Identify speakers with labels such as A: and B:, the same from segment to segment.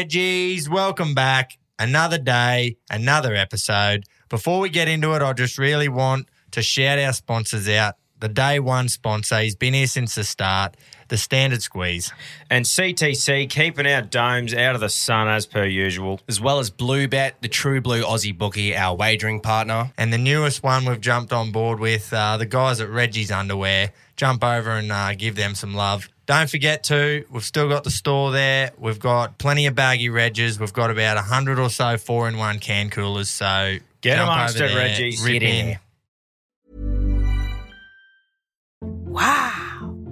A: Reggie's, welcome back. Another day, another episode. Before we get into it, I just really want to shout our sponsors out. The day one sponsor, he's been here since the start, the Standard Squeeze.
B: And CTC keeping our domes out of the sun as per usual.
C: as well as Blue Bet, the True Blue Aussie bookie, our wagering partner.
A: And the newest one we've jumped on board with, uh, the guys at Reggie's Underwear. Jump over and uh, give them some love. Don't forget to, we've still got the store there. We've got plenty of baggy Reggies. We've got about 100 or so four in one can coolers. So
B: Get
A: jump
B: amongst
A: over
B: it,
A: there,
B: Reggie's.
A: Rip
B: Get in.
A: in.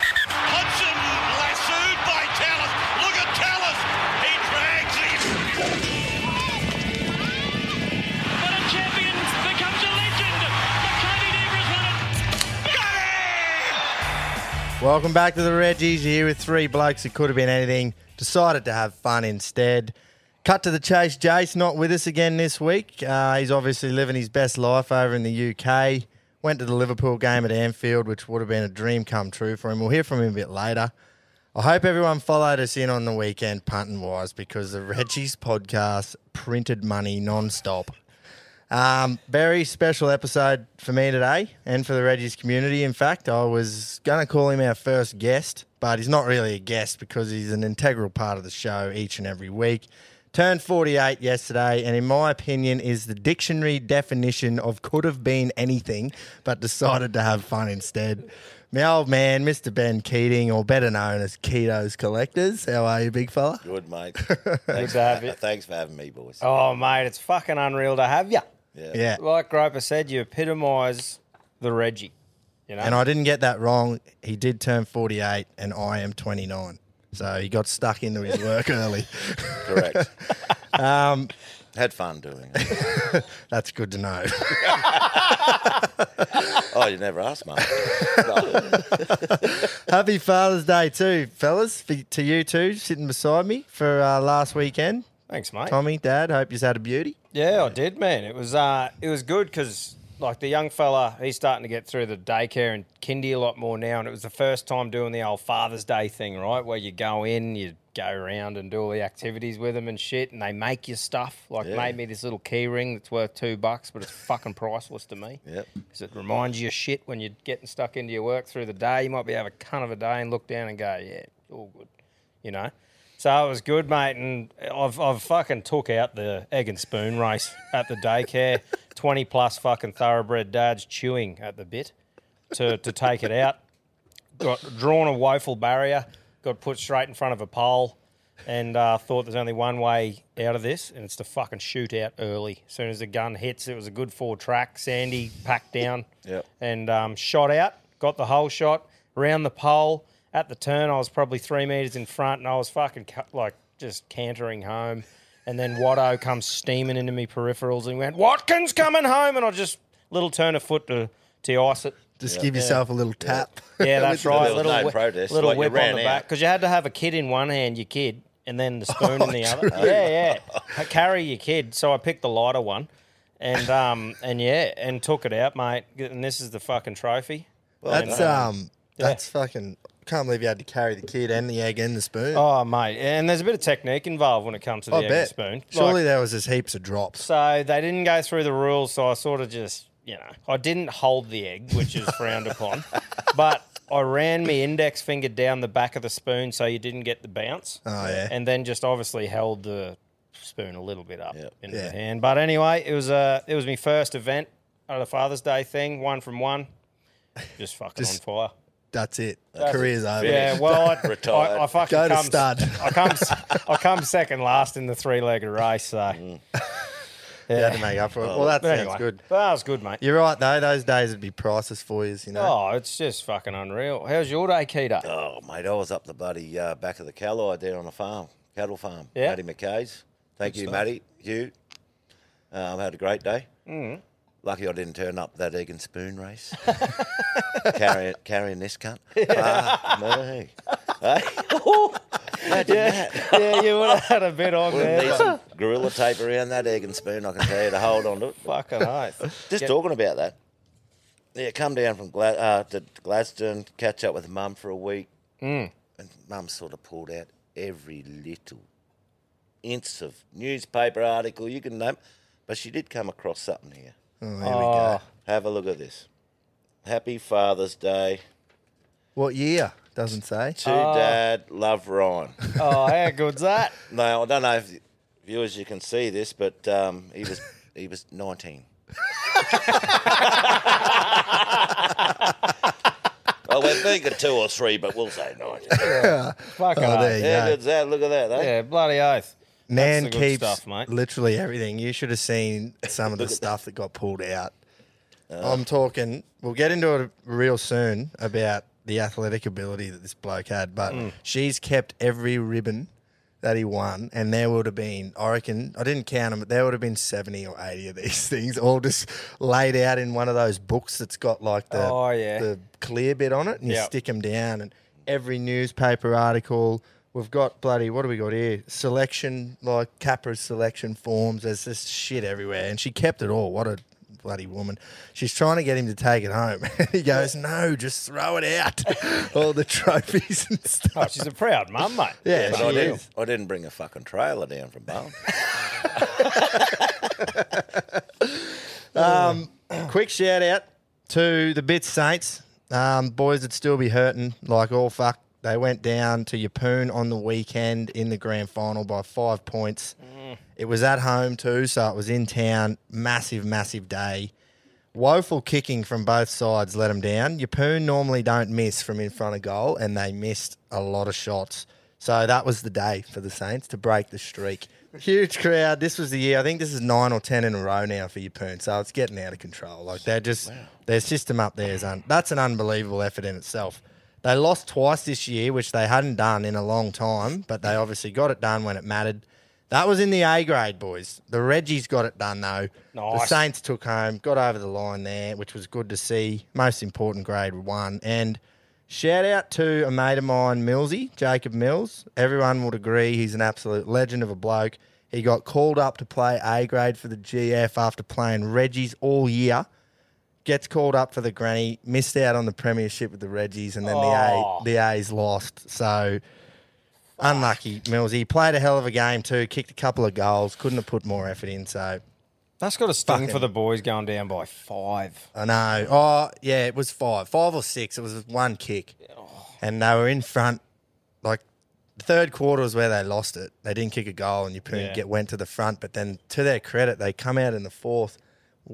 D: Hudson lassoed by Tallis. Look at Tallis. He drags him. But a champion becomes a legend. Makati Debra has won it. Got him!
A: Welcome back to the Reggies. You're here with three blokes who could have been anything, decided to have fun instead. Cut to the chase. Jace not with us again this week. Uh, he's obviously living his best life over in the UK. Went to the Liverpool game at Anfield, which would have been a dream come true for him. We'll hear from him a bit later. I hope everyone followed us in on the weekend, punting wise, because the Reggie's podcast printed money non-stop. Um, very special episode for me today and for the Reggie's community. In fact, I was going to call him our first guest, but he's not really a guest because he's an integral part of the show each and every week. Turned 48 yesterday, and in my opinion, is the dictionary definition of could have been anything, but decided to have fun instead. My old man, Mr. Ben Keating, or better known as Keto's Collectors. How are you, big fella?
E: Good, mate. Thanks,
B: to have
E: for,
B: you.
E: Uh, thanks for having me, boys.
B: Oh, mate, it's fucking unreal to have you.
A: Yeah.
B: Like Groper said, you epitomise the Reggie. You know?
A: And I didn't get that wrong. He did turn 48, and I am 29. So he got stuck into his work early.
E: Correct. um,
B: Um,
E: Had fun doing it.
A: That's good to know.
E: Oh, you never asked, mate.
A: Happy Father's Day, too, fellas, for, to you too, sitting beside me for uh, last weekend.
B: Thanks, mate.
A: Tommy, Dad, hope you've had a beauty.
B: Yeah, I did, man. It was uh, it was good because like the young fella, he's starting to get through the daycare and kindy a lot more now. And it was the first time doing the old Father's Day thing, right, where you go in, you go around and do all the activities with them and shit, and they make you stuff. Like made me this little key ring that's worth two bucks, but it's fucking priceless to me.
E: Yep.
B: because it reminds you of shit when you're getting stuck into your work through the day. You might be having a cunt of a day and look down and go, yeah, all good, you know. So it was good, mate, and I've, I've fucking took out the egg and spoon race at the daycare. Twenty plus fucking thoroughbred dads chewing at the bit to, to take it out. Got drawn a woeful barrier, got put straight in front of a pole, and uh, thought there's only one way out of this, and it's to fucking shoot out early. As soon as the gun hits, it was a good four track. Sandy packed down
E: Yep.
B: and um, shot out, got the whole shot round the pole. At the turn, I was probably three meters in front, and I was fucking cu- like just cantering home. And then Watto comes steaming into me peripherals and went, Watkins coming home. And I just little turn of foot to, to ice it.
A: Just give yourself a little tap.
B: Yeah, that's
E: was
B: right.
E: no
B: Little, whi-
E: protest,
B: little
E: like you
B: whip on
E: ran
B: the
E: out.
B: back because you had to have a kid in one hand, your kid, and then the spoon in the
E: Oh,
B: other. Yeah, yeah. Carry your kid. So I picked the lighter one, and um, and yeah, and took it out, mate. And this is the fucking trophy.
A: That's um, that's fucking. Can't believe you had to carry the kid and the egg and the spoon.
B: Oh, mate. And there's a bit of technique involved when it comes to the
A: I
B: egg
A: bet.
B: and spoon.
A: Surely
B: Like,
A: there was just heaps of drops.
B: so they didn't go through the rules, so I sort of just, you know, I didn't hold the egg, which is frowned upon, but I ran my index finger down the back of the spoon so you didn't get the bounce.
A: Oh yeah.
B: and then just obviously held the spoon a little bit up into
A: Yeah.
B: the hand. But anyway, it was a it was my first event at a Father's Day thing, one from one, just fucking
A: Just-
B: on fire.
A: That's it. Career's over.
B: Yeah, well, I,
E: Retired.
B: I, I fucking
A: Go to
B: come,
A: stud.
B: I come s- I come second last in the three legged race, so
A: You had to make up for it. Well, that
B: but
A: Mm. sounds
B: anyway,
A: good.
B: but that was good, mate.
A: You're right though. Those days would be priceless for you. You know.
B: Oh, it's just fucking unreal. How's your day, Keita?
E: Oh, mate, I was up the bloody uh, back of the Callide there on the farm. Cattle Farm,
B: Yeah.
E: Matty McKay's. Thank
F: Good
E: you,
F: stuff.
E: Matty. Hugh. Um, had a great day.
B: Mm.
E: Lucky I didn't turn up that egg and spoon race. carrying, carrying this cunt. Ah, me. Hey. Imagine that.
B: yeah, you would have had a bit on
E: Wouldn't need
B: there.
E: some gorilla tape around that egg and spoon, I can tell you, to hold on to it.
B: Fucking oath.
E: Just talking about that. Yeah, come down from Glad- uh, to Gladstone, catch up with mum for a week. And mum sort of pulled out every little inch of newspaper article you can name. But she did come across something here.
B: Oh,
E: Have a look at this. Happy Father's Day
A: What year? Doesn't say.
E: to
B: uh,
E: Dad, love Ryan.
B: oh, how good's that?
E: now, I don't know if viewers you can see this, but um, he was he was 19. well, we're thinking two or three, but we'll say 19.
B: Fucking
A: Oh, there
B: oath.
A: you
E: Yeah,
A: go.
E: good's that. Look at that. Eh?
B: Yeah, bloody oath.
A: Man
B: the good
A: keeps
B: stuff, mate.
A: literally everything. You should have seen some of the stuff that got pulled out.
B: Uh.
A: I'm talking. We'll get into it real soon about the athletic ability that this bloke had, but
B: Mm.
A: she's kept every ribbon that he won, and there would have been. I reckon I didn't count them, but there would have been 70 or 80 of these things, all just laid out in one of those books that's got like the
B: Oh, yeah.
A: the clear bit on it, and you
B: Yep.
A: stick them down. And every newspaper article, we've got bloody what do we got here? Selection like Capra's selection forms. There's this shit everywhere, and she kept it all. What a bloody woman! She's trying to get him to take it home. he goes, "No, just throw it out, all the trophies and
B: Oh,
A: stuff."
B: she's a proud mum, mate.
A: Yeah,
E: But
A: she
E: I, didn't,
A: is.
E: I didn't bring a fucking trailer down from Bowen.
A: Um, Quick shout out to the Bits Saints. Um, boys would still be hurting like all fuck. They went down to Yapoon on the weekend in the grand final by five points. It was at home too, so it was in town. Massive, massive day. Woeful kicking from both sides let them down. Yapoon normally don't miss from in front of goal, and they missed a lot of shots. So that was the day for the Saints to break the streak. Huge crowd. This was the year. I think this is nine or ten in a row now for Yapoon. So it's getting out of control. Like they're just their system up there is un- that's an unbelievable effort in itself. They lost twice this year, which they hadn't done in a long time, but they obviously got it done when it mattered. That was in the A grade, boys. The Reggies got it done though. The
B: Nice.
A: Saints Saints took home, got over the line there, which was good to see. Most important grade one. And shout out to a mate of mine, Millsy, Jacob Mills. Everyone would agree he's an absolute legend of a bloke. He got called up to play A grade for the GF after playing Reggie's all year. Gets called up for the granny, missed out on the premiership with the Reggies, and then
B: Oh.
A: the A the A's lost. So unlucky, Millsy. He played a hell of a game too, kicked a couple of goals, couldn't have put more effort in. So
B: That's got a sting for the boys going down by five.
A: I know. Oh, yeah, it was five, five or six. It was one kick, and they were in front. Like the third quarter was where they lost it. They didn't kick a goal, and Yapoon
B: Yeah.
A: get went to the front. But then, to their credit, they come out in the fourth,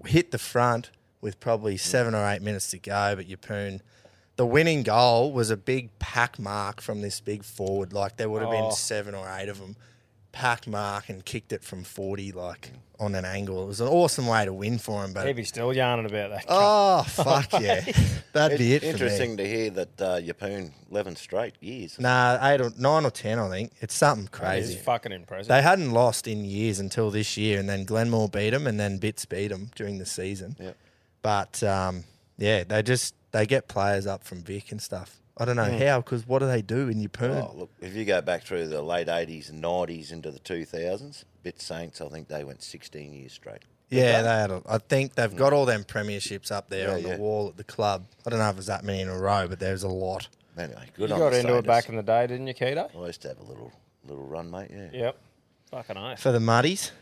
A: hit the front with
B: Mm.
A: probably seven or eight minutes to go. But Yapoon, the winning goal was a big pack mark from this big forward. Like there would have
B: Oh.
A: been seven or eight of them. Pack mark and kicked it from forty, like on an angle. It was an awesome way to win for him, but
B: He'd be still yarning about that.
A: Uh, Oh fuck yeah, that'd be it. for me.
E: Interesting to hear that uh, Yapoon 11 straight years.
A: Nah, eight or nine or ten, I think. It's something
B: He's
A: crazy.
B: fucking impressive.
A: They hadn't lost in years until this year, and then Glenmore beat them, and then Bits beat them during the season.
E: Yep.
A: But um, yeah, they just they get players up from Vic and stuff. I don't know how, 'cause how because what do they do in your
E: Hmm. Oh, look, if you go back through the late 80s and 90s into the 2000s, Bit Saints, I think they went 16 years straight.
A: Yeah, they had. A, I think they've got all them premierships up there
E: Hmm. Yeah,
A: on the
E: yeah.
A: wall at the club. I don't know if it's that many in a row, but there's a lot.
E: Anyway, good
B: you
E: on
B: got
E: the
B: into it
E: Saints.
B: back in the day, didn't you, Keto?
A: Oh.
E: I used to have a little little run, mate, yeah.
B: Yep. Fucking oath.
A: For the Muddies,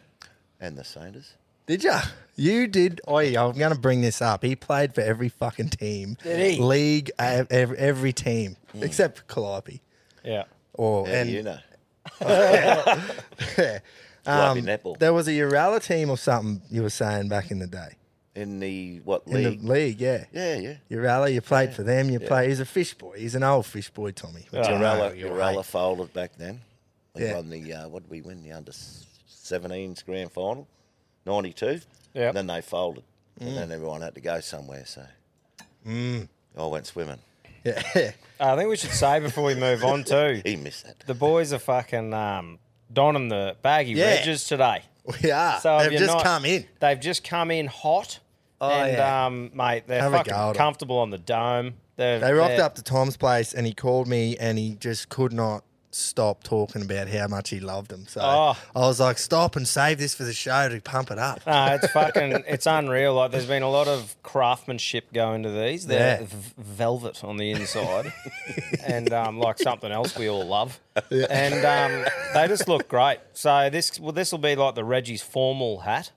E: And the Sainters.
A: Did ya? You did. Oh, yeah, I'm going to bring this up. He played for every fucking team.
B: Did he?
A: League, ev- ev- every team, except Calliope.
B: Yeah.
A: Or,
E: How
A: and
E: do you know?
A: um,
E: Calliope netball.
A: there was a Urala team or something you were saying back in the day.
E: In the, what,
A: In
E: league?
A: the league, yeah.
E: yeah, yeah.
A: Urala, you played for them. You play. He's a fish boy. He's an old fish boy, Tommy. which I know
E: Urella,
A: you'll
E: Urella
A: hate.
E: folded back then. We
A: Yeah.
E: won the, uh, what did we win? The under 17s grand final, 92.
B: Yep.
E: And Then they folded.
A: Mm.
E: And then everyone had to go somewhere, so. I went swimming.
A: Yeah.
B: Uh, I think we should say before we move on too.
E: He missed that.
B: The boys are fucking um, donning the baggy
A: Yeah.
B: wedges today.
A: We are.
B: So if
A: They've
B: you're
A: just
B: not-
A: come in.
B: They've just come in hot.
A: Oh,
B: and,
A: yeah.
B: um, mate, they're
A: Have a go at
B: fucking
A: 'em.
B: comfortable on the dome. They're,
A: They rocked
B: they're-
A: up to Tom's place and he called me and he just could not stop talking about how much he loved them. So
B: Oh.
A: I was like, stop and save this for the show to pump it up.
B: No, Uh, it's fucking, it's unreal. Like, there's been a lot of craftsmanship going to these. They're
A: Yeah.
B: v- velvet on the inside, and um, like something else we all love. And um, they just look great. So this, well, this will be like the Reggie's formal hat,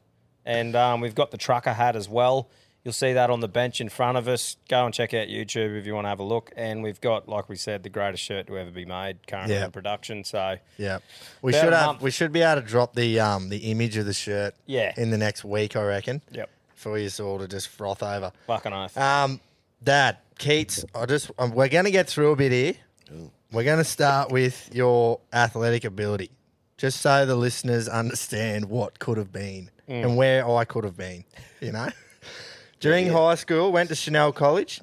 B: and um, we've got the trucker hat as well. You'll see that on the bench in front of us. Go and check out YouTube if you want to have a look. And we've got, like we said, the greatest shirt to ever be made currently
A: Yeah.
B: in production. So
A: Yeah, we
B: About
A: should
B: a
A: have.
B: month.
A: We should be able to drop the um the image of the shirt.
B: Yeah.
A: in the next week, I reckon.
B: Yep.
A: for you all to just froth over.
B: fucking oath.
A: Um, Dad, Keats, I just um, we're going to get through a bit here. We're going to start with your athletic ability, just so the listeners understand what could have been and where I could have been. You know, during high school, went to Chanel College.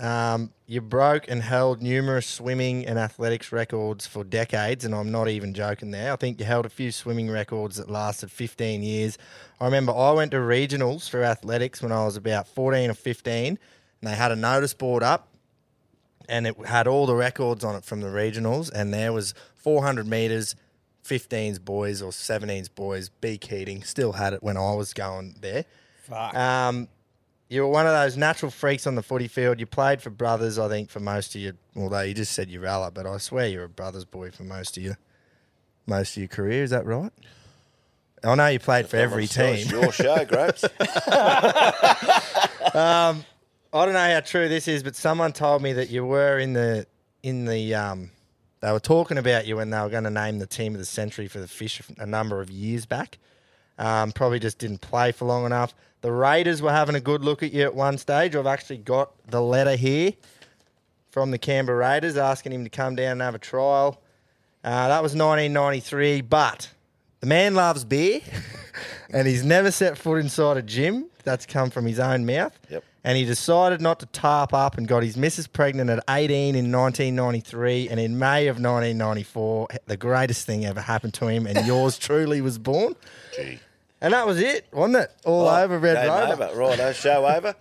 A: Um, you broke and held numerous swimming and athletics records for decades, and I'm not even joking there. I think you held a few swimming records that lasted 15 years. I remember I went to regionals for athletics when I was about 14 or 15, and they had a notice board up, and it had all the records on it from the regionals, and there was 400 meters. 15s boys or 17s boys, Beak Keating still had it when I was going there.
B: Fuck.
A: Um, you were one of those natural freaks on the footy field. You played for brothers, I think, for most of your. Although you just said you're Ralla, but I swear you're a brothers boy for most of your most of your career. Is that right? I know you played for every team.
E: It's your show, Gropes.
A: I don't know how true this is, but someone told me that you were in the in the um, they were talking about you when they were going to name the team of the century for the fish a number of years back. Um, probably just didn't play for long enough. The Raiders were having a good look at you at one stage. I've actually got the letter here from the Canberra Raiders asking him to come down and have a trial. Uh, that was 1993, but the man loves beer and he's never set foot inside a gym. That's come from his own mouth.
E: Yep.
A: And he decided not to tarp up and got his missus pregnant at 18 in 1993. And in May of 1994, the greatest thing ever happened to him, and yours truly was born.
E: Gee.
A: And that was it, wasn't it? All
E: Oh,
A: over Red
E: Game
A: Rover.
E: over. Right, oh, show over.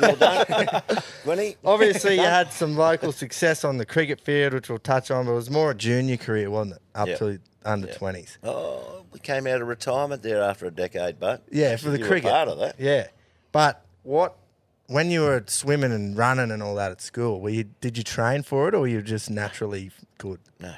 E: You're done. Gwinny.
A: Obviously, you had some local success on the cricket field, which we'll touch on, but it was more a junior career, wasn't it? Up
E: Yeah.
A: to under 20s.
E: Oh, we came out of retirement there after a decade, but
A: Yeah, for the
E: you
A: cricket.
E: Were part of that.
A: Yeah. But what, when you were swimming and running and all that at school, were you, did you train for it or were you just naturally good?
E: No,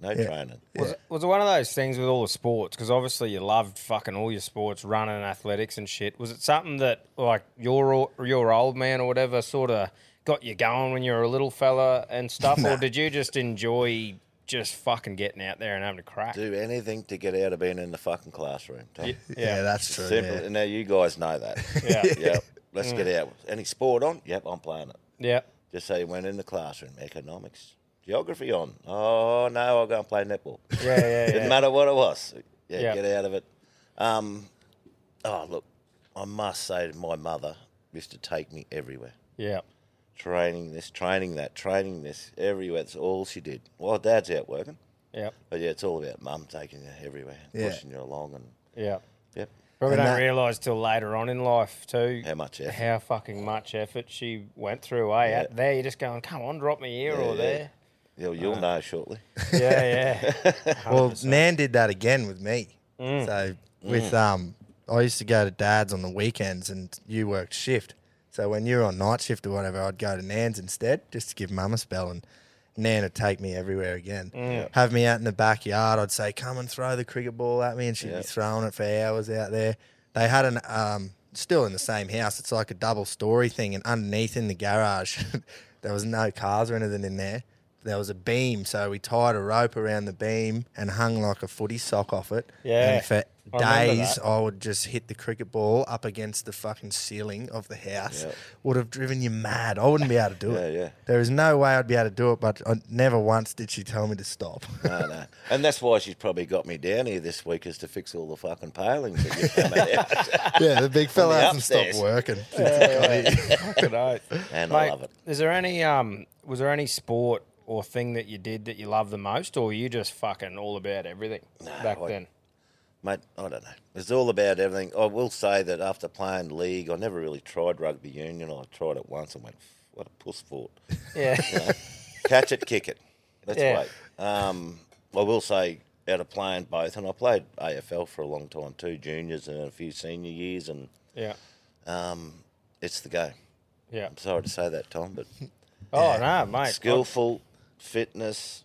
E: no training.
B: Was, was it one of those things with all the sports? Because obviously you loved fucking all your sports, running, athletics, and shit. Was it something that like your o- your old man or whatever sort of got you going when you were a little fella and stuff, or did you just enjoy just fucking getting out there and having a crack?
E: Do anything to get out of being in the fucking classroom. Tom.
A: Yeah,
B: Yeah.
A: that's true.
E: Simple.
A: yeah.
E: And now you guys know that.
B: Yeah.
E: yep. Let's get out. Any sport on? Yep, I'm playing it.
B: Yeah,
E: Just say you went in the classroom. Economics. Geography on. Oh, no, I'll go and play netball.
B: yeah, yeah,
E: Didn't
B: yeah.
E: matter what it was. Yeah,
B: Yeah.
E: get out of it. Um, oh, look, I must say that my mother used to take me everywhere.
B: yeah.
E: Training this, training that, training this, everywhere. That's all she did. While dad's out working.
B: Yeah,
E: But yeah, it's all about mum taking you everywhere, and
A: Yeah.
E: pushing you along. And
B: yeah.
E: yep,
B: Probably
A: And
B: don't
A: that-
B: realise till later on in life too
E: how much effort.
B: how fucking much effort she went through. Eh? Out there, you're just going, come on, drop me here or
E: yeah.
B: there.
E: You'll, you'll know shortly.
B: Yeah, yeah.
A: Well, Nan did that again with me. So with um, I used to go to Dad's on the weekends, and you worked shift. So when you were on night shift or whatever, I'd go to Nan's instead, just to give Mum a spell, and Nan would take me everywhere again. Have me out in the backyard. I'd say, "Come and throw the cricket ball at me," and she'd be throwing it for hours out there. They had an um, still in the same house. It's like a double story thing, and underneath in the garage, there was no cars or anything in there there was a beam, so we tied a rope around the beam and hung like a footy sock off it.
B: Yeah,
A: And for
B: I remember
A: days,
B: that.
A: I would just hit the cricket ball up against the fucking ceiling of the house.
E: Yep.
A: Would have driven you mad. I wouldn't be able to do it.
E: yeah.
A: There is no way I'd be able to do it, but I, never once did she tell me to stop.
E: I know. And that's why she's probably got me down here this week is to fix all the fucking palings that you've come out.
A: yeah, the big fella
E: the
A: hasn't stopped
E: upstairs.
A: working. since I got here.
B: Fucking oath.
E: And I
B: Mate,
E: love it.
B: Is there any um was there any sport or thing that you did that you love the most, or were you just fucking all about everything back
E: I-
B: then?
E: Mate, I don't know. It's all about everything. I will say that after playing league, I never really tried rugby union. I tried it once and went, what a puss fort.
B: Yeah.
E: Catch it, kick it. That's
B: Yeah.
E: right. Um, I will say, out of playing both, and I played AFL for a long time too, juniors and a few senior years, and
B: yeah.
E: it's the game.
B: Yeah.
E: I'm sorry to say that, Tom, but
B: Oh, no, mate.
E: skillful, fitness,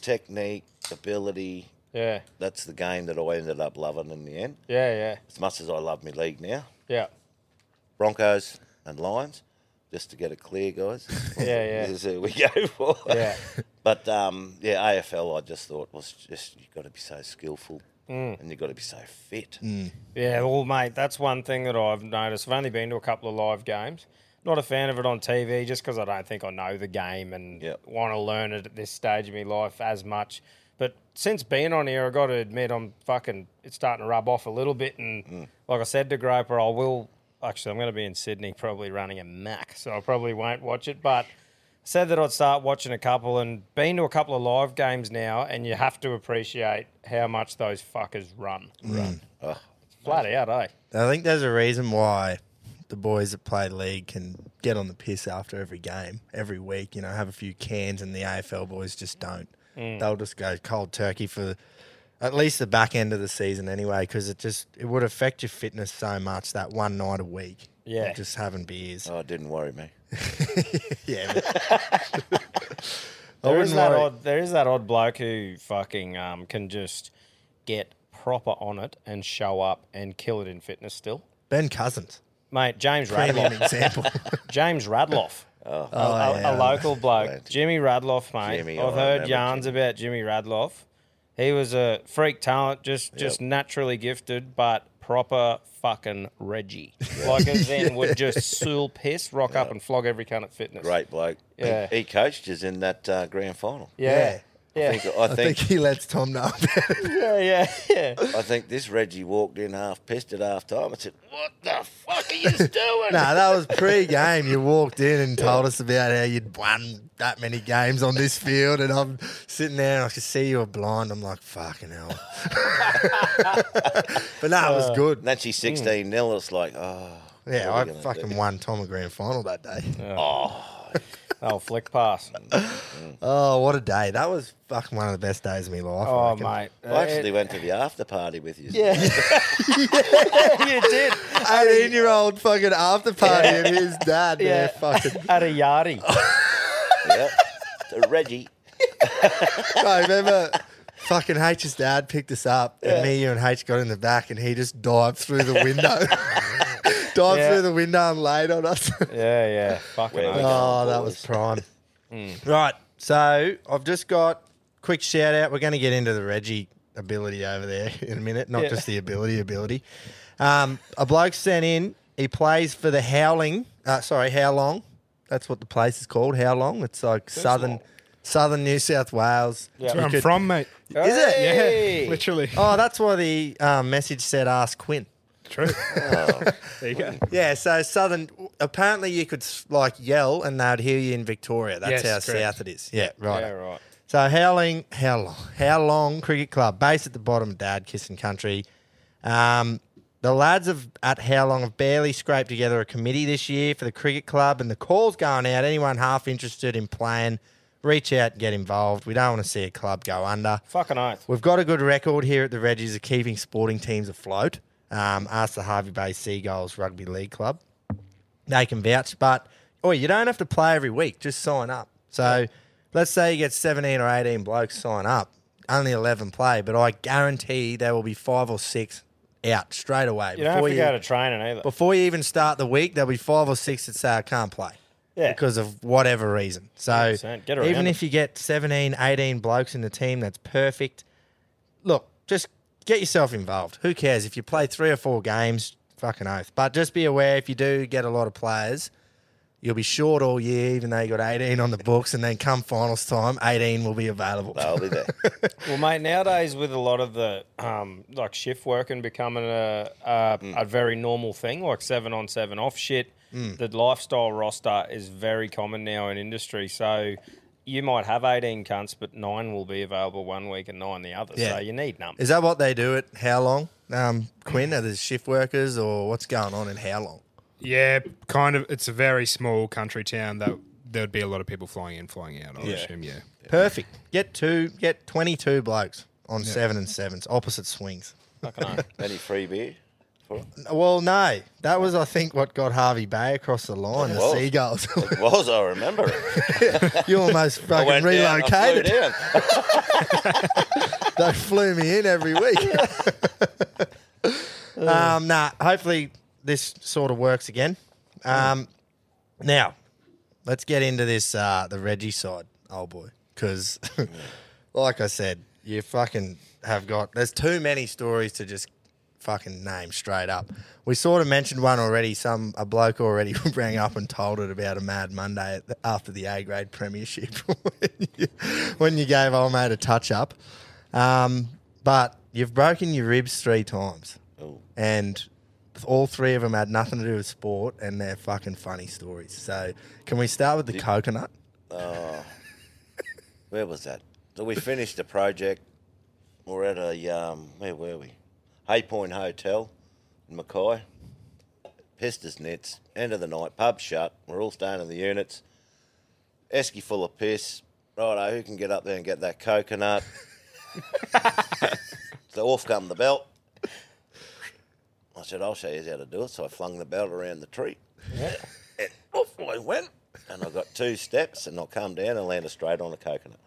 E: technique, ability.
B: Yeah.
E: That's the game that I ended up loving in the end.
B: Yeah. Yeah.
E: As much as I love my league now,
B: Yeah.
E: Broncos and Lions, just to get it clear, guys.
B: Yeah. Yeah.
E: This is who we go for.
B: Yeah.
E: But um, yeah, AFL, I just thought was just you've got to be so skillful
B: Mm.
E: and you've got to be so fit.
A: Mm.
B: Yeah, well, mate, that's one thing that I've noticed. I've only been to a couple of live games. Not a fan of it on TV just because I don't think I know the game and
E: Yep.
B: want to learn it at this stage of my life as much. But since being on here, i got to admit, I'm fucking, it's starting to rub off a little bit. And like I said to Groper, I will, actually, I'm going to be in Sydney probably running a Mac, so I probably won't watch it. But said that I'd start watching a couple and been to a couple of live games now, and you have to appreciate how much those fuckers run. Run. Bloody out, eh?
A: I think there's a reason why the boys that play league can get on the piss after every game, every week, you know, have a few cans, and the AFL boys just don't.
B: Mm.
A: They'll just go cold turkey for at least the back end of the season anyway, because it just it would affect your fitness so much that one night a week.
B: Yeah.
A: Like just having beers.
E: Oh, it didn't worry me.
A: Yeah. But I
B: There
A: wouldn't
B: is that
A: worry.
B: odd. There is that odd bloke who fucking um, can just get proper on it and show up and kill it in fitness still.
A: Ben Cousins,
B: Mate, James
A: premium
B: Radloff.
A: example.
B: James Radloff.
E: Oh,
B: a, a-
A: yeah.
B: a local bloke. Jimmy Radloff, mate.
E: Jimmy, I
B: I've heard
E: remember
B: yarns about Jimmy Radloff. He was a freak talent, just just naturally gifted, but proper fucking Reggie. Like as in would just soul piss, rock up and flog every cunt at fitness.
E: Great bloke. He-
B: Yeah.
E: He, coached us in that uh, grand final.
B: Yeah. Yeah.
E: I think, I
A: I think
E: think
A: he lets Tom know about it.
B: Yeah, yeah, yeah.
E: I think this Reggie walked in half pissed at half time and said, "What the fuck are you doing?"
A: No, that was pre-game. You walked in and told us about how you'd won that many games on this field, and I'm sitting there and I could see you were blind. I'm like, fucking hell. but no, it was
E: And
A: good.
E: then
B: Mm.
E: she 16 nil. It's like, oh,
A: Yeah, I
E: what are we gonna
A: fucking
E: do?
A: won Tom a grand final that day.
B: Oh, flick pass.
A: Oh, what a day! That was fucking one of the best days of my life. I
B: Oh,
A: reckon.
B: mate.
E: I actually went to the after party with you.
B: you did.
A: 18-year-old fucking after party and his dad. Yeah, fucking.
B: At a yardie.
E: yeah. To Reggie.
A: I remember fucking H's dad picked us up, and me, you, and H got in the back, and he just dived through the window. dived
B: Yeah.
A: through the window and laid on us.
B: Yeah, yeah. Fucking
E: Where we
B: oath.
A: oh,
E: going,
A: that
E: boys?
A: was prime. Right. So I've just got quick shout out. We're going to get into the Reggie ability over there in a minute, not
B: Yeah.
A: just the ability ability. Um, a bloke sent in. He plays for the Howling. Uh, sorry, How Long? That's what the place is called. How Long? It's like southern, southern New South Wales.
F: That's where
A: You
F: I'm
A: could-
F: from, mate.
A: Is it?
F: Yeah,
B: Hey!
F: literally.
A: Oh, that's why the um, message said ask Quinn.
F: True. Oh, there you go.
A: Yeah, so southern. Apparently, you could like yell and they'd hear you in Victoria.
F: Yes,
A: That's how
F: correct.
A: south it is. Yeah, right.
B: Yeah, right.
A: So Howling, how long? How long cricket club based at the bottom of Dad Kissing Country. Um, the lads have at How Long have barely scraped together a committee this year for the cricket club, and the call's going out. Anyone half interested in playing, reach out and get involved. We don't want to see a club go under.
B: Fucking oath.
A: We've got a good record here at the Reggies of keeping sporting teams afloat. Um, ask the Harvey Bay Seagulls Rugby League Club. They can vouch, but oh, you don't have to play every week. Just sign up. So let's say you get 17 or 18 blokes sign up, only 11 play, but I guarantee there will be five or six out straight away.
B: You don't have to go to training either.
A: before you even start the week, there'll be five or six that say I can't play
B: Yeah.
A: because of whatever reason. So
B: 100%. Get around
A: even
B: it.
A: if you get 17, 18 blokes in the team, that's perfect. Look, just get yourself involved. Who cares if you play three or four games? Fucking oath. But just be aware if you do get a lot of players, you'll be short all year, even though you got 18 on the books, and then come finals time, 18 will be available.
E: I'll be there.
B: Well, mate, nowadays with a lot of the um, like shift working becoming a a, a very normal thing, like seven on seven off shit, the lifestyle roster is very common now in industry. So you might have 18 cunts, but nine will be available one week and nine the other.
A: Yeah.
B: So you need numbers.
A: Is that what they do at how long? Um, Quinn, are there shift workers or what's going on in how long?
G: Yeah, kind of. It's a very small country town that there would be a lot of people flying in, flying out. I
A: Yeah.
G: assume. Yeah.
A: Perfect. Get two, get 22 blokes on seven and sevens, opposite swings.
E: Any free beer? For it?
A: Well, no, that was, I think, what got Harvey Bay across the line, the
E: Whoa.
A: seagulls.
E: It was, I remember it.
A: you almost
E: I
A: fucking
E: went down, I flew
A: relocated.
E: down.
A: they flew me in every week. um, nah, hopefully this sort of works again. Um, now, let's get into this uh, the Reggie side, old boy, because like I said, you fucking have got there's too many stories to just fucking name straight up. We sort of mentioned one already. Some a bloke already rang up and told it about a Mad Monday at the, after the A grade premiership when, you, when you gave old mate a touch up. Um, but you've broken your ribs three times, and all three of them had nothing to do with sport, and they're fucking funny stories. So can we start with the coconut?
E: Where was that? So we finished the project. We're at a um, where were we? Haypoint Hotel in Mackay. Pissed his nets. End of the night. Pub shut. We're all staying in the units. Esky full of piss. Righto, who can get up there and get that coconut? so off come the belt. I said, I'll show you how to do it. So I flung the belt around the tree. And off I went. And I got two steps and I come down and landed straight on a coconut.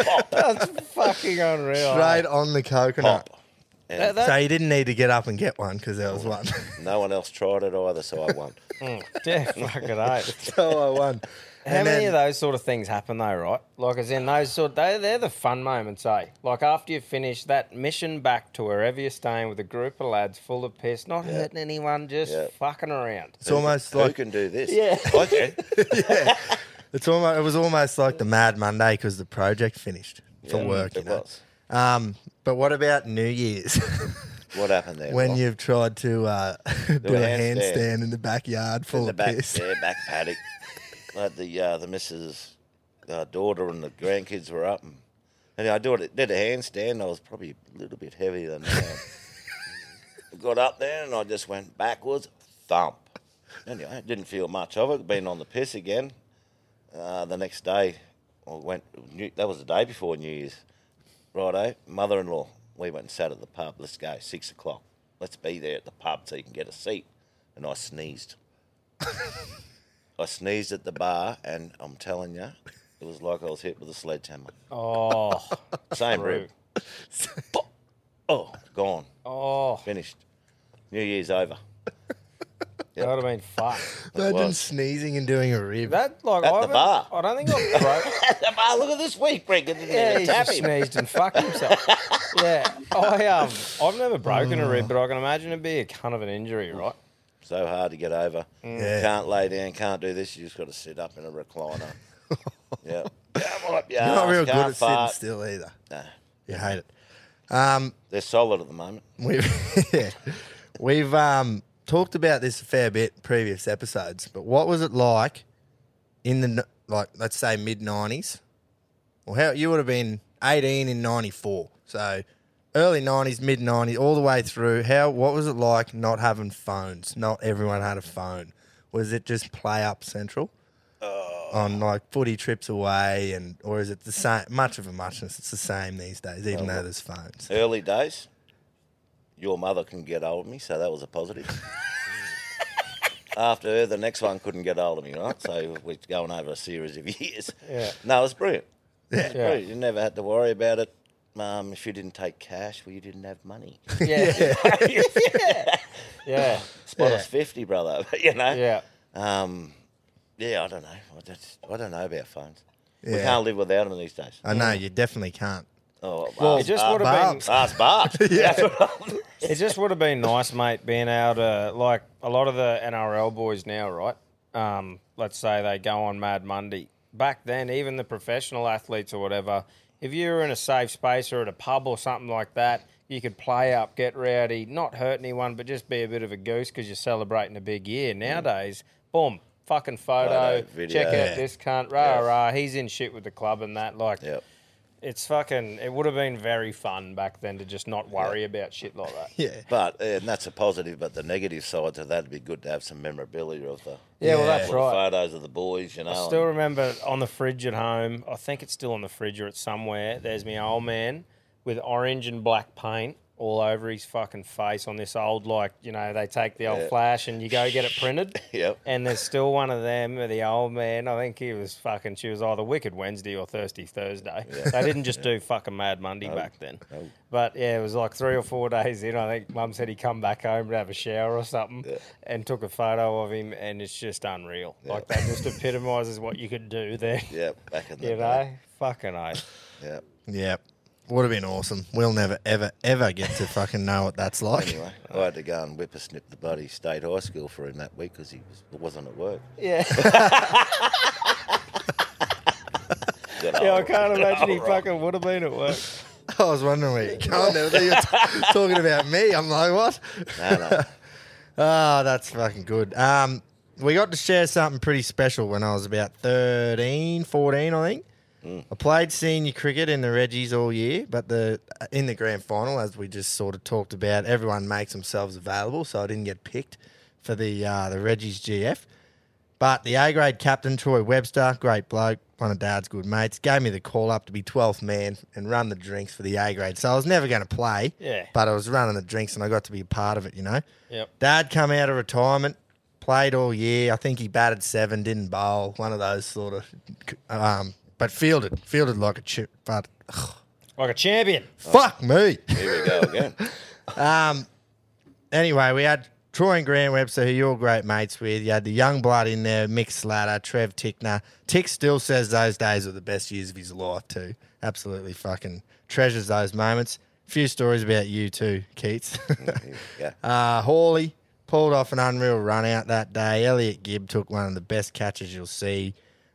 B: fucking unreal. eh?
A: Straight on the coconut.
E: Pop. Oh. And
A: So you didn't need to get up and get one because there was one.
E: No one else tried it either, so I won.
B: Yeah, eh? fucking oath.
A: so I won.
B: How
A: And
B: many
A: then-
B: of those sort of things happen though, right? Like as in those sort they they're the fun moments, eh? Like after you finish that mission back to wherever you're staying with a group of lads full of piss, not hurting anyone, just
E: Yeah.
B: fucking around.
A: It's almost
E: Who
A: like
E: can do this?
B: Yeah.
E: I can.
A: it's almost it was almost like the Mad Monday because the project finished for
E: Yeah,
A: work. You
E: It
A: know?
E: was.
A: Um, but what about New Year's
E: What happened there?
A: when
E: Well,
A: you've tried to uh, do,
E: a
A: a handstand.
E: handstand.
A: in the backyard full
E: in the
A: of
E: back,
A: piss?
E: yeah, back paddock. I had the uh, the missus, uh, daughter, and the grandkids were up, and, and I do it. Did a handstand. I was probably a little bit heavier than that. Got up there and I just went backwards, thump. Anyway, didn't feel much of it. Been on the piss again. Uh, the next day, I went. New, that was the day before New Year's. Righto, mother-in-law. We went and sat at the pub. Let's go. Six o'clock. Let's be there at the pub so you can get a seat. And I sneezed. I sneezed at the bar, and I'm telling you, it was like I was hit with a sledgehammer.
B: Oh,
E: Same rib. Pop. oh, gone.
B: oh,
E: Finished. New Year's over.
B: that would have been fucked.
A: Imagine
E: was.
A: sneezing and doing a rib.
B: That like
E: At
B: I
E: the
B: haven't-
E: bar.
B: I don't think I broke.
E: Ah, look at this week, Brink. It didn't
B: Yeah,
E: even
B: he
E: tap
B: just
E: him.
B: sneezed and fucked himself. yeah, I um, I've never broken a
E: Mm.
B: rib, but I can imagine it'd be a kind of an injury, right?
E: So hard to get over.
A: Mm. Yeah.
E: Can't lay down, can't do this. You just got to sit up in a recliner. yeah. Come up your
A: You're not
E: arse,
A: real good
E: can't
A: at
E: fart.
A: sitting still either.
E: Nah,
A: You hate it. Um,
E: they're solid at the moment.
A: We've we've um, talked about this a fair bit in previous episodes, but what was it like in the n- like let's say mid nineties? Well, how you would have been eighteen in ninety four, so early nineties, mid nineties, all the way through. How what was it like not having phones? Not everyone had a phone. Was it just play up central? On like footy trips away, and or is it the same? Much of a muchness. It's the same these days, even though there's phones.
E: Early days, your mother couldn't get hold of me, so that was a positive. After her, the next one couldn't get hold of me, right? So we're going over a series of years.
B: Yeah.
E: No, it was brilliant. It was
B: Yeah.
E: brilliant. You never had to worry about it. Um, if you didn't take cash, well, you didn't have money.
B: Yeah, yeah, yeah,
E: Spot us 50, brother, you know?
B: yeah.
E: Um, yeah, I don't know. I, just, I don't know about phones. We
A: Yeah.
E: can't live without them these days.
A: I know you definitely can't.
E: Oh,
B: it
E: well,
B: just
E: Bart.
B: would have been.
E: Ask Bart.
B: It just would have been nice, mate, being able to like a lot of the NRL boys now, right? Um, let's say they go on Mad Monday. Back then, even the professional athletes or whatever, if you were in a safe space or at a pub or something like that, you could play up, get rowdy, not hurt anyone, but just be a bit of a goose because you're celebrating a big year. Nowadays, boom, fucking photo.
E: Photo, Mm. video.
B: check out
E: Yeah.
B: this cunt. Rah rah. He's in shit with the club and that. Like,
E: Yep.
B: it's fucking. It would have been very fun back then to just not worry about shit like that.
A: Yeah.
E: But eh, and that's a positive, but the negative side to that'd be good to have some memorabilia of the
B: Yeah, well, that's
E: the
B: right.
E: photos of the boys, you know.
B: I still remember on the fridge at home. I think it's still on the fridge or it's somewhere. There's my old man with orange and black paint all over his fucking face on this old like you know they take the old flash and you go get it printed.
E: Yep.
B: And there's still one of them with the old man. I think he was fucking. She was either Wicked Wednesday or Thirsty Thursday. They didn't just do fucking Mad Monday back then. But yeah, it was like three or four days in. I think Mum said he come back home to have a shower or something, and took a photo of him. And it's just unreal. Like that just epitomises what you could do there.
E: yeah, back in the
B: You
E: day.
B: know, fucking I.
E: Yeah.
A: Yep. Would have been awesome. We'll never, ever, ever get to fucking know what that's like.
E: Anyway, I had to go and whipper snip the buddy state high school for him that week because he was, wasn't at work.
B: Yeah.
E: Good
B: yeah, I
E: old-
B: can't imagine he fucking would have been at work.
A: I was wondering where you going there. You're t- talking about me. I'm like, what?
E: No, no.
A: Oh, that's fucking good. Um, we got to share something pretty special when I was about 13, 14, I think. I played senior cricket in the Reggies all year, but the in the grand final, as we just sort of talked about, everyone makes themselves available, so I didn't get picked for the uh, the Reggies GF. But the A grade captain, Troy Webster, great bloke, one of Dad's good mates, gave me the call up to be 12th man and run the drinks for the A grade. So I was never going to play,
B: Yeah.
A: but I was running the drinks and I got to be a part of it, you know.
B: Yep.
A: Dad come out of retirement, played all year. I think he batted seven, didn't bowl, one of those sort of. Um, but fielded, fielded like a chip. But
B: Like a champion.
A: fuck me.
E: Here we go again.
A: anyway, we had Troy and Grant Webster, who you're great mates with. You had the young blood in there, Mick Slater, Trev Tickner. Tick still says those days were the best years of his life, too. Absolutely fucking treasures those moments. Few stories about you, too, Keats.
E: Mm, Yeah.
A: Uh, Hawley pulled off an unreal run out that day. Elliot Gibb took one of the best catches you'll see.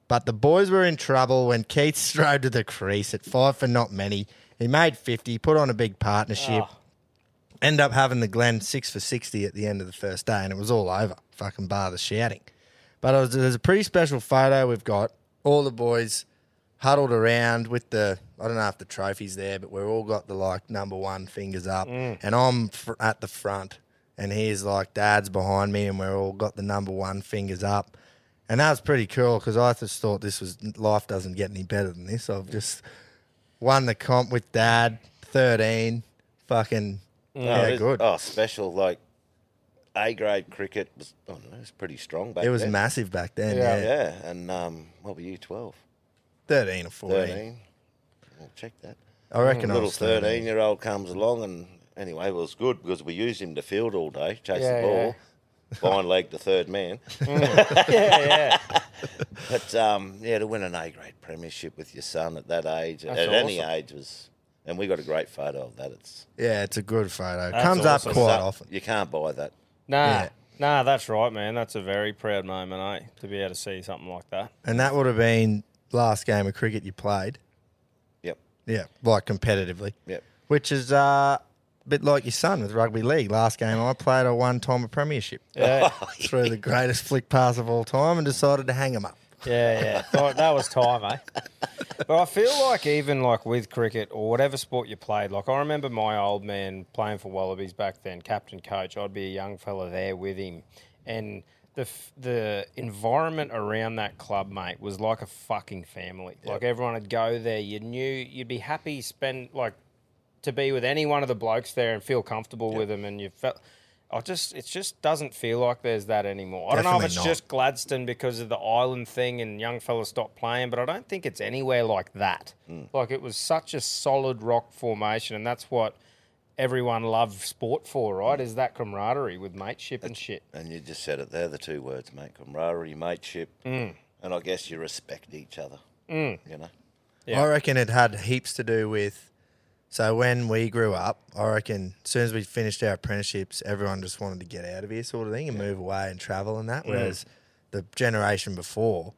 A: But the boys were in trouble when Keith strode to the crease at five for not many. He made 50, put on a big partnership,
E: Oh.
A: end up having the Glen six for 60 at the end of the first day, and it was all over. Fucking bar the shouting. But it was, there's a pretty special photo we've got. All the boys huddled around with the I don't know if the trophy's there, but we're all got the like number one fingers up, and I'm fr- at the front, and he's like dad's behind me, and we're all got the number one fingers up, and that was pretty cool because I just thought this was life doesn't get any better than this. I've just won the comp with dad, thirteen, fucking yeah,
E: This-
A: good.
E: Oh, special like A grade cricket was. I don't know. It was pretty strong back
A: it was
E: then.
A: massive back then. Yeah,
B: Yeah.
E: Yeah, and um, what were you? 12,
A: thirteen or fourteen.
E: 13? We'll check that.
A: I reckon I
E: Mm, little
A: was 13.
E: 13 year old comes along and anyway it was good because we used him to field all day chase
B: Yeah,
E: the ball behind leg the third man
B: Yeah, yeah.
E: but um, yeah to win an a grade premiership with your son at that age
B: That's
E: at any
B: awesome.
E: age was and we got a great photo of that it's
A: Yeah, it's a good photo.
B: That's
A: Comes
B: awesome.
A: up quite
E: that-
A: often.
E: you can't buy that
B: Nah.
A: Yeah.
B: Nah, that's right, man. That's a very proud moment, eh? To be able to see something like that.
A: And that would have been last game of cricket you played.
E: yep
A: Yeah, like competitively.
E: yep
A: Which is uh, a bit like your son with rugby league. Last game I played, I won Tom a premiership.
B: Yeah.
A: Threw the greatest flick pass of all time and decided to hang him up.
B: Yeah, yeah. Thought that was time, eh? But I feel like even like with cricket or whatever sport you played, like I remember my old man playing for Wallabies back then, captain coach. I'd be a young fella there with him, and the f- the environment around that club, mate, was like a fucking family. Like everyone would go there. You knew you'd be happy spend like to be with any one of the blokes there and feel comfortable with them, and you felt. I just, it just doesn't feel like there's that anymore. I don't know if
A: Definitely
B: it's
A: not.
B: just Gladstone because of the island thing and young fellas stopped playing, but I don't think it's anywhere like that. Like it was such a solid rock formation, and that's what everyone loved sport for, right? Is that camaraderie with mateship and shit.
E: and you just said it there the two words mate camaraderie mateship
B: Mm.
E: and i guess you respect each other you know
A: I reckon it had heaps to do with. So when we grew up, I reckon as soon as we finished our apprenticeships, everyone just wanted to get out of here, sort of thing, and move away and travel and that.
B: Mm.
A: Whereas the generation before,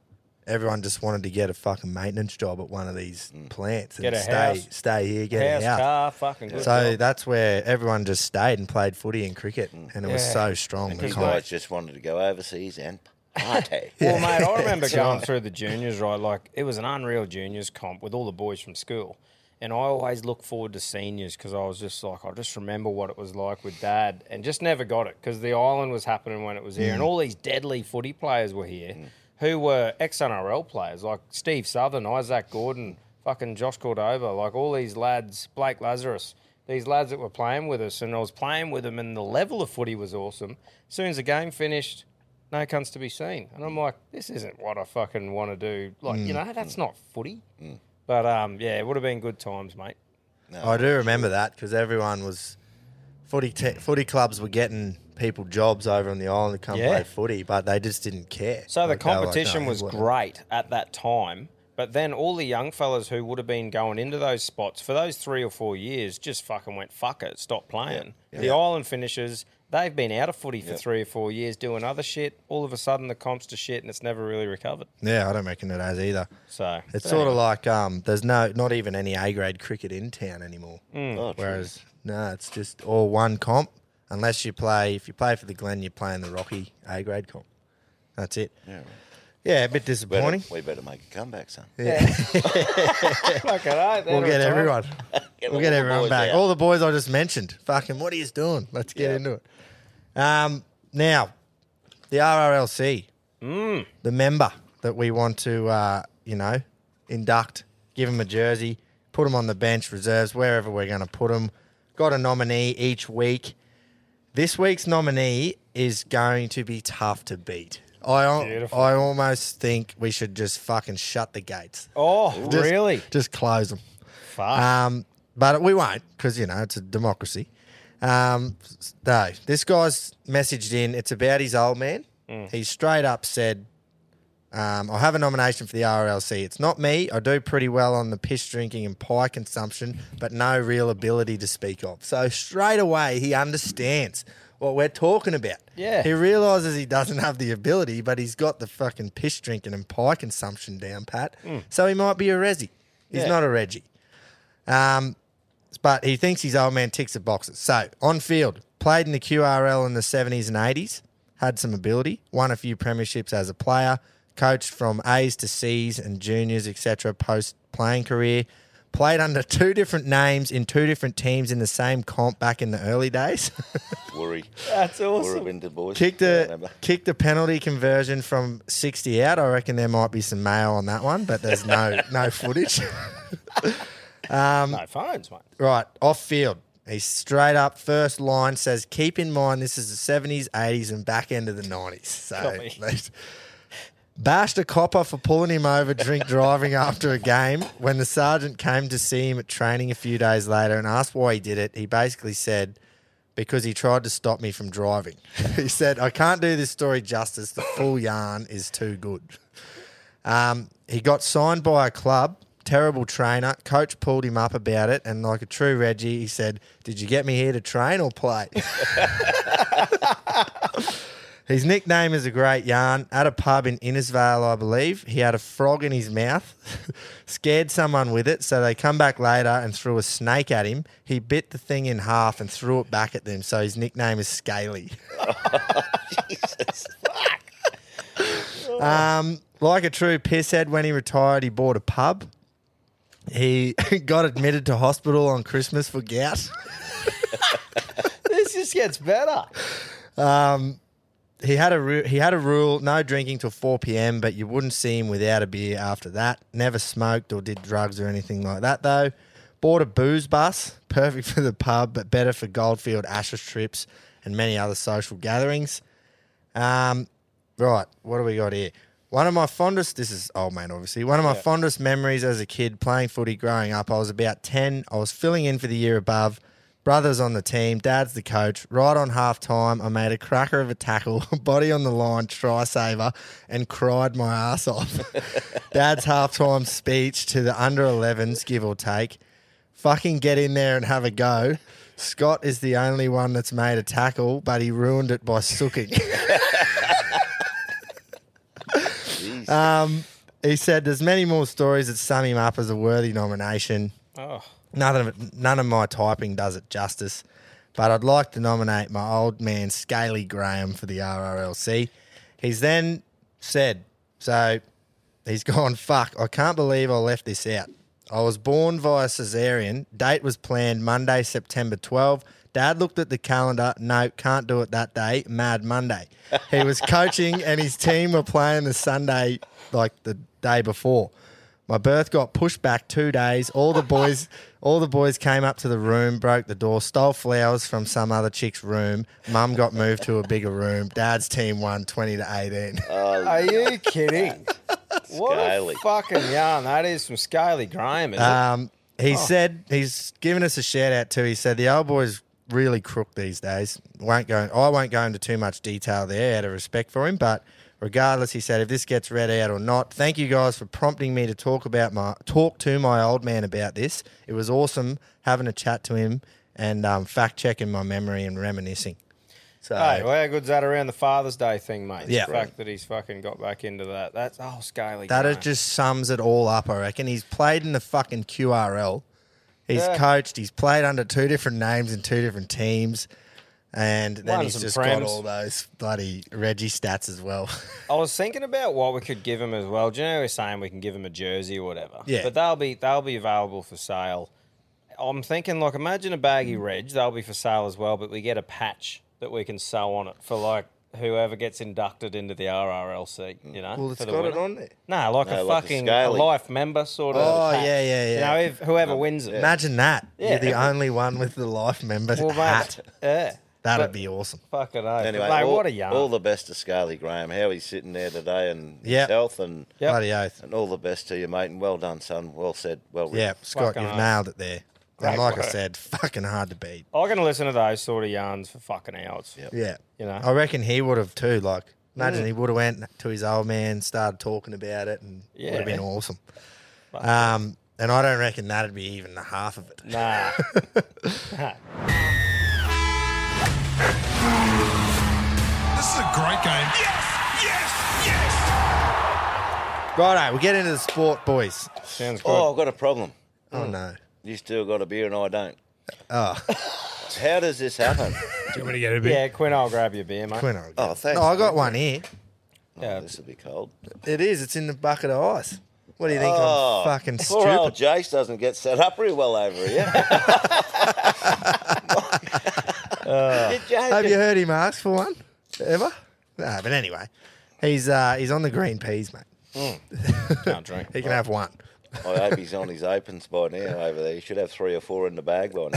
A: everyone just wanted to get a fucking maintenance job at one of these plants and
B: Mm. Get a
A: stay
B: house.
A: stay here, get
B: House,
A: a house.
B: car, fucking good.
A: So
B: job. Mm.
A: that's where everyone just stayed and played footy and cricket, and it was
B: Yeah.
A: so strong. the
E: these
A: kind-
E: guys just wanted to go overseas and party.
B: Well, mate, I remember going through the juniors, right? Like, it was an unreal juniors comp with all the boys from school. And I always look forward to seniors because I was just like, I just remember what it was like with dad and just never got it because the island was happening when it was here. And all these deadly footy players were here who were ex NRL players like Steve Southern, Isaac Gordon, fucking Josh Cordova, like all these lads, Blake Lazarus, these lads that were playing with us. And I was playing with them, and the level of footy was awesome. As soon as the game finished, no cunts to be seen. And I'm like, this isn't what I fucking want to do. Like,
A: Mm.
B: you know, that's not footy. But um, yeah, it would have been good times, mate.
A: I do
B: Oh,
A: remember that because everyone was footy te- footy clubs were getting people jobs over on the island to come
B: Yeah.
A: play footy, but they just didn't care.
B: So the
A: Like, they were like,
B: competition
A: "No,
B: was
A: what-
B: great at that time, but then all the young fellas who would have been going into those spots for those three or four years just fucking went fuck it, stop playing. The island finishes. They've been out of footy for three or four years doing other shit. All of a sudden, the comps to shit, and it's never really recovered.
A: Yeah, I don't reckon it has either.
B: So
A: It's sort of like um, there's no not even any A grade cricket in town anymore.
B: Mm.
E: Oh, true.
A: Whereas no, it's just all one comp. Unless you play, if you play for the Glen, you're playing the Rocky A grade comp. That's it. Yeah, a bit
E: better,
A: disappointing.
E: we better make a comeback, son.
B: Fuck it, eh?
A: We'll
B: They're
A: get
B: retired.
A: everyone. we'll get
E: all the
A: everyone
E: boys
A: back.
E: out.
A: All the boys I just mentioned. Fucking, what are you doing? Let's get into it. Um, now, the RRLC, the member that we want to, uh, you know, induct, give him a jersey, put him on the bench, reserves, wherever we're going to put him. Got a nominee each week. This week's nominee is going to be tough to beat. I, al-
B: Beautiful.
A: I almost think we should just fucking shut the gates.
B: Oh,
A: Just-
B: really?
A: Just close them.
B: Fuck.
A: Um, but we won't because you know it's a democracy. Um, no, this guy's messaged in. It's about his old man. He straight up said, um, "I have a nomination for the RLC. It's not me. I do pretty well on the piss drinking and pie consumption, but no real ability to speak of." So straight away, he understands what we're talking about.
B: Yeah.
A: he realizes he doesn't have the ability, but he's got the fucking piss drinking and pie consumption down pat. So he might be a Resi. He's not a Reggie. Um, but he thinks his old man ticks the boxes. So on field, played in the QRL in the 70s and 80s, had some ability, won a few premierships as a player, coached from A's to C's and juniors, etc. Post playing career, played under two different names in two different teams in the same comp back in the early days.
E: Worry.
B: That's
E: Worry,
B: awesome.
E: Winter boys.
A: kicked
E: Yeah,
A: a
E: remember.
A: kicked a penalty conversion from 60 out. I reckon there might be some mail on that one, but there's no no footage. um,
B: no phones, mate.
A: Right, off field. He straight up first line says, "Keep in mind this is the '70s, '80s, and back end of the '90s." So,
B: Golly.
A: let's- bashed a copper for pulling him over drink driving after a game. When the sergeant came to see him at training a few days later and asked why he did it, he basically said, "Because he tried to stop me from driving." he said, "I can't do this story justice. The full yarn is too good." Um, he got signed by a club. Terrible trainer. Coach pulled him up about it, and like a true Reggie, he said, "Did you get me here to train or play?" his nickname is a great yarn. At a pub in Innisvale, I believe, he had a frog in his mouth, scared someone with it. So they come back later and threw a snake at him. He bit the thing in half and threw it back at them. So his nickname is Scaly. Um, like a true pisshead, when he retired, he bought a pub. He got admitted to hospital on Christmas for gout.
B: This just gets better.
A: He had a ru- he had a rule: no drinking till four p.m. But you wouldn't see him without a beer after that. Never smoked or did drugs or anything like that, though. Bought a booze bus, perfect for the pub, but better for Goldfield Ashes trips and many other social gatherings. Um, right, what do we got here? One of my fondest, this is old man, obviously. One of my fondest memories as a kid playing footy growing up. I was about 10. I was filling in for the year above. Brother's on the team. Dad's the coach. Right on half time, I made a cracker of a tackle, body on the line, try saver, and cried my ass off. Dad's halftime speech to the under 11s, give or take fucking get in there and have a go. Scott is the only one that's made a tackle, but he ruined it by sooking.
E: Jeez.
A: he said there's many more stories that sum him up as a worthy nomination.
B: Oh,
A: None of it, none of my typing does it justice, but I'd like to nominate my old man Scaly Graham for the RRLC. He's then said. So he's gone, fuck, I can't believe I left this out. I was born via cesarean. Date was planned Monday, September 12. Dad looked at the calendar. No, can't do it that day. Mad Monday. He was coaching and his team were playing the Sunday, like the day before. My birth got pushed back two days. All the boys, all the boys came up to the room, broke the door, stole flowers from some other chick's room. Mum got moved to a bigger room. Dad's team won twenty to eighteen.
B: Are you kidding? what
E: Scaly.
B: a fucking yarn. That is from Scaly Graham, is it?
A: Um, he said he's given us a shout out too. He said the old boy's really crook these days. Won't go. I won't go into too much detail there out of respect for him, but regardless, he said if this gets read out or not, thank you guys for prompting me to talk about my talk to my old man about this. It was awesome having a chat to him and um, fact checking my memory and reminiscing. So
B: Hey, well, how good's that around the Father's Day thing, mate?
A: Yeah.
B: The fact that he's fucking got back into that. That's, oh, Scaly
A: That
B: Graham.
A: it just sums it all up, I reckon. He's played in the fucking QRL. He's
B: Yeah.
A: coached. He's played under two different names in two different teams. And then
B: Won
A: he's
B: some
A: just got
B: prems.
A: all those bloody Reggie stats as well.
B: I was thinking about what we could give him as well. Do you know we're saying we can give him a jersey or whatever?
A: Yeah.
B: But they'll be they'll be available for sale. I'm thinking like imagine a baggy
A: Mm.
B: reg, they'll be for sale as well, but we get a patch that we can sew on it for like whoever gets inducted into the RRLC, you know? for the winner.
A: there.
B: No, like
E: No,
B: a
E: like a
B: fucking a
E: scaly.
B: life member sort of.
A: Oh,
B: patch.
A: yeah, yeah, yeah.
B: You know, if, whoever wins it.
A: Imagine that.
B: Yeah.
A: You're the only one with the life member
B: Well, mate,
A: hat.
B: yeah.
A: That'd
B: but-
A: be awesome.
B: Fucking oath.
E: Anyway,
B: mate,
E: all,
B: what a yarn.
E: all the best to Scaly Graham. How he's sitting there today and his
A: Yep.
E: health and
B: Yep.
A: Bloody oath.
E: and all the best to you, mate. And well done, son. Well said. Well
A: Yeah,
E: written.
A: Scott,
B: Fucking
A: you've
B: oath.
A: nailed it there. And
B: Great
A: like I
B: work.
A: said, fucking hard to beat.
B: I'm going to listen to those sort of yarns for fucking hours.
A: Yeah.
B: You know?
A: I reckon he would have too. Like, imagine he would have went to his old man, started talking about it, and it would have been
B: Yeah.
A: awesome. Um, and I don't reckon that'd be even the half of it.
B: Nah.
F: This is a great game.
A: Righto, we get into the sport, boys.
B: Sounds good.
E: Oh, I've got a problem.
A: Oh
B: Hmm.
A: no,
E: You still got a beer and I don't. Oh. How does this happen?
G: Do you want me to get a bit?
B: Yeah, Quinn, I'll grab your beer, mate.
A: Quinn, I
E: Oh, thanks.
A: No, I got one here.
B: Yeah.
E: Oh, this will be cold.
A: It is. It's in the bucket of ice. What do you think?
E: Oh,
A: I'm fucking
E: poor old
A: stupid.
E: Jace doesn't get set up real well over here. You're joking.
A: Have you heard him ask for one ever? No, but anyway, he's uh, he's on the green peas, mate.
B: Can't drink.
A: He can have one.
E: I hope he's on his opens by now over there. He should have three or four in the bag by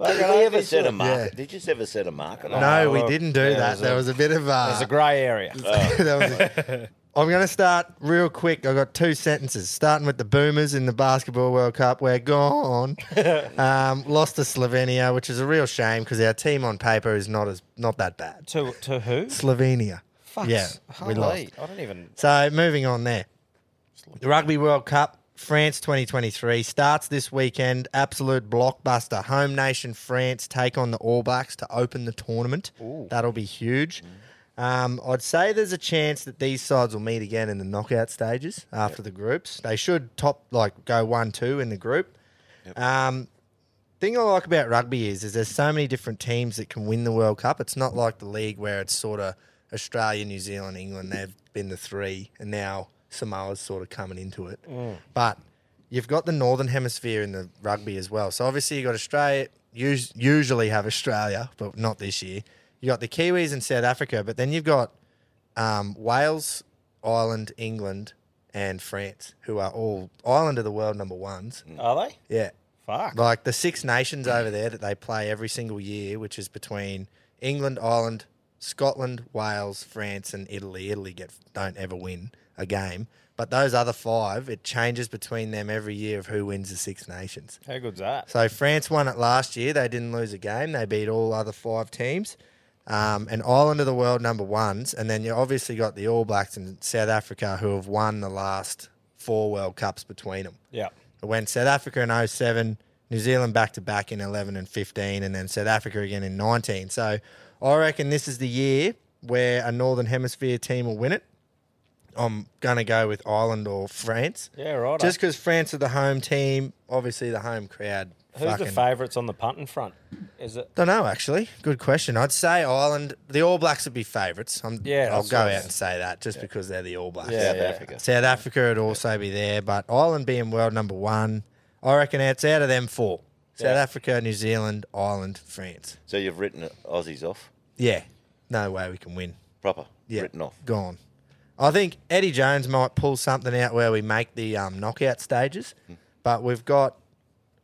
E: now. Did we ever set a market? Did you ever set a market? on
A: No,
B: Oh,
A: we
B: well,
A: didn't do
B: yeah,
A: that.
B: there's
A: there
B: a-
A: was a bit of uh,
B: It's a grey area.
E: Oh.
A: That was it. I'm going to start real quick. I've got two sentences, starting with the Boomers in the Basketball World Cup. We're gone. um, lost to Slovenia, which is a real shame because our team on paper is not as not that bad.
B: to, to who?
A: Slovenia.
B: Fuck.
A: Yeah, we lost.
B: Holy, I don't even.
A: So moving on there. The Rugby World Cup France 2023 starts this weekend. Absolute blockbuster. Home nation France take on the All Blacks to open the tournament. That'll be huge. Um, I'd say there's a chance that these sides will meet again in the knockout stages after the groups. They should top like go one two in the group. Um, thing I like about rugby is is there's so many different teams that can win the World Cup. It's not like the league where it's sort of Australia, New Zealand, England. They've been the three, and now Samoa's sort of coming into it. But you've got the Northern Hemisphere in the rugby as well. So obviously you've got Australia. us- Usually have Australia, but not this year. You got the Kiwis in South Africa, but then you've got um, Wales, Ireland, England, and France, who are all Ireland are the world number ones.
E: Mm.
B: Are they?
A: Yeah,
B: Fuck.
A: like the Six Nations over there that they play every single year, which is between England, Ireland, Scotland, Wales, France, and Italy. Italy get don't ever win a game, but those other five, it changes between them every year of who wins the Six Nations.
B: How good's that?
A: So France won it last year. They didn't lose a game. They beat all other five teams. Um, and Ireland are the world number ones. And then you obviously got the All Blacks in South Africa who have won the last four World Cups between them.
B: Yeah.
A: It went South Africa in 07, New Zealand back to back in 11 and 15, and then South Africa again in 19. So I reckon this is the year where a Northern Hemisphere team will win it. I'm going to go with Ireland or France.
B: Yeah, right.
A: Just because France are the home team, obviously the home crowd.
B: Who's the
A: fucking-
B: favourites on the punting front? Is it?
A: Don't know, actually. Good question. I'd say Ireland, the All Blacks would be favourites. I'm,
B: Yeah,
A: I'll
B: that's
A: go
B: what I
A: out
B: was-
A: and say that just because they're the All Blacks.
B: Yeah,
A: South
B: yeah.
A: Africa. South Africa would also be there, but Ireland being world number one, I reckon it's out of them four South Africa, New Zealand, Ireland, France.
E: So you've written Aussies off
A: Yeah, no way we can win.
E: proper.
A: Yeah,
E: Written off.
A: Gone. I think Eddie Jones might pull something out where we make the um, knockout stages,
E: Hmm.
A: but we've got.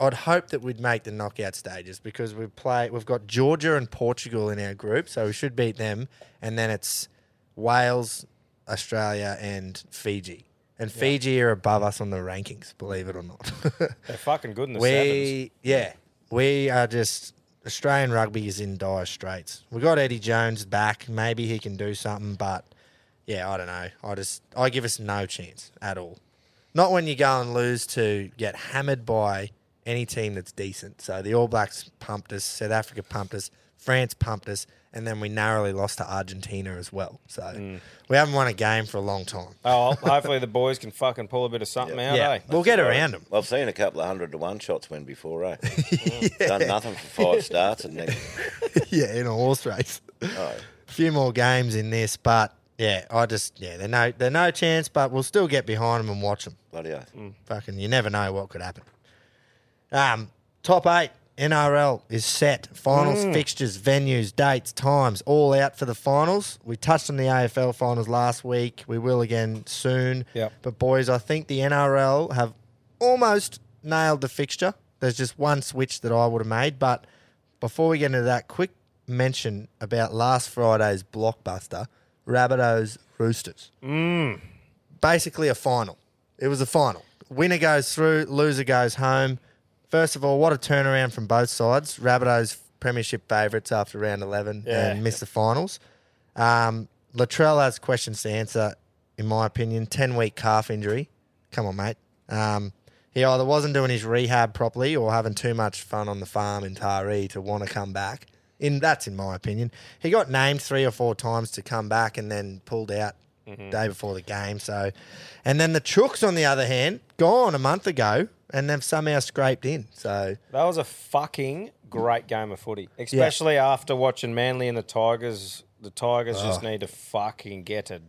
A: I'd hope that we'd make the knockout stages because we play. We've got Georgia and Portugal in our group, so we should beat them, and then it's Wales, Australia, and Fiji. And Fiji are above us on the rankings, believe it or not.
B: They're fucking good in the sevens.
A: We yeah, we are just Australian rugby is in dire straits. We got Eddie Jones back. Maybe he can do something, but yeah, I don't know. I just I give us no chance at all. Not when you go and lose to get hammered by any team that's decent. So the All Blacks pumped us, South Africa pumped us, France pumped us, and then we narrowly lost to Argentina as well. So we haven't won a game for a long time.
B: Oh, well, hopefully the boys can fucking pull a bit of something out,
A: yeah,
B: eh?
A: we'll get around them.
E: I've seen a couple of hundred to one shots win before, eh? Done nothing for five starts and then
A: yeah, in a horse race. A few more games in this, but yeah, I just yeah, they're no they're no chance, but we'll still get behind them and watch them.
E: bloody oath.
A: Fucking, you never know what could happen. Um, top eight NRL is set. Finals fixtures, venues, dates, times, all out for the finals. We touched on the AFL finals last week. We will again soon.
B: Yep.
A: But boys, I think the NRL have almost nailed the fixture. There's just one switch that I would have made, but before we get into that, quick mention about last Friday's blockbuster, Rabbitohs Roosters basically a final. It was a final. Winner goes through, loser goes home. First of all, what a turnaround from both sides. Rabbitohs premiership favourites after round 11
B: Yeah.
A: and missed the finals. Um, Latrell has questions to answer, in my opinion. 10 week calf injury. Come on, mate. Um, he either wasn't doing his rehab properly or having too much fun on the farm in Taree to want to come back. In that's in my opinion. He got named three or four times to come back and then pulled out day before the game. So, and then the Chooks on the other hand, gone a month ago, and they've somehow scraped in. So
B: That was a fucking great game of footy, especially after watching Manly and the Tigers. The Tigers just need to fucking get a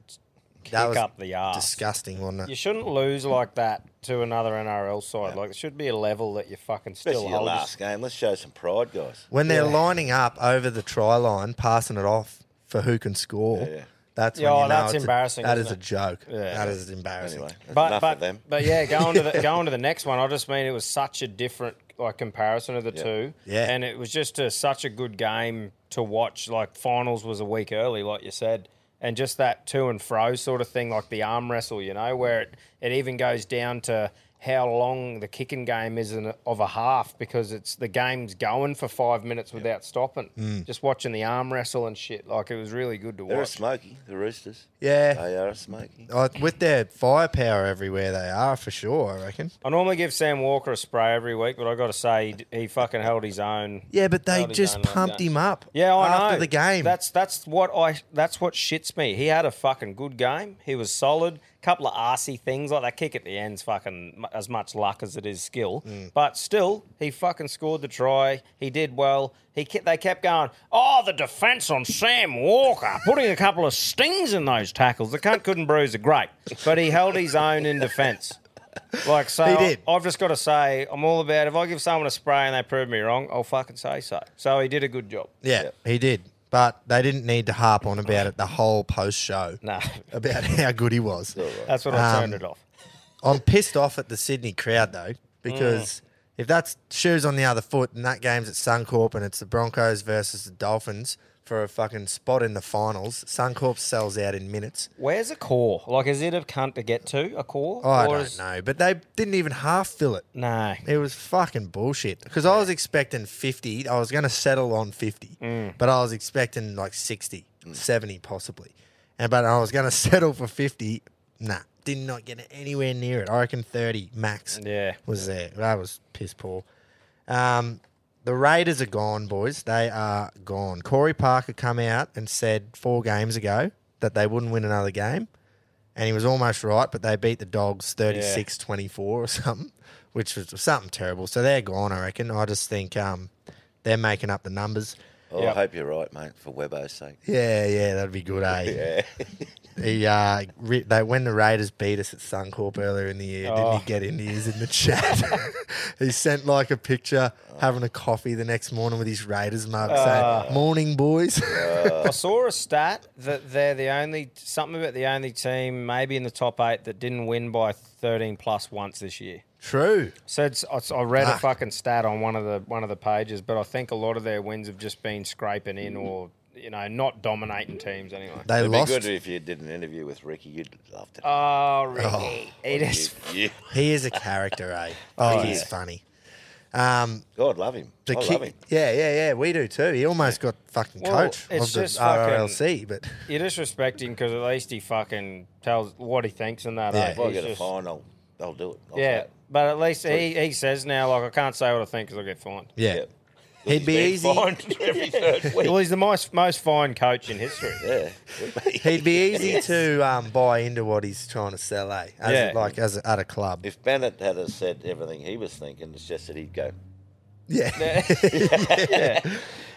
B: kick
A: that was
B: up the arse.
A: disgusting, wasn't
B: You
A: it?
B: shouldn't lose like that to another NRL side. Like, it should be a level that you fucking still
E: Especially your
B: hold.
E: last game. Let's show some pride, guys.
A: When they're lining up over the try line, passing it off for who can score.
E: yeah.
A: That's
B: Yeah,
A: when you
B: oh,
A: know it's
B: that's
A: a-
B: embarrassing,
A: that
B: isn't
A: is a
B: it?
A: joke. That is embarrassing.
E: Anyway,
B: but
E: enough
B: but,
E: of them.
B: but yeah, going to the going to the next one. I just mean it was such a different like comparison of the two.
A: Yeah.
B: and it was just a, such a good game to watch. Like finals was a week early, like you said, and just that to and fro sort of thing, like the arm wrestle, you know, where it, it even goes down to how long the kicking game is in a, of a half because it's the game's going for five minutes without stopping. Just watching the arm wrestle and shit, like it was really good to
E: Hmm. They're a
B: watch.
E: smoky, the Roosters.
A: Yeah.
E: They are a smoky.
A: Uh, with their firepower everywhere they are, for sure, I reckon.
B: I normally give Sam Walker a spray every week, but I got to say he, d- he fucking held his own.
A: Yeah, but they
B: Held his
A: just
B: own like
A: pumped
B: that.
A: him up
B: Yeah, I
A: after
B: know.
A: the game.
B: That's that's what I that's what shits me. He had a fucking good game. He was solid. Couple of arsey things like that kick at the end's fucking mu- as much luck as it is skill.
A: Mm.
B: But still, he fucking scored the try. He did well. He kept, they kept going. Oh, the defense on Sam Walker putting a couple of stings in those tackles. The cunt couldn't bruise a grape, but he held his own in defense. Like so,
A: He did.
B: I've just got to say, I'm all about. If I give someone a spray and they prove me wrong, I'll fucking say so. So he did a good job.
A: yeah, he did. But they didn't need to harp on about it the whole post show
B: Nah,
A: about how good he was.
B: that's what
A: Um,
B: I turned it off.
A: I'm pissed off at the Sydney crowd though,
B: Mm.
A: because if that's shoes on the other foot and that game's at Suncorp and it's the Broncos versus the Dolphins for a fucking spot in the finals, Suncorp sells out in minutes.
B: Where's a core? Like, is it a cunt to get to a core?
A: Oh, I
B: Or
A: don't
B: is-
A: know, but they didn't even half fill it.
B: No.
A: It was fucking bullshit because I was expecting 50. I was going to settle on 50, but I was expecting like 60, 70 possibly. And but I was going to settle for 50. Nah, did not get anywhere near it. I reckon 30 max.
B: Yeah.
A: was there. That was piss poor. Um, the Raiders are gone, boys. They are gone. Corey Parker come out and said four games ago that they wouldn't win another game and he was almost right, but they beat the Dogs 36 24 or something, which was something terrible. So they're gone, I reckon. I just think um, They're making up the numbers.
E: Oh,
B: Yep.
E: I hope you're right, mate, for Webbo's sake.
A: Yeah, yeah, that'd be good, eh? Yeah. He, uh, re- they, when the Raiders beat us at Suncorp earlier in the year, didn't
B: Oh.
A: he get in his in the chat? he sent like a picture having a coffee the next morning with his Raiders mug
B: Ah.
A: saying, Morning, boys.
B: I saw a stat that they're the only something about the only team maybe in the top eight that didn't win by 13 plus once this year.
A: True.
B: So it's, I s- I read a
A: Fuck.
B: fucking stat on one of the one of the pages, but I think a lot of their wins have just been scraping in or you know not dominating teams anyway.
A: They
E: It'd
A: lost.
E: be good if you did an interview with Ricky. You'd love to.
B: Oh, Ricky, it is.
E: yeah.
A: He is a character, eh? Oh, he's funny.
E: God, love him.
A: The
E: I
A: kick-
E: love him.
A: yeah, yeah, yeah. We do too. He almost got fucking
B: Well,
A: coach of
B: it's
A: the
B: just fucking-
A: RLC, but
B: You disrespect him because at least he fucking tells what he thinks and that.
A: Yeah.
B: eh?
E: If I
B: He's
E: get a
B: just-
E: fine, I'll, I'll do it. I'll
B: yeah,
E: say
B: but at least he, he says now like I can't say what I think because I'll get fined.
A: yeah.
E: it.
A: He'd be
E: He's
A: easy.
E: been fined every third week.
B: Well, he's the most most fine coach in history.
E: Yeah. Would be.
A: He'd be easy to um, buy into what he's trying to sell, eh? As a,
B: Yeah.
A: like as a, at a club.
E: If Bennett had have said everything he was thinking, it's just that he'd go,
A: yeah.
E: Um,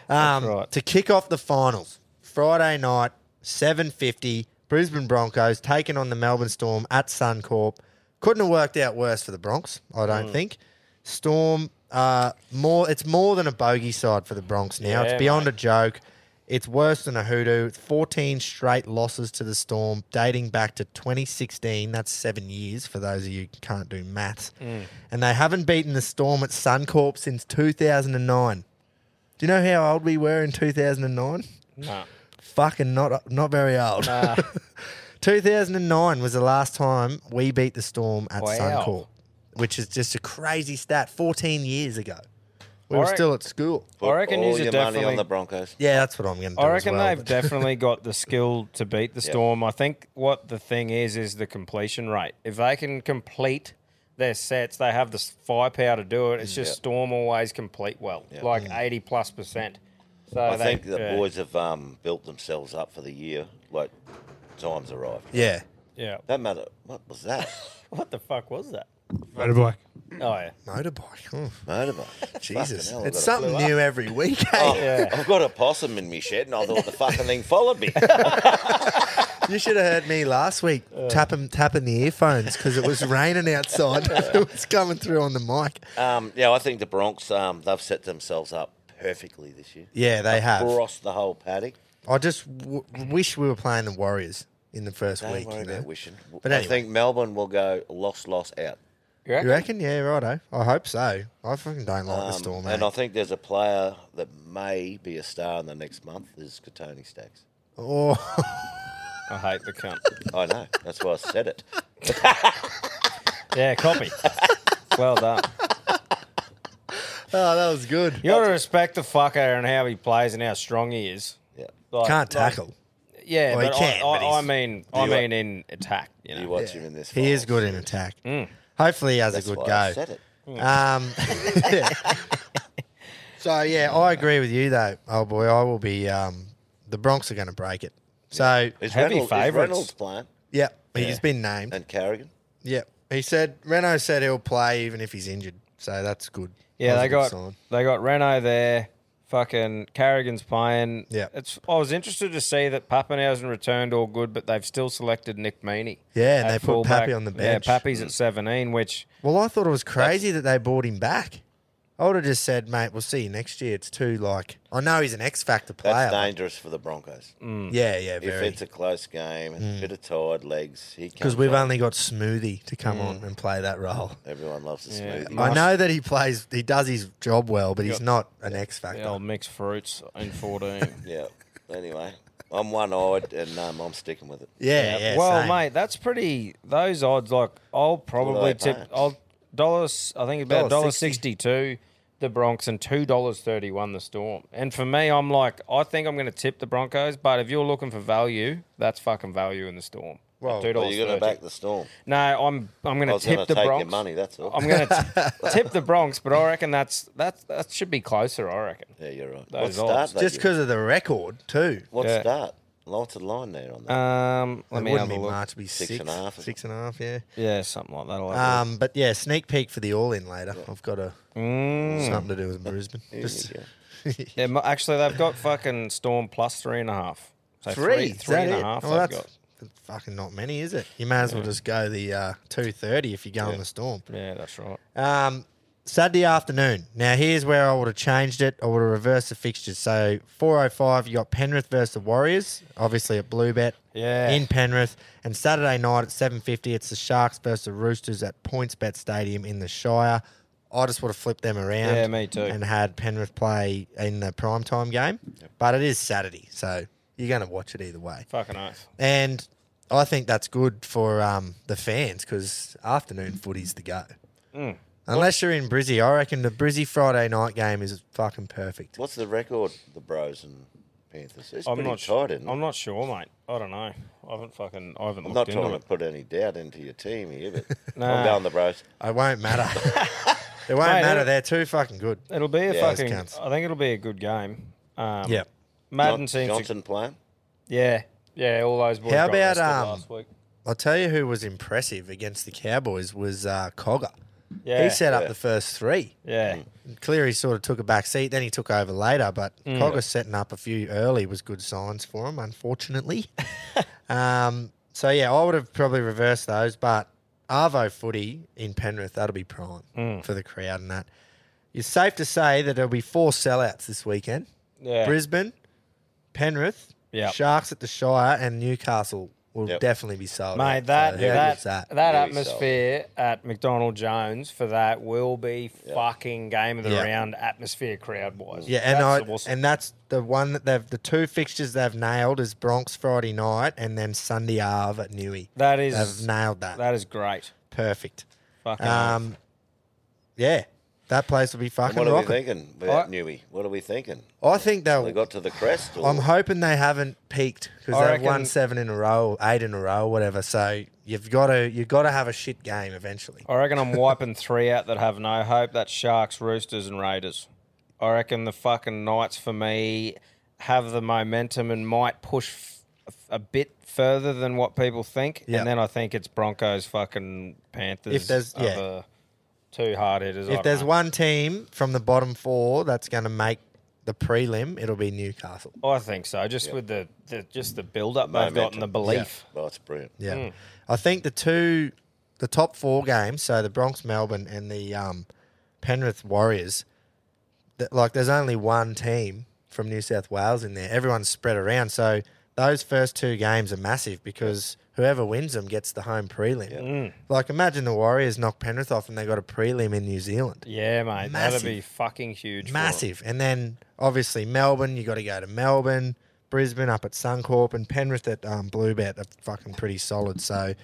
B: That's right.
A: To kick off the finals, Friday night, 7.50, Brisbane Broncos taking on the Melbourne Storm at Suncorp. Couldn't have worked out worse for the Bronx, I don't think. Storm, uh, more it's more than a bogey side for the Bronx now.
B: Yeah,
A: it's beyond a joke. It's worse than a hoodoo. It's 14 straight losses to the Storm dating back to 2016. That's seven years for those of you who can't do maths.
B: Mm.
A: And they haven't beaten the Storm at Suncorp since 2009. Do you know how old we were in 2009?
B: Nah.
A: Fucking not not very old. 2009 was the last time we beat the Storm at
B: Wow.
A: Suncorp, which is just a crazy stat. 14 years ago, we were
B: Alright.
A: still at school.
E: put
B: reckon
E: all
B: yous are
E: your money
B: definitely-
E: on the Broncos.
A: Yeah, that's what I'm going to do.
B: I
A: as
B: reckon
A: well,
B: they've
A: but-
B: definitely got the skill to beat the Storm. I think what the thing is is the completion rate. If they can complete their sets, they have the s- firepower to do it. It's
A: Mm.
B: just Storm always complete well, like eighty plus percent. So
E: I
B: they-
E: think the
B: yeah,
E: boys have um, built themselves up for the year. Like, time's arrived.
A: yeah.
B: Yeah.
E: That matter. What was that?
B: What the fuck was that?
G: Motorbike.
B: Oh yeah.
A: Motorbike. Oh,
E: Motorbike.
A: Jesus.
E: Fucking hell, I've
A: it's
E: got a Oh.
A: something
E: flu
A: new every week. eh?
E: up. I've got a possum in my shed, and I thought the fucking thing followed me.
A: You should have heard me last week tapping, tapping the earphones because it was raining outside. it was coming through on the mic.
E: Um, yeah, I think the Bronx, um, they've set themselves up perfectly this year.
A: Yeah, they have.
E: Across the whole paddock.
A: I just w- wish we were playing the Warriors in the 1st
E: Don't
A: week.
E: worry
A: you know?
E: about wishing.
A: But
E: I
A: anyway.
E: think Melbourne will go loss, loss out.
B: You reckon?
A: You reckon? Yeah, righto. I hope so. I fucking don't like the
E: Um,
A: storm, eh?
E: and
A: man.
E: I think there's a player that may be a star in the next month is Katoni Stacks.
A: oh,
B: I hate the cunt.
E: I know. That's why I said it.
B: yeah, copy. Well done.
A: oh, that was good.
B: You gotta respect the fucker and how he plays and how strong he is.
E: Yeah.
B: Like-
A: Can't
B: like-
A: tackle.
B: Yeah,
A: Well, he
B: but,
A: can,
B: I,
A: but
B: I, I
A: he's-
B: mean, I
E: you-
B: mean in attack. You know,
E: You watch him in this.
A: Ah, He is
E: finals.
A: good in attack. Hopefully, he has
E: Mm. That's
A: a good
E: why
A: go.
E: I said it.
A: Um, so yeah, I agree with you though. Oh boy, I will be. Um, the Bronx are going to break it. So
E: Is
B: Heavy
E: Reynolds, is
B: favourites.
E: Reynolds playing
A: yeah, he's been named.
E: and Carrigan?
A: Yeah, he said Reno said he'll play even if he's injured. So that's good.
B: yeah,
A: That's
B: they
A: a good
B: got
A: sign.
B: they got Renault there. Fucking Carrigan's playing.
A: Yeah.
B: it's. I was interested to see that Pappenhausen returned all good, but they've still selected Nick Meaney.
A: Yeah, and
B: at
A: they put
B: fullback.
A: Pappy on the bench.
B: Yeah, Pappy's at seventeen, which
A: Well, I thought it was crazy that they brought him back. I would have just said, mate, we'll see you next year. It's too like I know he's an X factor player.
E: That's dangerous for the Broncos.
A: but- Yeah, yeah,
E: If
A: Mm. very. Mm.
E: it's a close game, a bit of tired legs, he
A: Because
E: comes
A: we've
E: on.
A: only got Smoothie to come
E: Hmm.
A: on and play that role.
E: Everyone loves a smoothie.
A: I know that he plays, he does his job well, but he's not an X
B: the
A: factor.
B: old mixed fruits in fourteen.
E: Yeah. Anyway, I'm one-eyed and um, I'm sticking with it.
A: Yeah, yeah.
B: well,
A: same.
B: mate, that's pretty. Those odds, like, I'll probably
E: they paying?
B: tip. I'll dollars. I think about dollar
A: $1.60.
B: sixty-two the Bronx and two dollars thirty-one the Storm. And for me, I'm like, I think I'm going to tip the Broncos. But if you're looking for value, that's fucking value in the Storm.
A: Well,
B: two
E: Well,
B: dollars.
E: you're going to back the storm.
B: No, I'm. I'm going
E: I
B: to
E: was going to
B: tip the
E: take
B: Bronx.
E: your money. That's all.
B: I'm going to tip the Bronx, but I reckon that's that's that should be closer. I reckon.
E: yeah, you're right.
B: Those
E: What start?
B: odds.
E: they
A: just
E: give?
A: because of the record too.
E: What
B: Yeah.
E: start? Lots of line there on that.
A: Uh,
B: Um, let
A: it
B: me
A: wouldn't
B: have a
A: be
B: look.
A: much. It'd be
E: Six
A: six,
E: and a half.
A: Six and a half, yeah.
B: Yeah, something like that. I'll have
A: Um, but yeah, sneak peek for the all in later. I've got a
B: a look. Mm.
A: something to do with Brisbane. Just,
E: go.
B: Yeah, mo- actually, they've got fucking Storm plus three and a half. So
A: three,
B: three and a half.
A: Well,
B: they've
A: that's
B: got.
A: fucking not many, is it? You may as well just go the uh, two thirty if you go on the storm.
B: Yeah, that's right.
A: Um, Saturday afternoon. Now here's where I would have changed it. I would have reversed the fixtures. So four oh five, you got Penrith versus the Warriors, obviously at Bluebet.
B: Yeah.
A: In Penrith. And Saturday night at seven fifty, it's the Sharks versus the Roosters at PointsBet Stadium in the Shire. I just would have flipped them around.
B: Yeah, me too.
A: And had Penrith play in the prime time game. But it is Saturday, so you're gonna watch it either way.
B: Fucking oath.
A: And I think that's good for um, the fans because afternoon footy's the go.
B: Mm.
A: Unless you're in Brizzy, I reckon the Brizzy Friday night game is fucking perfect.
E: What's the record, the Bros and Panthers? It's
B: I'm
E: pretty
B: not
E: tight,
B: sure.
E: isn't it?
B: I'm not sure, mate. I don't know. I haven't fucking. I haven't
E: I'm not
B: looked into
E: trying to
B: it.
E: put any doubt into your team here, but
B: Nah.
E: I'm going the Bros.
A: It won't matter. it won't
B: Mate,
A: matter.
B: it-
A: They're too fucking good.
B: It'll be a
E: Yeah,
A: those
B: fucking.
A: counts.
B: I think it'll be a good game. Um,
A: Yeah.
B: Madden
E: John-
B: seems.
E: Johnson playing.
B: To, yeah. Yeah. All those boys.
A: How
B: got
A: about,
B: arrested
A: um,
B: last week.
A: I'll tell you who was impressive against the Cowboys was uh, Cogger.
B: Yeah.
A: he set up
E: yeah.
A: the first three.
B: Yeah.
E: Mm.
A: Cleary sort of took a back seat, then he took over later. But
B: Mm.
A: Cogger setting up a few early was good signs for him, unfortunately. um, so yeah, I would have probably reversed those, but Arvo footy in Penrith that'll be prime
B: Mm.
A: for the crowd and that. It's safe to say that there'll be four sellouts this weekend:
B: Yeah.
A: Brisbane, Penrith,
B: Yep.
A: Sharks at the Shire, and Newcastle will
E: Yep.
A: definitely be sold.
B: Mate,
A: out.
B: that
A: So how
B: that,
A: good's
B: that
E: Really solid.
B: atmosphere at McDonald Jones for that will be fucking game of the
A: Yeah.
B: round atmosphere crowd wise.
A: Yeah, and
B: that's
A: I
B: awesome.
A: and that's the one that they've the two fixtures they've nailed is Bronx Friday night and then Sunday Ave at Newey.
B: that
A: They've
B: is
A: nailed that.
B: that is great.
A: Perfect.
B: Fucking oath.
A: Um, yeah, that place will be
E: And
A: fucking
E: what are we
A: rocking.
E: thinking about
B: I-
E: Newey? What are we thinking?
A: I think
E: They
A: they'll.
E: got to the crest. Or
A: Oh, I'm hoping they haven't peaked because
B: I
A: they've
B: reckon-
A: won seven in a row, eight in a row, whatever. So you've got to you've got to have a shit game eventually.
B: I reckon I'm wiping three out that have no hope. That's Sharks, Roosters, and Raiders. I reckon the fucking Knights for me have the momentum and might push f- a bit further than what people think.
A: Yeah.
B: And then I think it's Broncos, fucking Panthers.
A: If there's-
B: are
A: yeah.
B: the two hard hitters.
A: if there's one team from the bottom four that's going to make the prelim, it'll be Newcastle.
B: I think so. Just with the, the just the build up they've got and the
E: Momentum.
B: belief.
E: Oh, it's brilliant.
A: Yeah, I think the two, the top four games, so the Bronx Melbourne and the um, Penrith Warriors, that, like there's only one team from New South Wales in there. Everyone's spread around, so those first two games are massive because whoever wins them gets the home prelim. Like imagine the Warriors knock Penrith off and they got a prelim in New Zealand.
B: Yeah, mate.
A: Massive.
B: That'd be fucking huge. for 'em.
A: Massive, and then obviously Melbourne, you got to go to Melbourne. Brisbane up at Suncorp and Penrith at um, Bluebet are fucking pretty solid. So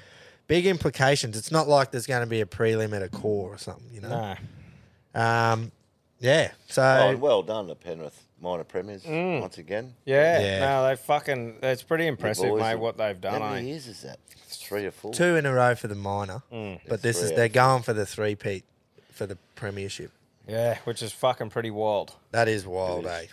A: big implications. It's not like there's going to be a prelim at a core or something, you know.
B: Nah.
A: Um, yeah. So
E: Oh, and well done to Penrith minor premiers
A: Mm.
E: once again.
B: Yeah,
A: Yeah.
B: no, they fucking. That's pretty
E: The
B: impressive,
E: boys
B: mate.
E: are-
B: What they've
E: How
B: done,
E: many
B: eh?
E: years is that? Three or four.
A: two in a row for the minor,
B: Mm,
A: but this is
E: Three
A: they're
E: out of
A: going for the three peat for the premiership.
B: Yeah, which is fucking pretty wild.
A: That is wild, eh?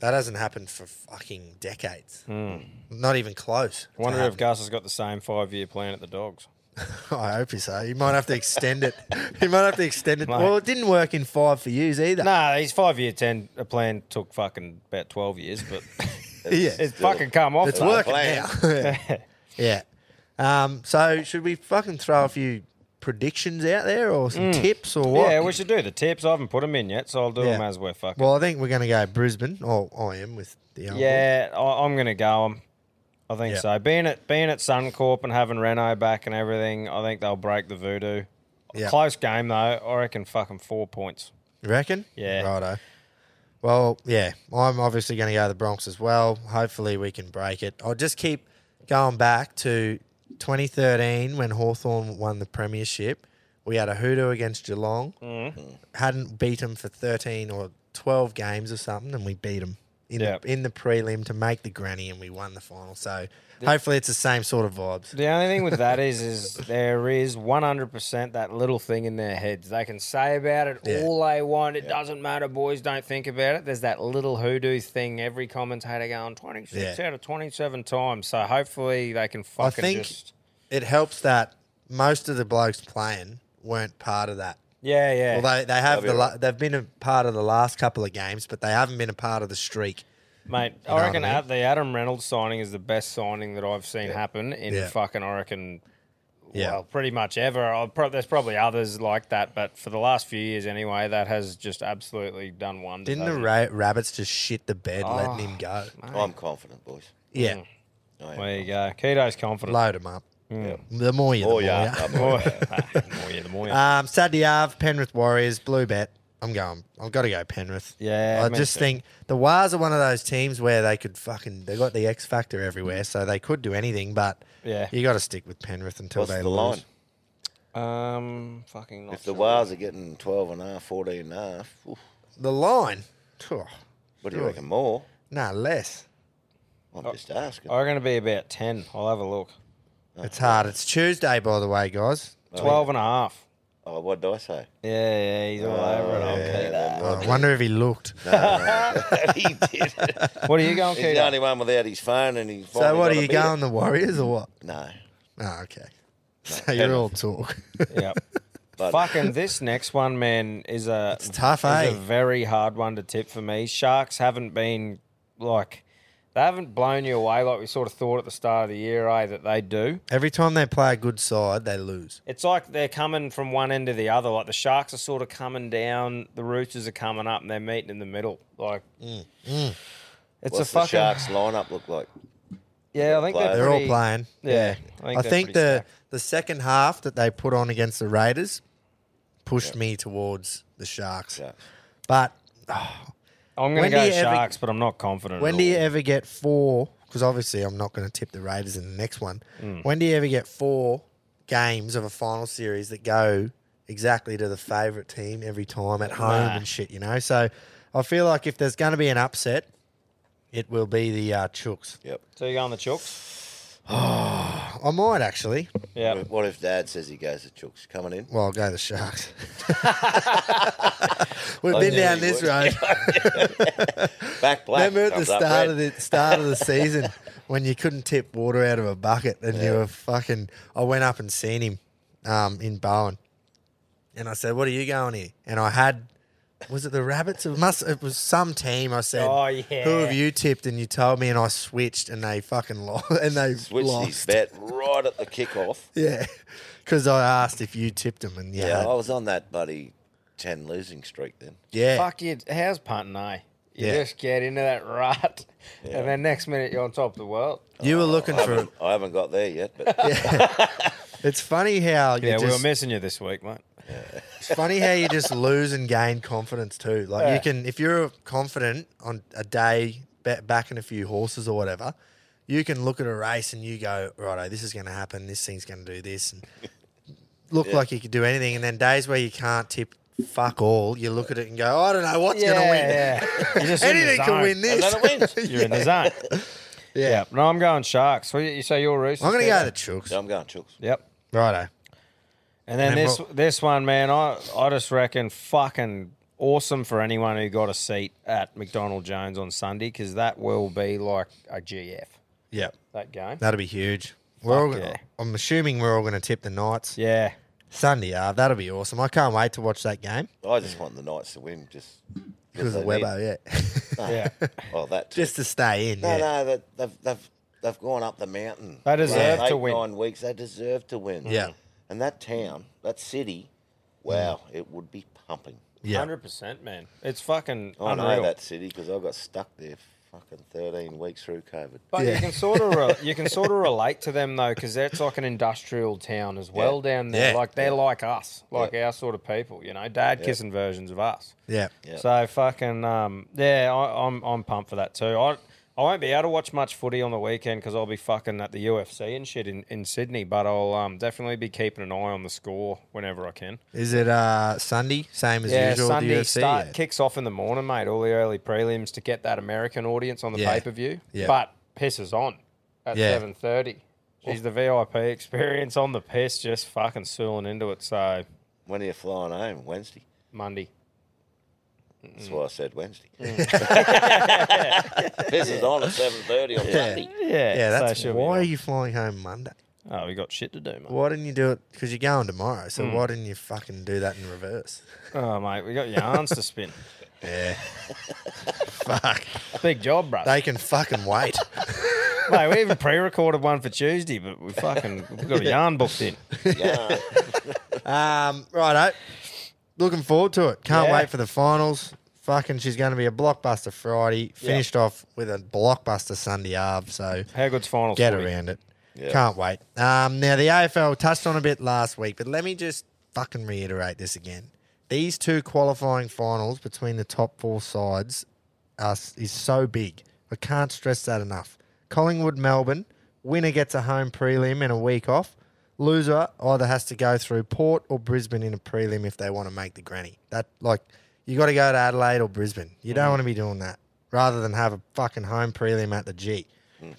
A: That hasn't happened for fucking decades. Not even close. to
B: Hmm. Wonder if
A: happening.
B: Gus has got the same five-year plan at the Dogs.
A: I hope so. You might have to extend it. you might have to extend it.
B: Mate.
A: Well, it didn't work in five for yous either.
B: Nah, his five-year ten uh, plan took fucking about twelve years, but
A: yeah.
B: it's fucking come off.
A: It's
B: mate.
A: working
E: plan.
A: now. yeah. Um, so should we fucking throw a few predictions out there or some tips or what?
B: Hmm. Yeah, we should do the tips. I haven't put them in yet, so I'll do
A: Yeah.
B: them as we're fucking.
A: well, I think we're going to go Brisbane. Oh, I am with the old
B: yeah, I, I'm gonna go 'em. I think
A: Yeah.
B: so. Being at being at Suncorp and having Renault back and everything, I think they'll break the voodoo.
A: Yeah.
B: Close game though. I reckon fucking four points.
A: You reckon?
B: Yeah.
A: Righto. Well, yeah, I'm obviously going to go to the Bronx as well. Hopefully, we can break it. I'll just keep going back to 2013 when Hawthorn won the premiership. We had a hoodoo against
B: Mm-hmm.
A: Geelong. Hadn't beat them for 13 or 12 games or something, and we beat them in
B: Yep.
A: the, in the prelim to make the granny, and we won the final. So hopefully, it's the same sort of vibes.
B: The only thing with that is, is there is 100% that little thing in their heads. They can say about it
A: Yeah.
B: all they want. It doesn't matter, boys. Don't think about it. There's that little hoodoo thing. Every commentator going 26
A: Yeah.
B: out of 27 times. So hopefully they can fucking
A: think-
B: just.
A: It helps that most of the blokes playing weren't part of that.
B: Yeah, yeah.
A: Although they have the la- they've been a part of the last couple of games, but they haven't been a part of the streak.
B: Mate,
A: know
B: I
A: what
B: reckon
A: I mean?
B: at the Adam Reynolds signing is the best signing that I've seen happen in
A: Yeah.
B: fucking, I reckon,
A: Yeah.
B: well, pretty much ever. I'll pro- there's probably others like that, but for the last few years anyway, that has just absolutely done wonders.
A: Didn't the
B: hasn't it?
A: ra- rabbits just shit the bed,
B: Oh,
A: letting him go?
E: I'm confident, boys.
A: Yeah,
B: Mm.
E: I am.
B: There you go. Keto's confident.
A: load him up.
B: Mm.
A: The more you, the
E: Oh
A: more
E: yeah,
A: you.
E: I'm all-
B: Boy, ah, the more you, the more you.
A: Um, Saturday Ave, Penrith Warriors, blue bet. I'm going. I've got to go Penrith.
B: Yeah,
A: I
B: me
A: just
B: too.
A: think the Wires are one of those teams where they could fucking they got the X factor everywhere, so they could do anything. But
B: Yeah.
A: you got to stick with Penrith until
E: What's
A: they
E: the
A: lose.
E: line?
B: um, fucking not
E: If the
B: sure.
E: Wars are getting 12 and a half, 14 and a half, oof,
A: The line, Phew.
E: what do you reckon more?
A: nah, less.
E: I'm
A: Oh.
E: just asking.
B: Are going to be about 10. I'll have a look.
E: Oh,
A: It's hard. It's Tuesday, by the way, guys.
B: 12 and a half.
E: Oh, what did I say?
B: Yeah, yeah, he's all over it. Okay.
A: Oh, I wonder if he looked.
E: he did.
B: What are you going,
E: He's the
B: Keto?
E: only one without his phone, and he's
A: So what are you going the Warriors or what?
E: No,
A: Oh, okay. So you're all talk.
B: Yep.
E: but
B: Fucking this next one, man, is a
A: It's tough,
B: is
A: eh?
B: a very hard one to tip for me. Sharks haven't been like they haven't blown you away like we sort of thought at the start of the year, eh? That they do.
A: Every time they play a good side, they lose.
B: It's like they're coming from one end to the other. Like the sharks are sort of coming down, the roosters are coming up, and they're meeting in the middle. Like
A: Mm,
B: it's
E: what's
B: a
E: the
B: fucking
E: Sharks lineup look like?
B: yeah. I think they're,
E: players?
A: They're all
B: pretty-
A: playing.
B: Yeah, I think
A: I
B: they're
A: think
B: pretty
A: the
B: stacked.
A: the second half that they put on against the Raiders pushed me towards the Sharks.
E: Yeah.
A: But
B: I'm going to
A: when do
B: go
A: you ever-
B: sharks, but I'm not confident.
A: when
B: at
A: do you
B: all.
A: ever get four? Because obviously I'm not going to tip the Raiders in the next one. When do you ever get four games of a final series that go exactly to the favourite team every time at home and shit? You know, so I feel like if there's going to be an upset, it will be the uh, Chooks.
E: Yep.
B: So you go on the chooks?
A: I might actually.
B: Yeah.
E: What if Dad says he goes to Chooks coming in?
A: Well, I'll go the Sharks. We've been down this road.
E: Back black.
A: Remember at the
E: comes up
A: start
E: red.
A: of the start of the season when you couldn't tip water out of a bucket and you were fucking. I went up and seen him um, in Bowen, and I said, "What are you going here?" And I had. Was it the rabbits? It must. It was some team. I said,
B: Oh, yeah.
A: Who have you tipped?" And you told me, and I switched, and they fucking lost. And they
E: Switched his
A: lost.
E: bet right at the kickoff.
A: Yeah, because I asked if you tipped them, and
E: Yeah, oh,
A: yeah,
E: I was on that bloody 10 losing streak then.
A: yeah.
B: Fuck you. How's punting, eh? You
A: Yeah.
B: just get into that rut, and then next minute you're on top of the world.
A: You were looking
E: I
A: for.
E: haven't, I haven't got there yet, but
A: It's funny how you
B: Yeah, we were
A: just,
B: missing you this week, mate.
A: It's funny how you just lose and gain confidence too. Like you can, if you're confident on a day ba- backing a few horses or whatever, you can look at a race and you go, righto, this is going to happen. This thing's going to do this, and look like you could do anything. And then days where you can't tip fuck all, you look at it and go, I don't know what's going to win.
B: You're just in the
A: Anything
B: zone.
A: can win
B: And
A: this.
B: then it wins. You're in the zone.
A: yeah.
B: Yeah. No, I'm going sharks. What you you say? Your roosters.
A: I'm going to
B: Peter?
A: go to Chooks.
E: no, I'm going Chooks.
B: Yep.
A: Righto.
B: And then
A: And then
B: this
A: what-
B: this one, man, I I just reckon fucking awesome for anyone who got a seat at McDonald Jones on Sunday because that will be like a GF
A: Yep.
B: that game.
A: That'll be huge. We're all,
B: yeah.
A: I'm assuming we're all going to tip the Knights.
B: Yeah.
A: Sunday, uh, that'll be awesome. I can't wait to watch that game
E: I just want the Knights to win just
A: because of
E: they need-
A: Webbo, yeah.
B: Yeah.
E: Well, that too.
A: Just to stay in,
E: No,
A: yeah.
E: no, that they've they've they've gone up the mountain.
B: They deserve
E: Last
B: to
E: eight,
B: win.
E: Nine weeks, they deserve to win.
A: Yeah.
E: And that town, that city, wow, it would be pumping.
A: Yeah.
B: Hundred percent, man. It's fucking
A: Oh,
E: I
B: unreal.
E: know that city because I got stuck there fucking thirteen weeks through COVID.
B: But you
A: Yeah.
B: can sort of re- you can sort of relate to them though, because that's like an industrial town as well down there.
A: Yeah.
B: Like they're like us, like our sort of people. You know, dad kissing versions of us.
A: Yeah.
E: Yeah.
B: So fucking um, yeah, I, I'm I'm pumped for that too. I I won't be able to watch much footy on the weekend because I'll be fucking at the UFC and shit in, in Sydney. But I'll um, definitely be keeping an eye on the score whenever I can.
A: Is it uh, Sunday? Same as
B: Yeah,
A: usual. the
B: Sunday
A: UFC,
B: start
A: yeah?
B: kicks off in the morning, mate. All the early prelims to get that American audience on the
A: Yeah.
B: pay per view.
A: Yeah.
B: But pisses on at
A: Yeah.
B: seven thirty. She's the VIP experience on the piss, just fucking sewing into it. So
E: When are you flying home? Wednesday.
B: Monday.
E: That's why I said Wednesday. this is on at seven thirty on Monday.
B: Yeah,
A: Yeah, that's
B: so she'll be
A: why are
B: on.
A: you flying home Monday?
B: Oh, we got shit to do, mate.
A: Why didn't you do it? Because you're going tomorrow. So
B: Hmm.
A: why didn't you fucking do that in reverse?
B: Oh, mate, we got yarns to spin.
A: Fuck.
B: Big job, bro.
A: They can fucking wait.
B: Mate, we even pre-recorded one for Tuesday, but we fucking we got a yarn booked in.
A: um, righto. Looking forward to it. Can't
B: Yeah.
A: wait for the finals. Fucking, she's going to be a blockbuster Friday. Finished off with a blockbuster Sunday half. So
B: How good's finals?
A: get
B: footy?
A: around it. Can't wait. Um, now, the AFL touched on a bit last week, but let me just fucking reiterate this again. These two qualifying finals between the top four sides are, is so big. I can't stress that enough. Collingwood, Melbourne, winner gets a home prelim and a week off. Loser either has to go through Port or Brisbane in a prelim if they want to make the granny. That like you got to go to Adelaide or Brisbane. You don't want to be doing that. Rather than have a fucking home prelim at the G.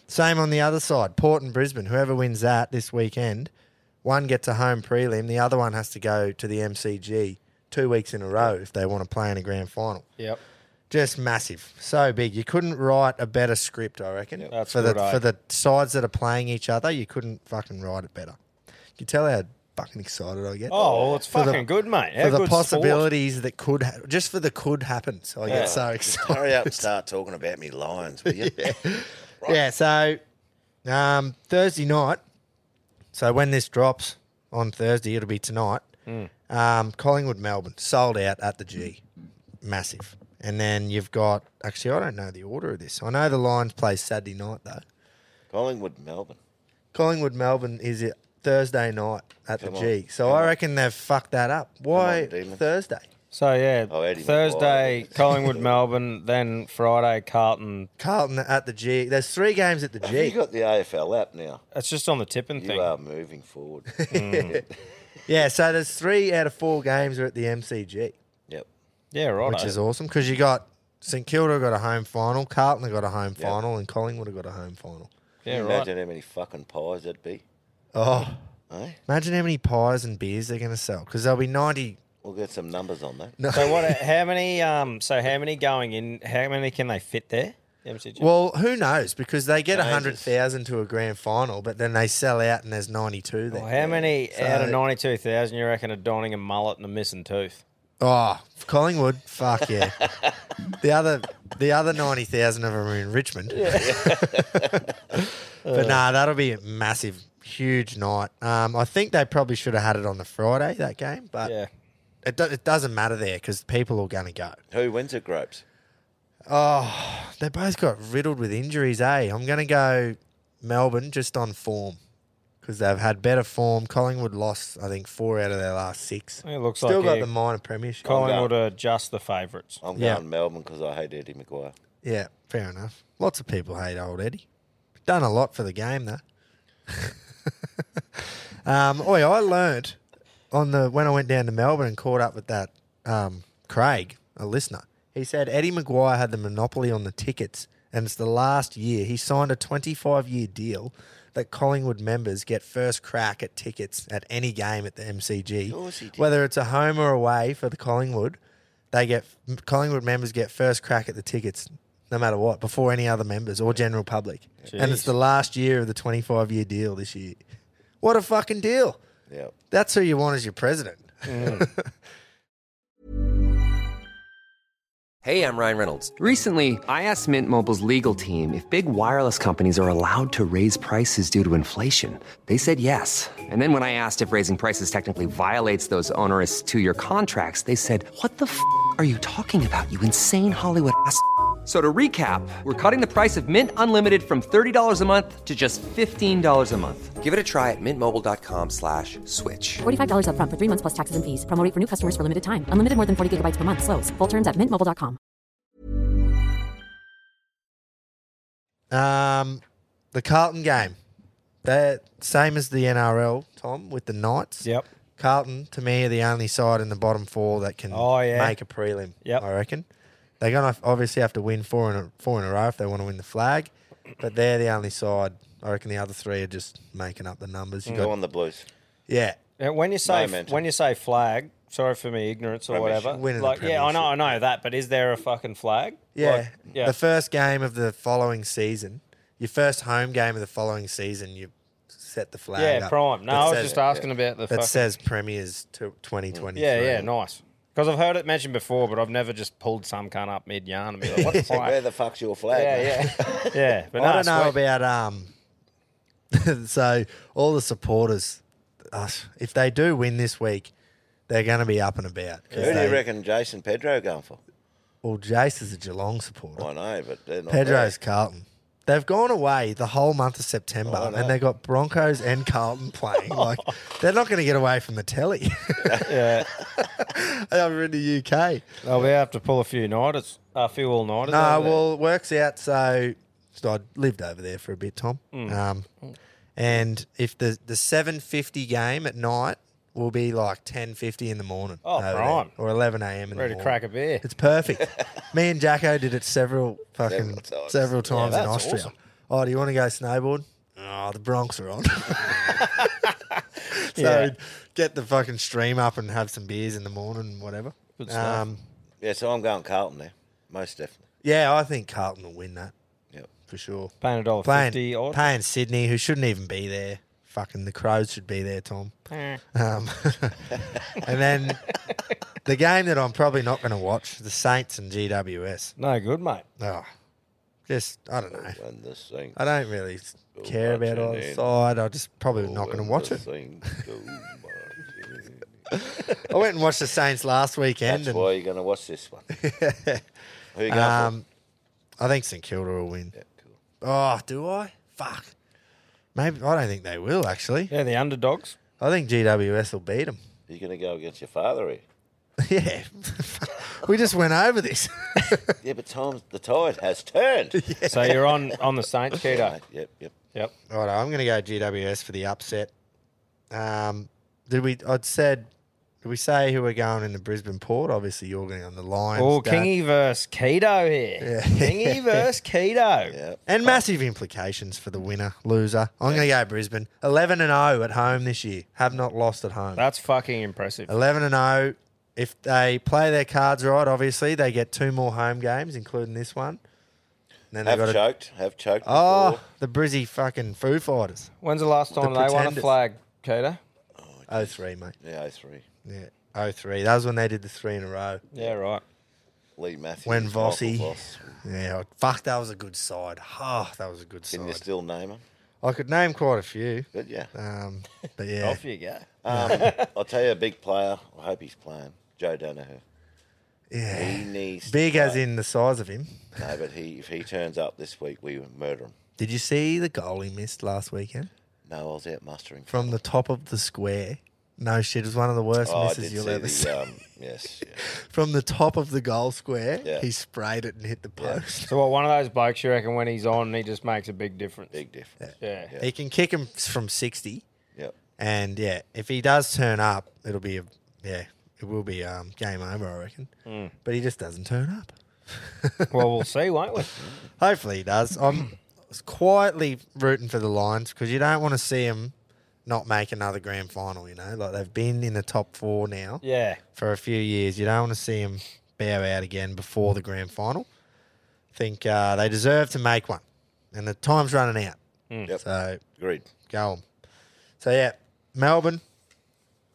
A: Same on the other side, Port and Brisbane. Whoever wins that this weekend, one gets a home prelim, the other one has to go to the MCG two weeks in a row if they want to play in a grand final.
B: Yep.
A: Just massive, so big. You couldn't write a better script, I reckon.
B: That's
A: for the
B: good, eh?
A: for the sides that are playing each other, you couldn't fucking write it better. You tell how fucking excited I get.
B: Oh, well, it's
A: For the-
B: fucking good, mate. How
A: for the
B: good's sport?
A: possibilities that could, ha- just for the could happens, I get so excited.
E: Hurry up and start talking about me lions, will you?
A: Yeah, so um, Thursday night. So when this drops on Thursday, it'll be tonight.
E: Mm.
A: Um, Collingwood, Melbourne, sold out at the G, massive. And then you've got actually, I don't know the order of this. I know the Lions play Saturday night though.
E: Collingwood, Melbourne.
A: Collingwood, Melbourne is it Thursday night at the
E: Come
A: G.
E: on,
A: So I reckon they've fucked that up. Why
E: demons.
A: Thursday?
B: So yeah,
E: Oh, Eddie
B: Thursday
E: McGuire.
B: Collingwood, Melbourne, then Friday Carlton.
A: Carlton at the G. There's three games at the
E: Have you
A: G.
E: got the AFL app now?
B: It's just on the tipping
E: You uh,
B: thing.
E: are moving forward.
A: Yeah, so there's three out of four games are at the MCG.
E: yep.
B: yeah, right.
A: which is awesome because you got St Kilda got a home final, Carlton have got a home final, and Collingwood have got a home final.
B: yeah, right.
E: Imagine how many fucking pies that'd be.
A: Oh,
E: Eh?
A: imagine how many pies and beers they're going to sell because there'll be ninety.
E: We'll get some numbers on that.
B: So what? uh, How many? Um. So how many going in? How many can they fit there? MCG.
A: Well, who knows? Because they get a hundred
E: Jesus.
A: thousand to a grand final, but then they sell out and there's ninety-two
B: Well,
A: there.
B: how many
A: So-
B: out of ninety-two thousand you reckon are donning a mullet and a missing tooth?
A: Oh, Collingwood, fuck yeah. the other, the other ninety thousand of them are in Richmond. but nah, that'll be a massive, huge night. Um, I think they probably should have had it on the Friday that game, but
B: Yeah.
A: It, do, it doesn't matter there because people are going to go. "Oh,
E: Who wins it, Gropes?
A: They both got riddled with injuries, eh? I'm going to go Melbourne just on form because they've had better form. Collingwood lost, I think, four out of their last six.
B: It looks
A: Still
B: like
A: got
B: yeah,
A: the minor premiership.
B: Collingwood are just the favourites.
E: I'm
A: Yeah.
E: going Melbourne because I hate Eddie McGuire.
A: Yeah, fair enough. Lots of people hate old Eddie. Done a lot for the game though. um, oi, I learnt on the when I went down to Melbourne and caught up with that um, Craig, a listener. He said Eddie McGuire had the monopoly on the tickets, and it's the last year he signed a 25-year deal that Collingwood members get first crack at tickets at any game at the MCG,
E: course he did.
A: whether it's a home or away for the Collingwood they get Collingwood members get first crack at the tickets, no matter what, before any other members or general public. And it's the last year of the 25 year deal this year. What a fucking deal!
E: Yeah.
A: That's who you want as your president.
B: Mm.
H: Hey, I'm Ryan Reynolds. Recently, I asked Mint Mobile's legal team if big wireless companies are allowed to raise prices due to inflation. They said yes. And then when I asked if raising prices technically violates those onerous two year contracts, they said, What the f are you talking about, you insane Hollywood ass? f- a-" So to recap, we're cutting the price of Mint Unlimited from $30 a month to just $15 a month. Give it a try at mintmobile.com slash switch.
I: $45 upfront for three months plus taxes and fees. Promo rate for new customers for limited time. Unlimited more than 40 gigabytes per month. Slows. Full terms at mintmobile.com.
A: Um, the Carlton game. That same as the NRL, Tom, with the Knights.
B: Yep.
A: Carlton, to me, are the only side in the bottom four that can
B: Oh, yeah.
A: make a prelim.
B: Yep.
A: I reckon they're going to obviously have to win four in a, four in a row if they want to win the flag, but they're the only side. I reckon the other three are just making up the numbers.
B: Mm.
A: You
E: Go
A: got
E: on the Blues.
A: yeah.
B: And when you say
E: Momentum.
B: when you say flag, sorry for my ignorance or
E: Premiership.
B: whatever.
A: Winning the
B: Like, yeah, I know, I
A: premiership.
B: know that, but is there a fucking flag?
A: Yeah.
B: Like, yeah.
A: The first game of the following season, your first home game of the following season, you set the flag.
B: yeah,
A: up
B: prime. No,
A: that
B: I was
A: says-
B: just asking about the
A: That
B: fucking.
A: says Premiers to 2023.
B: yeah, yeah, nice. Because I've heard it mentioned before, but I've never just pulled some cunt up mid yarn and be like, "What the
E: Where
B: flag?"
E: the fuck's your flag?
B: yeah,
E: mate?
B: yeah, yeah. But
A: I
B: no,
A: don't know
B: sweet.
A: about um. so all the supporters, us, if they do win this week, they're going to be up and about. 'cause
E: Who do
A: they-
E: you reckon Jason Pedro going for?
A: Well, Jace is a Geelong supporter.
E: I know, but they're not
A: Pedro's
E: there.
A: Carlton. They've gone away the whole month of September,
B: Oh,
E: I know.
A: and they got Broncos and Carlton playing. Like they're not going to get away from the telly.
B: Yeah.
A: Over in the UK.
B: Oh, we have to pull a few nighters, a few all nighters.
A: No, Uh, well, it works out. So, so I lived over there for a bit, Tom.
B: Hmm.
A: Um, and if the the seven fifty game at night will be like ten fifty in the morning.
B: Oh,
A: over there,
B: prime.
A: or eleven a.m. in
B: ready
A: the morning.
B: to crack a beer.
A: It's perfect. Me and Jacko did it several fucking
E: Several times.
A: several times in
B: that's
A: Austria.
B: awesome.
A: Oh, do you want to go snowboard? Oh, the Bronx are on. so
B: Yeah.
A: we'd get the fucking stream up and have some beers in the morning and whatever.
B: Good stuff.
A: Um,
E: Yeah, so I'm going Carlton there, most definitely.
A: yeah, I think Carlton will win that
E: Yep.
A: for sure.
B: Paying a dollar
A: playing,
B: fifty odd.
A: playing Sydney, who shouldn't even be there. Fucking the Crows should be there, Tom.
B: Eh.
A: Um, and then the game that I'm probably not going to watch, the Saints and GWS.
B: no good, mate.
A: Oh, just I don't know.
E: When this thing.
A: I don't really s- care about
E: watching
A: either
E: it.
A: side. I'm just probably not going to
E: When
A: watch it.
E: this thing goes marching.
A: I went and watched the Saints last weekend,
E: That's
A: and
E: why you're going to watch this one. Who you going
A: um, I think St Kilda will win.
E: for? Yeah, cool.
A: Oh, do I? Fuck. Maybe I don't think they will. Actually,
B: Yeah, the underdogs.
A: I think GWS will beat them.
E: You're going to go against your father here.
A: Yeah. we just went over this.
E: Yeah, but Tom's, the tide has turned.
B: So you're on on the Saints, Keto.
E: Mate, Yep, yep.
B: Yep.
A: Right, I'm going to go GWS for the upset. Um, did we? I'd said. Did we say who we're going in the Brisbane Port? Obviously, you're going on the Lions.
B: Oh,
A: Dan.
B: Kingy versus Keto here. Kingy versus Keto.
E: Yep.
A: And massive implications for the winner, loser. I'm going to go Brisbane. 11 and 0 at home this year. Have not lost at home.
B: That's fucking impressive.
A: 11 and 0. If they play their cards right, obviously they get two more home games, including this one. And then they got
E: Have
A: to.
E: choked. Have choked.
A: Oh,
E: before.
A: the Brizzy fucking Foo Fighters.
B: When's the last time they won a
A: pretenders.
B: flag, Keto?
A: Oh three, mate.
E: Yeah, 03.
A: Yeah, oh three. That was when they did the three in a row.
B: Yeah, right.
E: Lee Matthews.
A: When
E: Michael
A: Vossi.
E: Voss.
A: Yeah, fuck, that was a good side. Oh, that was a good
E: Can you
A: side.
E: still name him?
A: I could name quite a few.
E: Good, yeah.
A: Um, but yeah,
B: Off you go.
E: I'll tell you a big player. I hope he's playing. Joe Donahue.
A: yeah.
E: He needs to
A: Big as
E: play.
A: in the size of him.
E: No, but he if he turns up this week, we would murder him.
A: Did you see the goal he missed last weekend
E: No, I was out mustering.
A: from the top of the square? No shit, it was one of the worst
E: Oh, I did
A: misses
E: see
A: you'll ever
E: the,
A: see.
E: um, yes, yeah.
A: From the top of the goal square,
E: Yeah.
A: he sprayed it and hit the post.
B: So what? One of those blokes you reckon when he's on, he just makes a big difference.
E: big difference.
B: Yeah.
E: Yeah.
A: He can kick him from sixty,
E: Yep.
A: and yeah, if he does turn up, it'll be a yeah, it will be um, game over, I reckon.
E: Hmm.
A: But he just doesn't turn up.
B: Well, we'll see, won't we?
A: Hopefully he does. I'm quietly rooting for the Lions because you don't want to see them not make another grand final. You know, like they've been in the top four now
B: Yeah.
A: for a few years. You don't want to see them bow out again before the grand final. I think uh, they deserve to make one, and the time's running out.
E: Yep.
A: So uh,
E: Agreed.
A: go on. So yeah, Melbourne,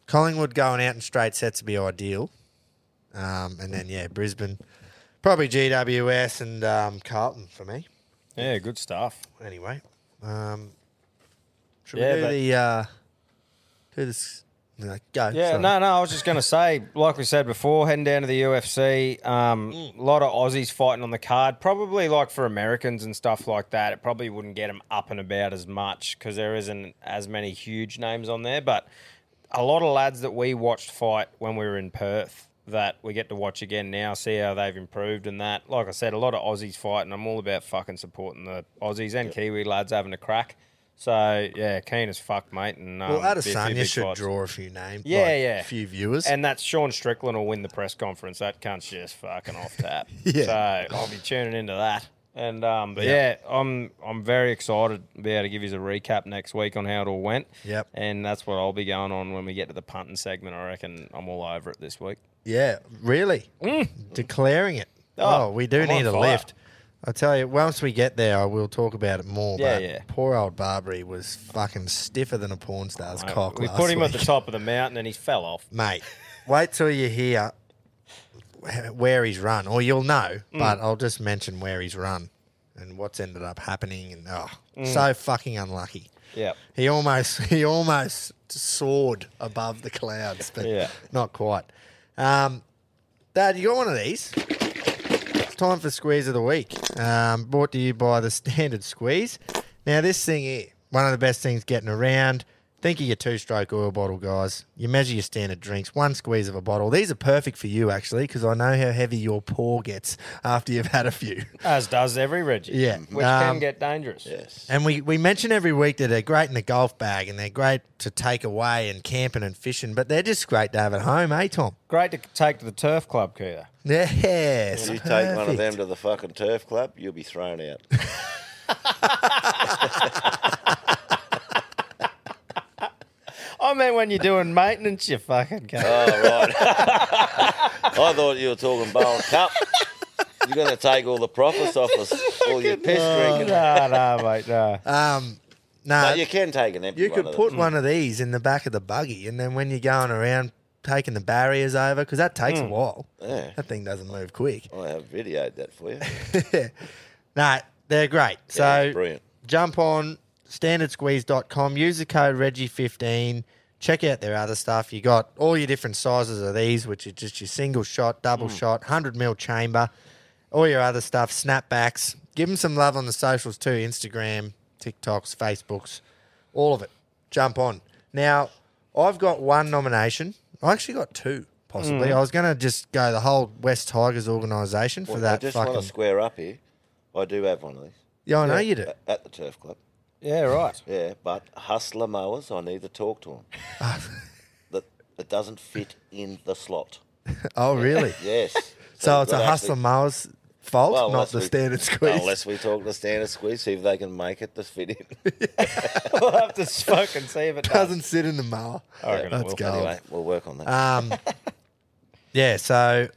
A: Collingwood going out in straight sets would be ideal, um, and then yeah, Brisbane, probably GWS and um, Carlton for me
B: Yeah. Good stuff.
A: anyway. Um, should
B: Yeah,
A: we do
B: but-
A: the uh, do this? No, go.
B: Yeah,
A: sorry.
B: no, no. I was just going to say, like we said before, heading down to the UFC. Um, A lot of Aussies fighting on the card. Probably like for Americans and stuff like that, it probably wouldn't get them up and about as much because there isn't as many huge names on there. But a lot of lads that we watched fight when we were in Perth that we get to watch again now, see how they've improved and that. Like I said, a lot of Aussies fighting. I'm all about fucking supporting the Aussies and Kiwi lads having a crack. So yeah, keen as fuck, mate. And um,
A: Well,
B: be a few
A: Adesanya
B: big
A: should
B: fights.
A: draw a few names.
B: Yeah,
A: like,
B: yeah.
A: A few viewers.
B: And that's Sean Strickland will win the press conference. That cunt's just fucking off tap.
A: Yeah.
B: So I'll be tuning into that. And um, but yeah. I'm I'm very excited to be able to give you a recap next week on how it all went.
A: Yep.
B: And that's what I'll be going on when we get to the punting segment. I reckon I'm all over it this week.
A: Yeah, really. Declaring it. Oh,
B: Mm. Oh,
A: we do
B: I'm on
A: need a
B: fire.
A: lift. I tell you, once we get there, I will talk about it more.
B: Yeah,
A: but
B: yeah.
A: Poor old Barbary was fucking stiffer than a porn star's
B: Mate,
A: cock.
B: we
A: last
B: put him at
A: week.
B: the top of the mountain and he fell off.
A: mate. Wait till you hear wh- where he's run, or you'll know.
B: Mm.
A: But I'll just mention where he's run and what's ended up happening. And oh,
B: Mm.
A: so fucking unlucky.
B: Yeah.
A: He almost he almost soared above the clouds, but
B: Yeah.
A: not quite. Um, Dad, you got one of these? It's time for squeeze of the week. Um, brought to you by the Standard Squeeze. Now this thing here, one of the best things getting around. Think of your two-stroke oil bottle, guys. You measure your standard drinks, one squeeze of a bottle. These are perfect for you, actually, because I know how heavy your paw gets after you've had a few.
B: As does every Reggie.
A: Yeah.
B: Which
A: Um,
B: can get dangerous.
A: And we, we mention every week that they're great in the golf bag and they're great to take away and camping and fishing, but they're just great to have at home, eh, Tom?
B: Great to take to the turf club, Keita.
A: Yes.
E: You take one of
A: perfect.
E: them to the fucking turf club, you'll be thrown out.
B: I mean, when you're doing maintenance, you fucking go.
E: All Oh, right. I thought you were talking bowl and cup. You're going to take all the profits off us, all your piss drinking.
B: no, no, mate, no.
A: No,
E: But you can take an empty
A: you
E: one
A: could
E: of them.
A: put one of these in the back of the buggy, and then when you're going around taking the barriers over, because that takes a while.
E: Hmm. Yeah.
A: That thing doesn't move quick.
E: I have videoed that for you.
A: No, they're great.
E: Yeah,
A: so
E: brilliant.
A: jump on standardsqueeze.com, use the code Reggie15, check out their other stuff. You got all your different sizes of these, which are just your single shot, double
E: Mm.
A: shot, 100 mil chamber, all your other stuff, snapbacks. Give them some love on the socials too Instagram, TikToks, Facebooks, all of it. Jump on. Now, I've got one nomination. I actually got two, possibly.
E: Mm.
A: I was going to just go the whole West Tigers organisation for
E: Well, I
A: that
E: just
A: fucking.
E: want to square up here. I do have one of these
A: yeah, I know you do.
E: at- at the turf club.
B: Yeah, right.
E: Yeah, but hustler mowers, I need to talk to them. that it doesn't fit in the slot.
A: Oh, really?
E: Yes.
A: So
E: we've
A: it's
E: got
A: a
E: to
A: hustler
E: actually-
A: Miles fault,
E: Well,
A: not
E: unless
A: the
E: we-
A: standard squeeze.
E: Unless we talk to standard squeeze, see if they can make it to fit in.
B: We'll have to fucking see if it does.
A: doesn't sit in the mower.
B: reckon it
A: That's
B: will.
A: gold.
E: anyway, we'll work on that.
A: Um, yeah, so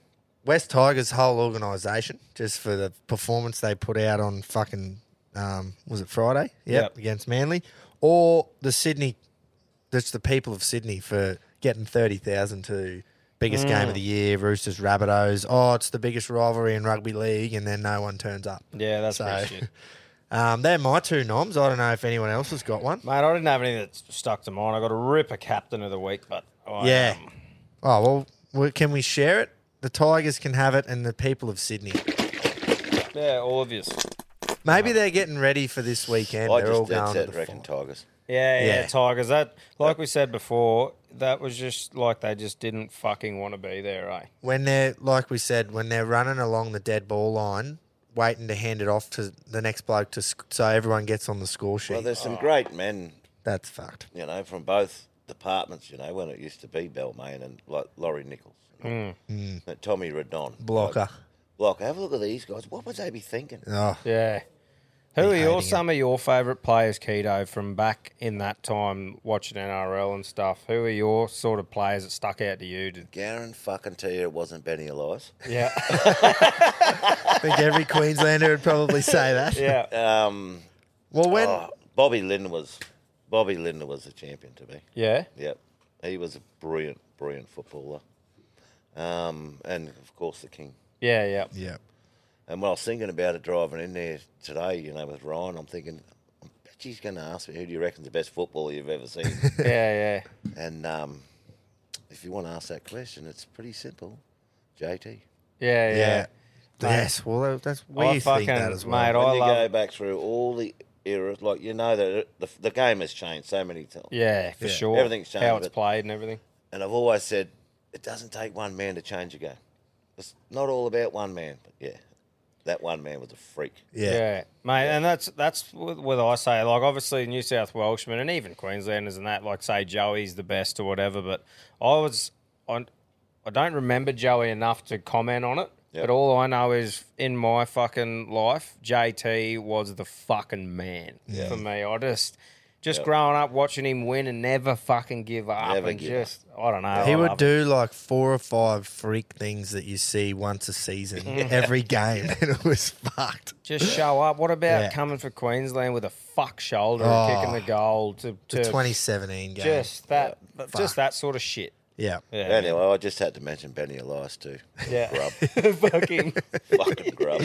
A: West Tigers whole organisation just for the performance they put out on fucking um, was it Friday? Yep,
B: Yep.
A: against Manly or the Sydney. That's the people of Sydney for getting thirty thousand to biggest game
E: Mm.
A: of the year. Roosters, Rabbitohs. Oh, it's the biggest rivalry in rugby league, and then no one turns up.
B: Yeah, that's
A: So-
B: pretty shit.
A: Um, they're my two noms. I don't know if anyone else has got one.
B: Mate, I didn't have any that stuck to mine. I got a ripper captain of the week, but I,
A: Yeah.
B: um,
A: Oh well, well, can we share it? The Tigers can have it, and the people of Sydney.
B: yeah, all of yous.
A: Maybe they're getting ready for this weekend.
E: I
A: they're all
E: just
A: going
E: did
A: to
E: said
A: the
E: reckon
A: final.
E: Tigers.
B: Yeah, yeah,
A: Yeah.
B: Tigers. That, like we said before, that was just like they just didn't fucking want to be there, eh?
A: when they're like we said, when they're running along the dead ball line, waiting to hand it off to the next bloke to sc- so everyone gets on the score sheet.
E: Well, there's some great men,
A: That's fucked.
E: you know, from both departments, you know, when it used to be Belmain and like Laurie Nichols. Mm. Tommy Redon.
A: Hmm. Blocker.
E: Blocker. Have a look at these guys. What would they be thinking?
A: Oh,
B: Yeah. Who are
A: hating
B: your
A: it.
B: some of your favourite players, Keto, from back in that time watching NRL and stuff? Who are your sort of players that stuck out to you? To,
E: Garen fucking tell you it wasn't Benny Elias.
B: yeah,
A: I think every Queenslander would probably say that.
B: yeah.
E: Um,
A: Well, when
E: oh, Bobby Lynn was Bobby Lynn was a champion to me.
B: Yeah.
E: Yep. He was a brilliant, brilliant footballer. Um, and of course the king.
B: Yeah, yeah.
A: yeah,
E: And when I was thinking about it driving in there today, you know, with Ryan, I'm thinking, I bet he's going to ask me, who do you reckon's the best footballer you've ever seen?
B: Yeah, yeah.
E: and um, if you want to ask that question, it's pretty simple. JT.
B: Yeah, yeah.
A: yeah, yes. Well, that's we
B: I
A: think
B: fucking-
A: that as well.
B: mate, I
E: When you
B: love-
E: go back through all the eras, like, you know, that the, the game has changed so many times.
B: Yeah, for sure.
E: Everything's changed,
B: How it's
E: but-
B: played and everything.
E: And I've always said it doesn't take one man to change a game. It's not all about one man, but yeah, that one man was a freak.
B: mate, and that's that's what what I say. Like, obviously, New South Welshmen and even Queenslanders and that, like, say Joey's the best or whatever. But I was on. I don't remember Joey enough to comment on it.
E: Yeah.
B: But all I know is in my fucking life, JT was the fucking man
E: Yeah.
B: for me. I just, just growing up watching him win and never fucking give up
E: Never
B: and
E: give up.
B: just, I don't know.
A: He
B: Oh, I
A: would
B: love it.
A: do like four or five freak things that you see once a season, every game, and it was fucked.
B: Just show up. What about
A: Yeah.
B: coming for Queensland with a fuck shoulder
A: Oh,
B: and kicking the goal to,
A: The
B: to
A: 2017 game.
B: Just that, but just that sort of shit.
A: yeah.
B: Yeah,
E: Anyway, I just had to mention Benny Elias too.
B: Yeah.
E: Grub.
B: fuck him.
E: Fucking grub.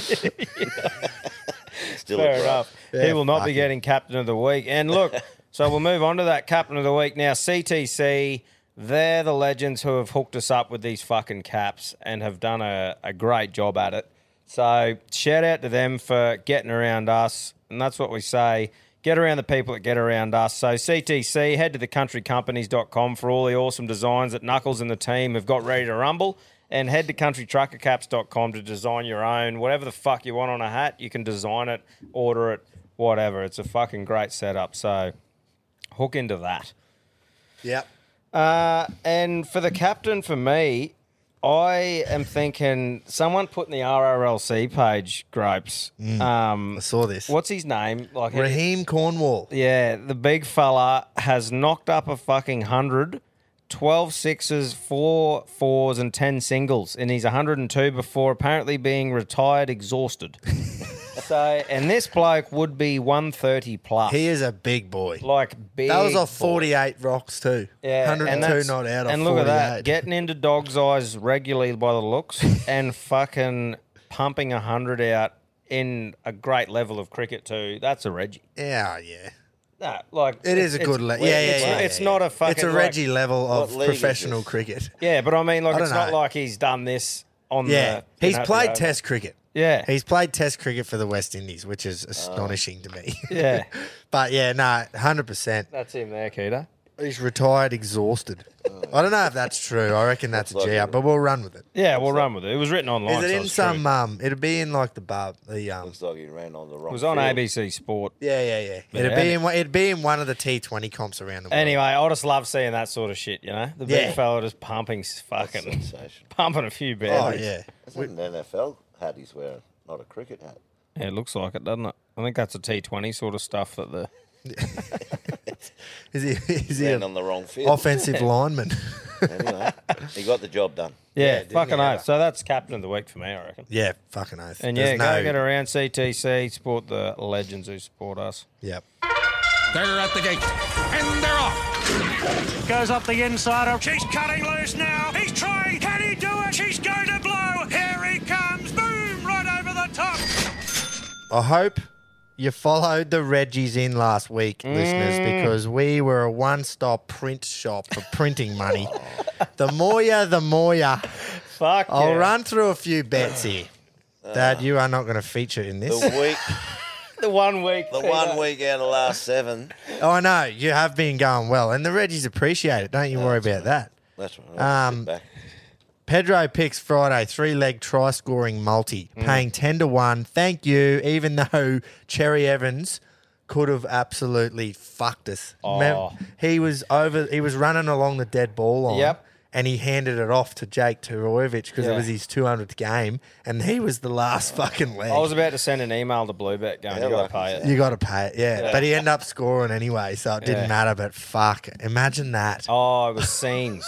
E: Still a
B: Fair
E: grub.
B: enough. he will not be getting captain of the week. And look, so we'll move on to that captain of the week now. CTC, they're the legends who have hooked us up with these fucking caps and have done a, a great job at it. So shout out to them for getting around us, and that's what we say. Get around the people that get around us. So CTC, head to thecountrycompanies.com for all the awesome designs that Knuckles and the team have got ready to rumble. And head to countrytruckercaps.com to design your own. Whatever the fuck you want on a hat, you can design it, order it, whatever. It's a fucking great setup. So hook into that.
A: Yep.
B: Uh, and for the captain, for me, I am thinking someone put in the RRLC page gripes.
A: Mm.
B: Um,
A: I saw this.
B: what's his name? Like
A: Raheem Cornwall.
B: yeah, the big fella has knocked up a fucking 100, 12 sixes, four fours, and 10 singles, and he's 102 before apparently being retired exhausted. so, and this bloke would be 130 plus.
A: He is a big boy.
B: like big.
A: that was off
B: boy.
A: 48 rocks too.
B: Yeah, and
A: 102
B: that's-
A: not out of
B: And look at that,
A: 48.
B: getting into dog's eyes regularly by the looks, and fucking pumping a hundred out in a great level of cricket too. That's a Reggie.
A: Yeah, yeah.
B: No, like
A: It is a
B: it's-
A: good level.
B: it's-
A: Yeah, yeah,
B: it's,
A: yeah,
B: It's
A: yeah,
B: not
A: yeah.
B: a fucking.
A: It's a
B: like-
A: Reggie level of
E: league is
A: professional
E: this?
A: cricket.
B: yeah, but I mean, like,
A: I
B: it's
A: don't
B: not
A: know.
B: like he's done this on
A: Yeah,
B: the. you
A: he's
B: know,
A: played
B: the-
A: Test cricket.
B: Yeah.
A: he's played Test cricket for the West Indies, which
B: Oh.
A: is astonishing to me.
B: Yeah.
A: but yeah, no, hundred percent.
B: That's him there, Keita.
A: He's retired, exhausted. I don't know if that's true. I reckon that's a G up, but we'll run with it.
B: Yeah, we'll run with it. It was written online.
A: Is
B: so
A: it in
B: it's true.
A: some? Um, it'll be in like the bar. The um,
E: Looks like he ran on the wrong.
B: It was on
E: field.
B: ABC Sport.
A: yeah, yeah, yeah. It'd
B: Yeah.
A: be in. one- It'd be in one of the T Twenty comps around the world.
B: Anyway, I just love seeing that sort of shit. You know, the big
A: Yeah.
B: fella just pumping, s- fucking,
E: Sensational.
B: pumping a few
A: oh
B: boundaries.
A: yeah,
E: It's an NFL hat he's wearing, not a cricket hat.
B: Yeah, it looks like it, doesn't it? I think that's a T twenty sort of stuff that the
A: is he? Is he
E: Ran
A: an
E: on the wrong field.
A: offensive lineman?
E: Anyway, he got the job done.
B: Yeah, fucking oath. So that's captain of the week for me, I reckon.
A: yeah, fucking oath.
B: And
A: There's
B: yeah,
A: no,
B: go get around CTC, support the legends who support us.
A: Yep.
F: They're at the gate. And they're off.
D: Goes up the inside. Of- She's cutting loose now. He's trying. Can he do it? She's going to blow. Here he comes. Boom! Right over the top.
A: I hope you followed the Reggie's in last week, listeners,
B: Mm.
A: because we were a one stop print shop for printing money. the more ya, the more ya.
B: Fuck
A: I'll
B: yeah.
A: run through a few bets here. Dad, you are not going to feature in
E: The
A: this.
E: week,
B: the one week.
E: the
B: Peter.
E: one week out of last seven.
A: oh, I know. You have been going well, and the Reggies appreciate it. Don't you worry about that.
E: That's right. I'll sit
A: Um,
E: back.
A: Pedro picks Friday three leg try scoring multi,
B: Mm.
A: paying 10 to 1. Thank you, even though Cherry Evans could have absolutely fucked us. Mem-
B: Oh.
A: He was over, he was running along the dead ball line.
B: Yep.
A: And he handed it off to Jake Turojevic because
B: Yeah.
A: it was his 200th game, and he was the last fucking leg.
B: I was about to send an email to Bluebet going,
E: Yeah,
B: you got
E: like
B: to pay it.
A: you got to pay it, yeah. But he ended up scoring anyway, so it didn't
B: Yeah.
A: matter. But fuck, imagine that.
B: Oh, it was scenes.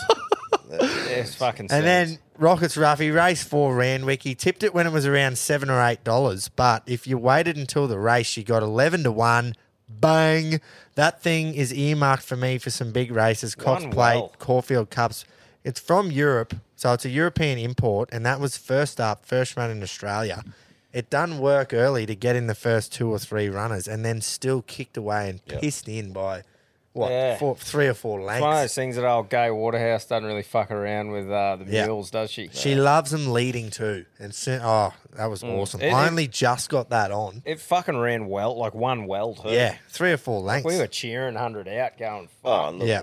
B: it's fucking scenes.
A: And then Rockets Ruffy race four Randwick. He tipped it when it was around seven or eight dollars, but if you waited until the race, you got eleven to one. Bang! That thing is earmarked for me for some big races. Cox
B: Done
A: Plate,
B: well.
A: Caulfield Cups. It's from Europe, so it's a European import, and that was first up, first run in Australia. It done work early to get in the first two or three runners, and then still kicked away and pissed in by what
B: Yeah.
A: four, three or four lengths.
B: it's one of those things that old gay Waterhouse doesn't really fuck around with uh, the
A: Yeah.
B: mules, does she?
A: She loves them leading too, and so, oh, that was awesome.
B: Mm. It-
A: I
B: it-
A: only just got that on.
B: It fucking ran well, like one well too.
A: yeah, three or four lengths.
B: We were cheering 100 out, going, fuck.
E: Oh, and look,
A: yeah,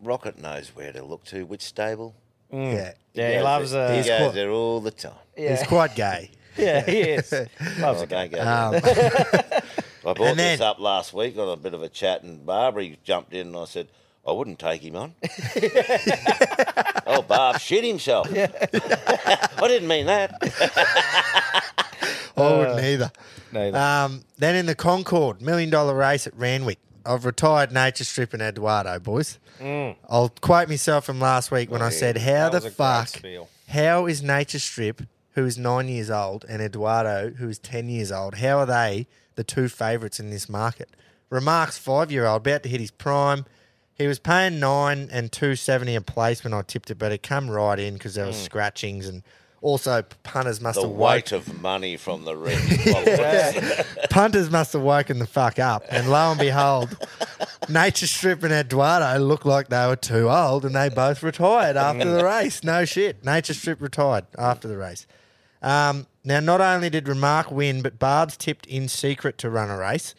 E: Rocket knows where to look to, which stable.
A: Yeah. uh,
B: Yeah, he loves
E: it.
B: a-
E: He
B: He's
E: goes
A: quite-
E: there all the time.
A: He's quite gay.
B: Yeah, he is.
E: Oh, don't go there.
A: Um,
E: I brought
A: And
E: this
A: then-
E: up last week on a bit of a chat, and Barbary jumped in and I said, I wouldn't take him on. oh, Barb shit himself. I didn't mean that.
A: I
B: Uh,
A: wouldn't either. Um, then in the Concord, million dollar race at Ranwick. I've retired nature strip and Eduardo, boys. I'll quote myself from last week when I said, How
B: Mm. That
A: the
B: was a great
A: fuck,
B: spiel.
A: how is nature strip, who is nine years old, and Eduardo, who is 10 years old, how are they the two favourites in this market? Remarks five year old, about to hit his prime. He was paying nine and 270 a place when I tipped it, but it come right in because there was
B: Mm.
A: scratchings and. Also, punters must
E: The
A: have woke
E: weight of money from the red followers.
A: punters must have woken the fuck up. And lo and behold, Nature Strip and Eduardo looked like they were too old and they both retired after the race. No shit. Nature Strip retired after the race. Um, now, not only did Remark win, but Barb's tipped in secret to run a race.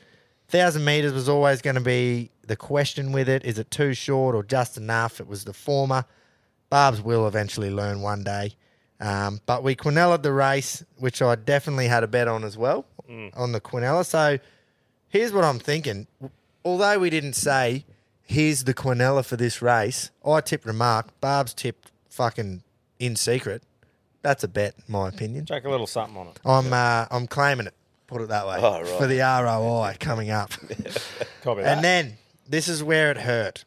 A: 1,000 metres was always going to be the question with it. Is it too short or just enough? It was the former. Barb's will eventually learn one day. Um, but we quinella the race, which I definitely had a bet on as well
E: Mm.
A: on the quinella. So here's what I'm thinking. Although we didn't say here's the quinella for this race, I tipped remark. Barb's tipped fucking in secret. That's a bet, in my opinion.
B: Chuck a little something on it.
A: I'm uh, I'm claiming it. Put it that way
E: Oh, right.
A: for the ROI coming up.
B: Copy that.
A: And then this is where it hurt.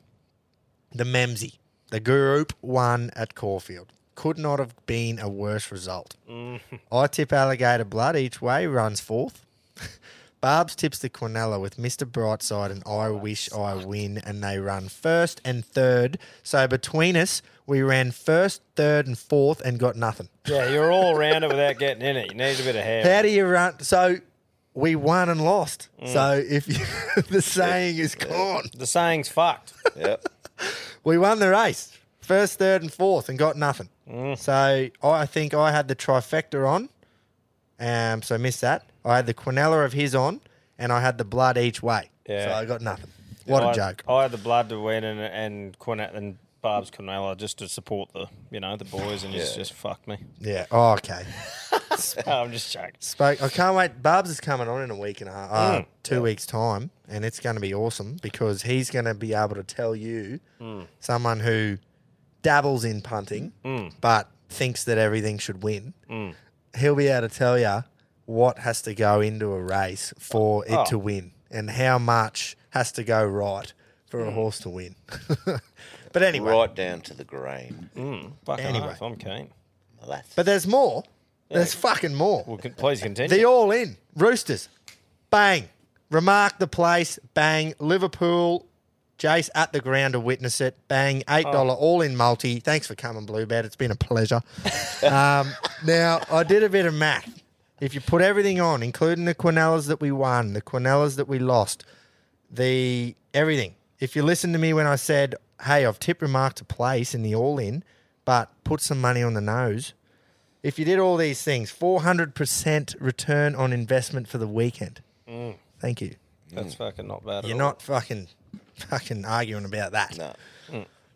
A: The Memsey, the Group One at Caulfield, could not have been a worse result. I tip Alligator Blood each way, runs fourth. Barb's tips the Quinella with Mr. Brightside and I Wish I Win, and they run first and third. So between us, we ran first, third, and fourth, and got nothing.
B: yeah, you're all around it without getting in it. You need a bit of hair.
A: How do you run? So we won and lost. So if you, the saying is gone.
B: the saying's fucked.
E: Yep.
A: We won the race, first, third, and fourth, and got nothing.
B: Mm.
A: So I think I had the trifecta on, um, so missed that. I had the quinella of his on, and I had the blood each way.
B: Yeah.
A: So I got nothing. What
B: I,
A: a joke.
B: I had the blood to win and and Quinn and Barb's Canela just to support the you know the boys and it's just fucked me.
A: yeah. Oh, okay.
B: I'm just joking.
A: Spoke. I can't wait. Barb's is coming on in a week and a half, uh, two weeks' time, and it's going to be awesome because he's going to be able to tell you someone who dabbles in punting but thinks that everything should win. He'll be able to tell you what has to go into a race for it to win and how much has to go right for a horse to win. but anyway,
E: Right down to the grain.
B: Fucking
A: Anyway.
B: oath, I'm keen.
E: Well, that's
A: but there's more. There's fucking more.
B: Well, can, please continue.
A: The all in. Roosters. Bang. Remark the place. Bang. Liverpool. Jace at the ground to witness it. Bang. $8 all in multi. Thanks for coming, Bluebird. It's been a pleasure. um, now, I did a bit of math. If you put everything on, including the Quinellas that we won, the Quinellas that we lost, the everything. If you listen to me when I said, hey, I've tipped remark to place in the all in, but put some money on the nose, if you did all these things, 400% return on investment for the weekend.
E: Mm.
A: Thank you.
B: That's fucking not bad.
A: You're
B: at all.
A: not fucking fucking arguing about that.
E: no.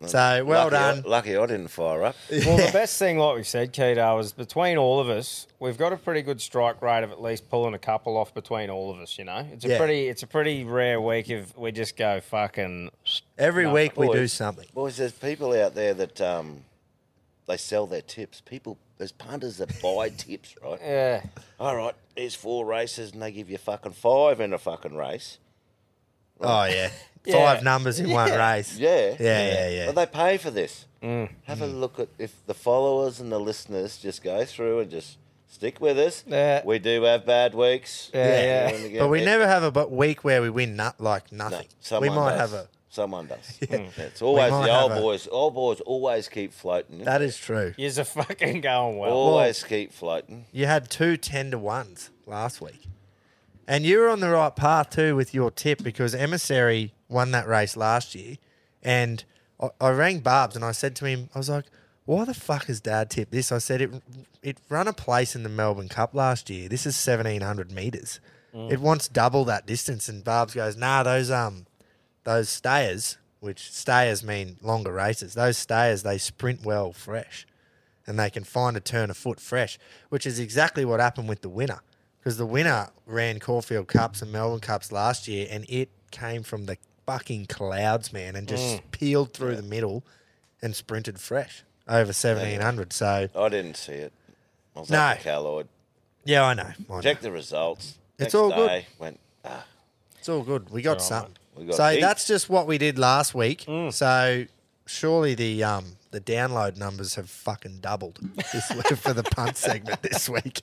A: So well
E: lucky I,
A: done.
E: lucky I didn't fire up.
B: Well, the best thing, like we've said, Keto, is between all of us, we've got a pretty good strike rate of at least pulling a couple off between all of us. You know, it's a
A: Yeah.
B: pretty, it's a pretty rare week if we just go fucking.
A: Every week we do
E: boys.
A: something.
E: Boys, there's people out there that um, they sell their tips. People, there's punters that buy tips, right?
B: Yeah,
E: All right, there's four races and they give you fucking five in a fucking race.
A: Oh yeah.
B: Yeah.
A: Five numbers in one race.
E: Yeah.
A: Yeah, yeah, yeah. Mm.
E: But they pay for this.
B: Mm.
E: Have a look at if the followers and the listeners just go through and just stick with us.
B: Yeah.
E: We do have bad weeks.
B: Yeah,
E: Now and again.
A: But we
E: It-
A: never have a bu- week where we win not like
E: no,
A: nothing. we
E: someone
A: might
E: does.
A: have a
E: Someone does. Yeah, It's always
A: might
E: the
A: have
E: old
A: a-
E: boys. Old boys always keep floating.
A: that is true.
B: you're fucking going well.
E: always keep floating.
A: You had two 10 to ones last week. And you were on the right path too with your tip because Emissary won that race last year. And I, I rang Barb's and I said to him, I was like, why the fuck has dad tipped this? I said, it, it run a place in the Melbourne Cup last year. This is 1,700 metres. It wants double that distance. And Barb's goes, nah, those, um, those stayers which stayers mean longer races. Those stayers, they sprint well fresh and they can find a turn of foot fresh, which is exactly what happened with the winner. Because the winner ran Caulfield Cups and Melbourne Cups last year and it came from the fucking clouds, man, and just
E: Mm.
A: peeled through the middle and sprinted fresh over 1700. So,
E: I didn't see it. I was
A: No.
E: up at Calloid.
A: yeah, I know. I know.
E: Check the results.
A: It's
E: Next
A: all good.
E: day, Went, ah,
A: It's all good. We got
E: Right.
A: something.
E: We got
A: so
E: heaps. Mm.
A: that's just what we did last week. So surely the um the download numbers have fucking doubled this week for the punt segment this week.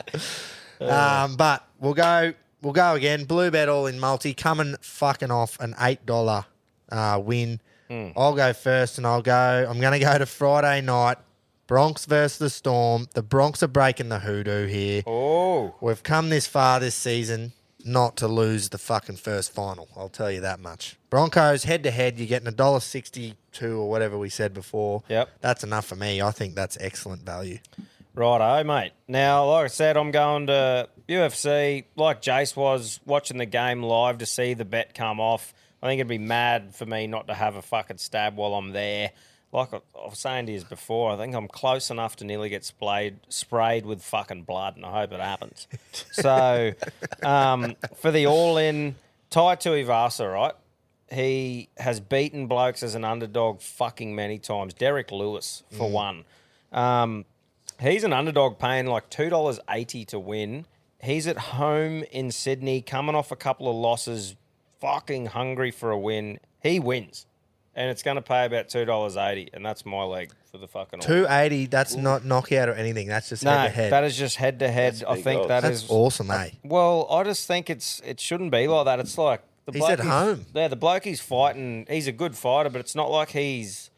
A: Um, but we'll go we'll go again. Blue bet all in multi coming fucking off an eight dollar uh, win.
E: Mm.
A: I'll go first, and I'll go. I'm going to go to Friday night. Bronx versus the Storm. The Bronx are breaking the hoodoo here.
B: Oh,
A: we've come this far this season not to lose the fucking first final. I'll tell you that much. Broncos head to head, you're getting a dollar sixty-two or whatever we said before. Yep, that's enough for me. I think that's excellent value.
B: Righto, mate. Now, like I said, I'm going to UFC, like Jace was, watching the game live to see the bet come off. I think it'd be mad for me not to have a fucking stab while I'm there. Like I, I was saying to you before, I think I'm close enough to nearly get splayed, sprayed with fucking blood, and I hope it happens. so, um, for the all in, Tai Tuivasa, right? He has beaten blokes as an underdog fucking many times. Derek Lewis, for
J: Mm.
B: one. Um, he's an underdog paying like two dollars eighty to win. He's at home in Sydney, coming off a couple of losses, fucking hungry for a win. He wins, and it's going to pay about two dollars eighty, and that's my leg for the fucking
A: Two eighty. That's not knockout or anything. That's just
B: No,
A: head to head.
B: that is just head to head. I think that
A: that's
B: is
A: awesome, eh?
B: well, I just think it's it shouldn't be like that. It's like the
A: He's
B: bloke
A: at home.
B: Yeah, the bloke he's fighting, he's a good fighter, but it's not like he's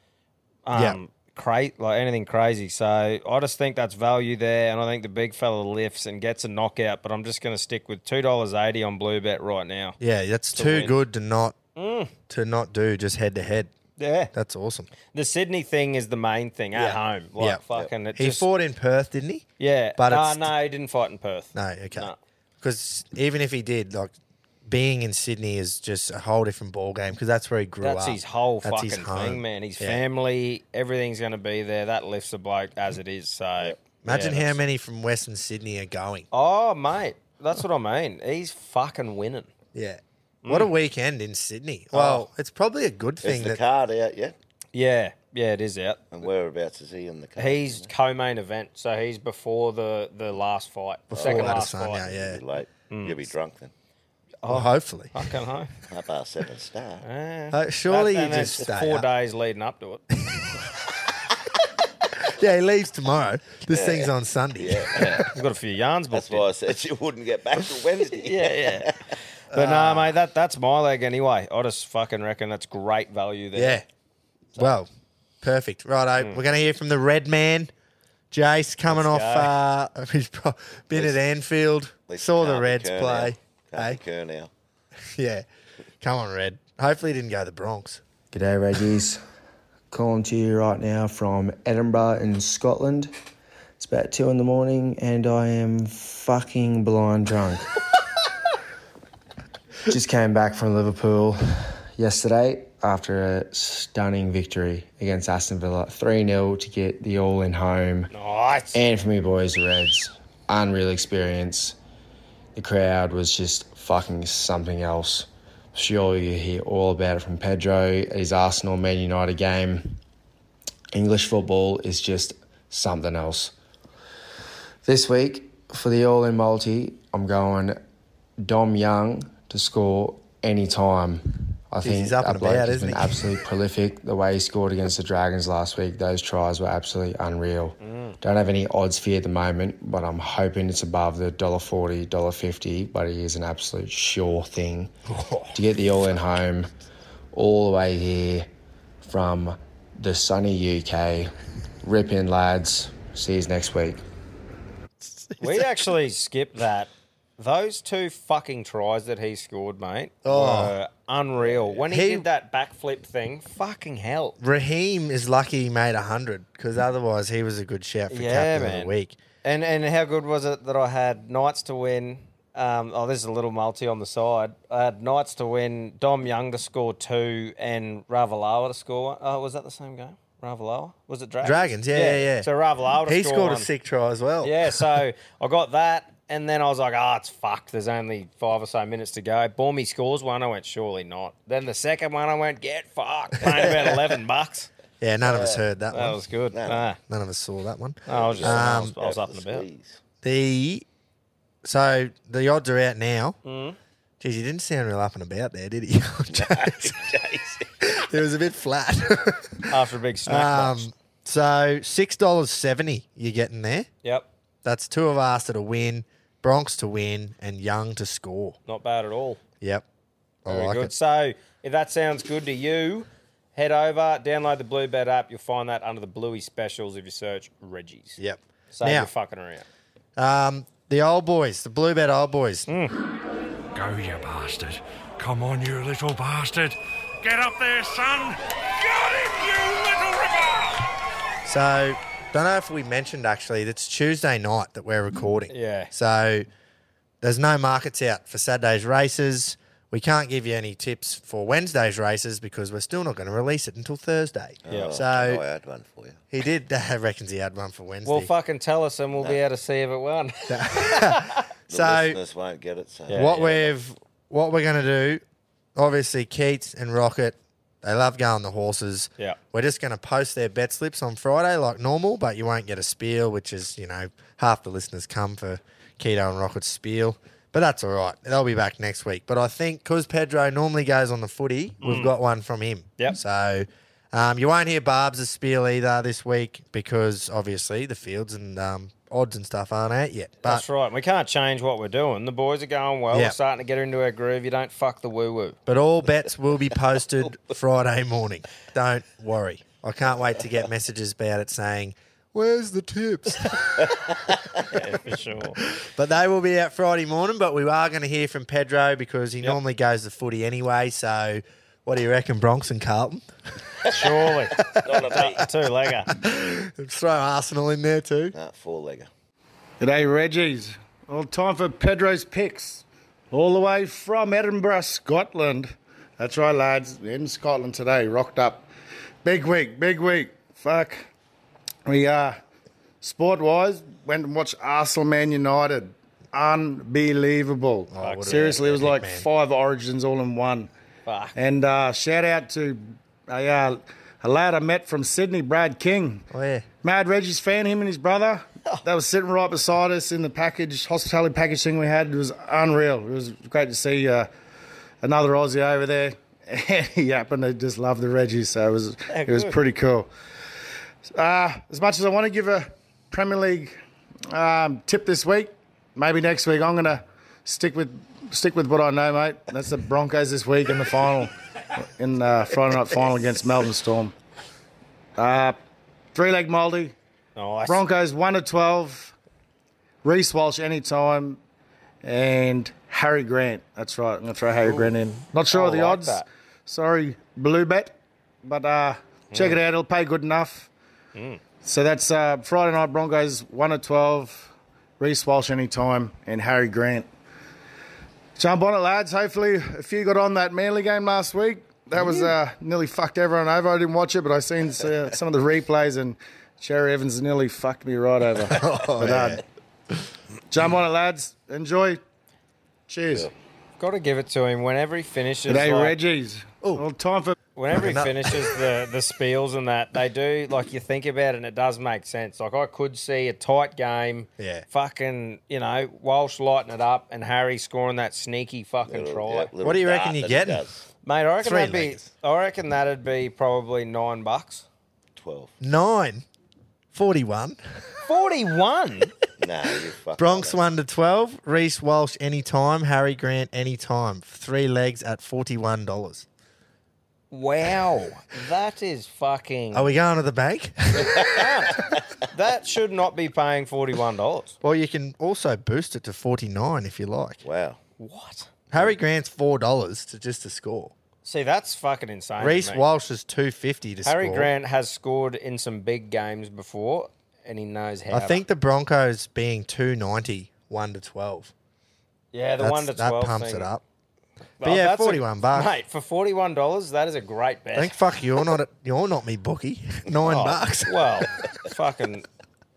B: um
A: Yeah.
B: cra- like anything crazy. So I just think that's value there, and I think the big fella lifts and gets a knockout. But I'm just going to stick with two dollars eighty on blue bet right now.
A: Yeah, that's
B: To
A: too
B: win.
A: good to not
B: Mm.
A: to not do just head to head.
B: Yeah,
A: that's awesome.
B: The Sydney thing is the main thing at home. Like
A: Yeah.
B: fucking, it
A: he
B: just,
A: fought in Perth, didn't he?
B: Yeah,
A: but
B: but uh,
A: it's
B: no, he didn't fight in Perth.
A: No, okay. Because even if he did, like being in Sydney is just a whole different ball game because that's where he grew
B: That's
A: up.
B: his whole
A: That's
B: fucking
A: his home.
B: thing, man. His
A: Yeah.
B: family, everything's going to be there. That lifts a bloke as it is. So
A: Imagine how
B: yeah, that's-
A: many from Western Sydney are going.
B: Oh, mate, that's what I mean. He's fucking winning.
A: Yeah.
B: Mm.
A: What a weekend in Sydney. Well,
B: Oh.
A: it's probably a good
E: is
A: thing
E: the
A: that
E: card out yet?
B: Yeah, yeah, it is out.
E: And whereabouts is he in the card?
B: He's co-main event, so he's before the the last fight,
E: Before
B: second
E: that
B: last
E: Adesanya,
B: fight.
E: You'll be late.
B: Hmm.
E: You'll be drunk then.
A: Well, hopefully.
B: Fucking hope.
E: Half past seven star.
B: Oh, Yeah.
A: Uh, surely
B: That- and
A: you just
B: that's
A: stay
B: four
A: up.
B: days leading up to it.
A: yeah, he leaves tomorrow. This
B: Yeah.
A: thing's on Sunday.
B: I've got a few yarns booked.
E: That's why I said you wouldn't get back till Wednesday.
B: yeah, yeah. But
A: Ah.
B: no, mate, that that's my leg anyway. I just fucking reckon that's great value there.
A: Yeah. Well, perfect. Righto. We're going to hear from the red man, Jace, coming
B: Hmm. Let's
A: off. Uh, he's pro- been at Anfield, saw the Reds play. eh?
E: Hey, Kernow.
A: Yeah. Come on, Red. Hopefully, he didn't go to the Bronx.
K: G'day, Reggies. Calling to you right now from Edinburgh in Scotland. It's about two in the morning and I am fucking blind drunk. Just came back from Liverpool yesterday after a stunning victory against Aston Villa 3 0 to get the all in home.
B: Oh, Nice.
K: And for me, boys, the Reds, unreal experience. The crowd was just fucking something else. Surely you hear all about it from Pedro at his Arsenal Man United game. English football is just something else. This week, for the all in multi, I'm going Dom Young to score any time. I
A: Jeez,
K: think
A: he's up
K: that
A: and
K: bloke
A: about,
K: has
A: isn't
K: been
A: he?
K: absolutely prolific. The way he scored against the Dragons last week, those tries were absolutely unreal.
L: Mm.
K: Don't have any odds for you at the moment, but I'm hoping it's above the $1.40, $1.50, but it is an absolute sure thing to get the all in home all the way here from the sunny UK. Rip in, lads. See you next week.
B: We'd actually skip that. Those two fucking tries that he scored, mate,
A: Oh.
B: were unreal. When he,
A: He-
B: did that backflip thing, fucking hell.
A: Raheem is lucky he made 100 because otherwise he was a good shout for
B: Yeah,
A: captain of
B: man.
A: the week.
B: And and how good was it that I had Knights to win, Um, oh, this is a little multi on the side. I had Knights to win, Dom Young to score two, and Ravalawa to score one. Oh, was that the same game? Ravalawa? Was it Dragons?
A: Dragons, yeah, yeah, yeah.
B: So Ravalawa to
A: He
B: score
A: scored
B: one.
A: a sick try as well.
B: Yeah, so I got that, and then I was like, oh, it's fucked. There's only five or so minutes to go. Bormy scores one. I went, surely not. Then the second one, I went, get fucked. Paying about 11 bucks.
A: Yeah, none of us heard that,
B: That
A: one.
B: was good. Nah.
A: None of us saw that one.
B: No, I was just- I was- I was
A: Um,
B: up and about.
A: The so the odds are out now.
B: Mm.
A: Geez, you didn't sound real up and about there, did he? it was a bit flat. Um,
B: After a big snack box.
A: so six dollars seventy you're getting there.
B: Yep.
A: That's two of Arthur to win, Bronx to win, and Young to score.
B: Not bad at all.
A: Yep. I
B: Very
A: like
B: good.
A: it.
B: So if that sounds good to you, head over, download the Blue Bet app. You'll find that under the Bluey specials if you search Reggie's.
A: Yep.
B: Save
A: Now-
B: your fucking around.
A: Um, the old boys, the blue bed old boys.
J: Go, you bastard. Come on, you little bastard. Get up there, son. Got him, you little river.
A: So, don't know if we mentioned actually, it's Tuesday night that we're recording.
B: Yeah.
A: So, there's no markets out for Saturday's races. We can't give you any tips for Wednesday's races because we're still not going to release it until Thursday.
B: Yeah.
A: So,
E: Oh, I had one for you.
A: He did. I reckons he had one for Wednesday.
B: Well, fucking tell us and we'll be able to see if it won.
E: The
A: So-
E: listeners won't get it. So
A: what we've what we're going to do, obviously Keats and Rocket, they love going the horses.
B: Yeah.
A: We're just going to post their bet slips on Friday like normal, but you won't get a spiel, which is you know half the listeners come for Keto and Rocket's spiel. But that's all right. They'll be back next week. But I think because Pedro normally goes on the footy, we've
B: Mm.
A: got one from him. Yep. So um, you won't hear Barb's spiel either this week because obviously the fields and um, odds and stuff aren't out yet.
L: Uh,
A: But
B: That's right. We can't change what we're doing. The boys are going well.
A: Yeah.
B: We're starting to get into our groove. You don't fuck the woo woo.
A: But all bets will be posted Friday morning. Don't worry. I can't wait to get messages about it saying, Where's the tips?
B: Yeah, for sure.
A: but they will be out Friday morning. But we are going to hear from Pedro because he
B: Yep.
A: normally goes the footy anyway. So, what do you reckon, Bronx and Carlton?
B: Surely. Two legger.
A: Throw Arsenal in there too.
E: four legger.
L: G'day, Reggie's. Well, time for Pedro's picks. All the way from Edinburgh, Scotland. That's right, lads. We're in Scotland today, rocked up. Big week, big week. Fuck. We, uh, sport wise, went and watched Arsenal Man United. Unbelievable.
J: Oh, what a
L: Seriously, it was like
J: epic, man.
L: five origins all in one. And uh, shout out to a, uh, a lad I met from Sydney, Brad King.
A: Oh, yeah.
L: Mad Reggie's fan, him and his brother. They were sitting right beside us in the package, hospitality package thing we had. It was unreal. It was great to see uh, another Aussie over there. he happened to just love the Reggie, so it was
J: Yeah,
L: it was
J: good.
L: pretty cool. Uh, as much as I want to give a Premier League um, tip this week, maybe next week I'm gonna stick with stick with what I know, mate. That's the Broncos this week in the final, in the Friday night final against Melbourne Storm. Uh, three leg Moldy.
B: Nice.
L: Broncos one to twelve. Reese Walsh anytime, and Harry Grant. That's right. I'm gonna throw Harry
J: Ooh.
L: Grant in. Not sure
J: I
L: of the
J: like
L: odds.
J: that.
L: Sorry, blue bet, but uh, check it
J: Mm.
L: out. It'll pay good enough. So that's uh, Friday night Broncos one to twelve. Reese Walsh anytime and Harry Grant. Jump on it, lads. Hopefully, a few got on that Manly game last week. That was uh, nearly fucked everyone over. I didn't watch it, but I seen uh, some of the replays, and Cherry Evans nearly fucked me right over. But, uh, jump on it, lads. Enjoy. Cheers.
B: Got to give it to him. Whenever he finishes,
L: G'day,
B: like-
L: Reggie's. Oh, time for
B: Whenever he
L: Fucking up.
B: finishes the, the spiels and that, they do, like, you think about it and it does make sense. Like, I could see a tight game.
A: Yeah.
B: Fucking, you know, Walsh lighting it up and Harry scoring that sneaky fucking try.
A: yeah, little What do you reckon dart you're that he getting? does.
B: Mate, I reckon,
A: Three
B: that'd be, I reckon that'd be probably nine bucks.
E: 12.
A: Nine. 41.
B: 41?
E: no, you fuck.
A: Bronx 1 to 12. Reese Walsh anytime. Harry Grant anytime. Three legs at $41.
B: Wow. That is fucking.
A: Are we going to the bank?
B: That should not be paying $41.
A: Well, you can also boost it to 49 if you like.
E: Wow.
B: What?
A: Harry Grant's $4 to just to score.
B: See, that's fucking insane. to
A: Reese
B: me.
A: Walsh is 250 to
B: Harry
A: score.
B: Grant has scored in some big games before, and he knows how.
A: I think the Broncos being 290, 1 to 12.
B: Yeah, the
A: That's-
B: one to
A: that
B: twelve
A: pumps
B: thing.
A: it up. But
B: Well,
A: yeah,
B: that's a-
A: forty-one bucks.
B: mate. For forty-one dollars, that is a great bet.
A: Thank fuck you're not a, you're not me bookie. Nine
B: Oh,
A: bucks.
B: well, fucking,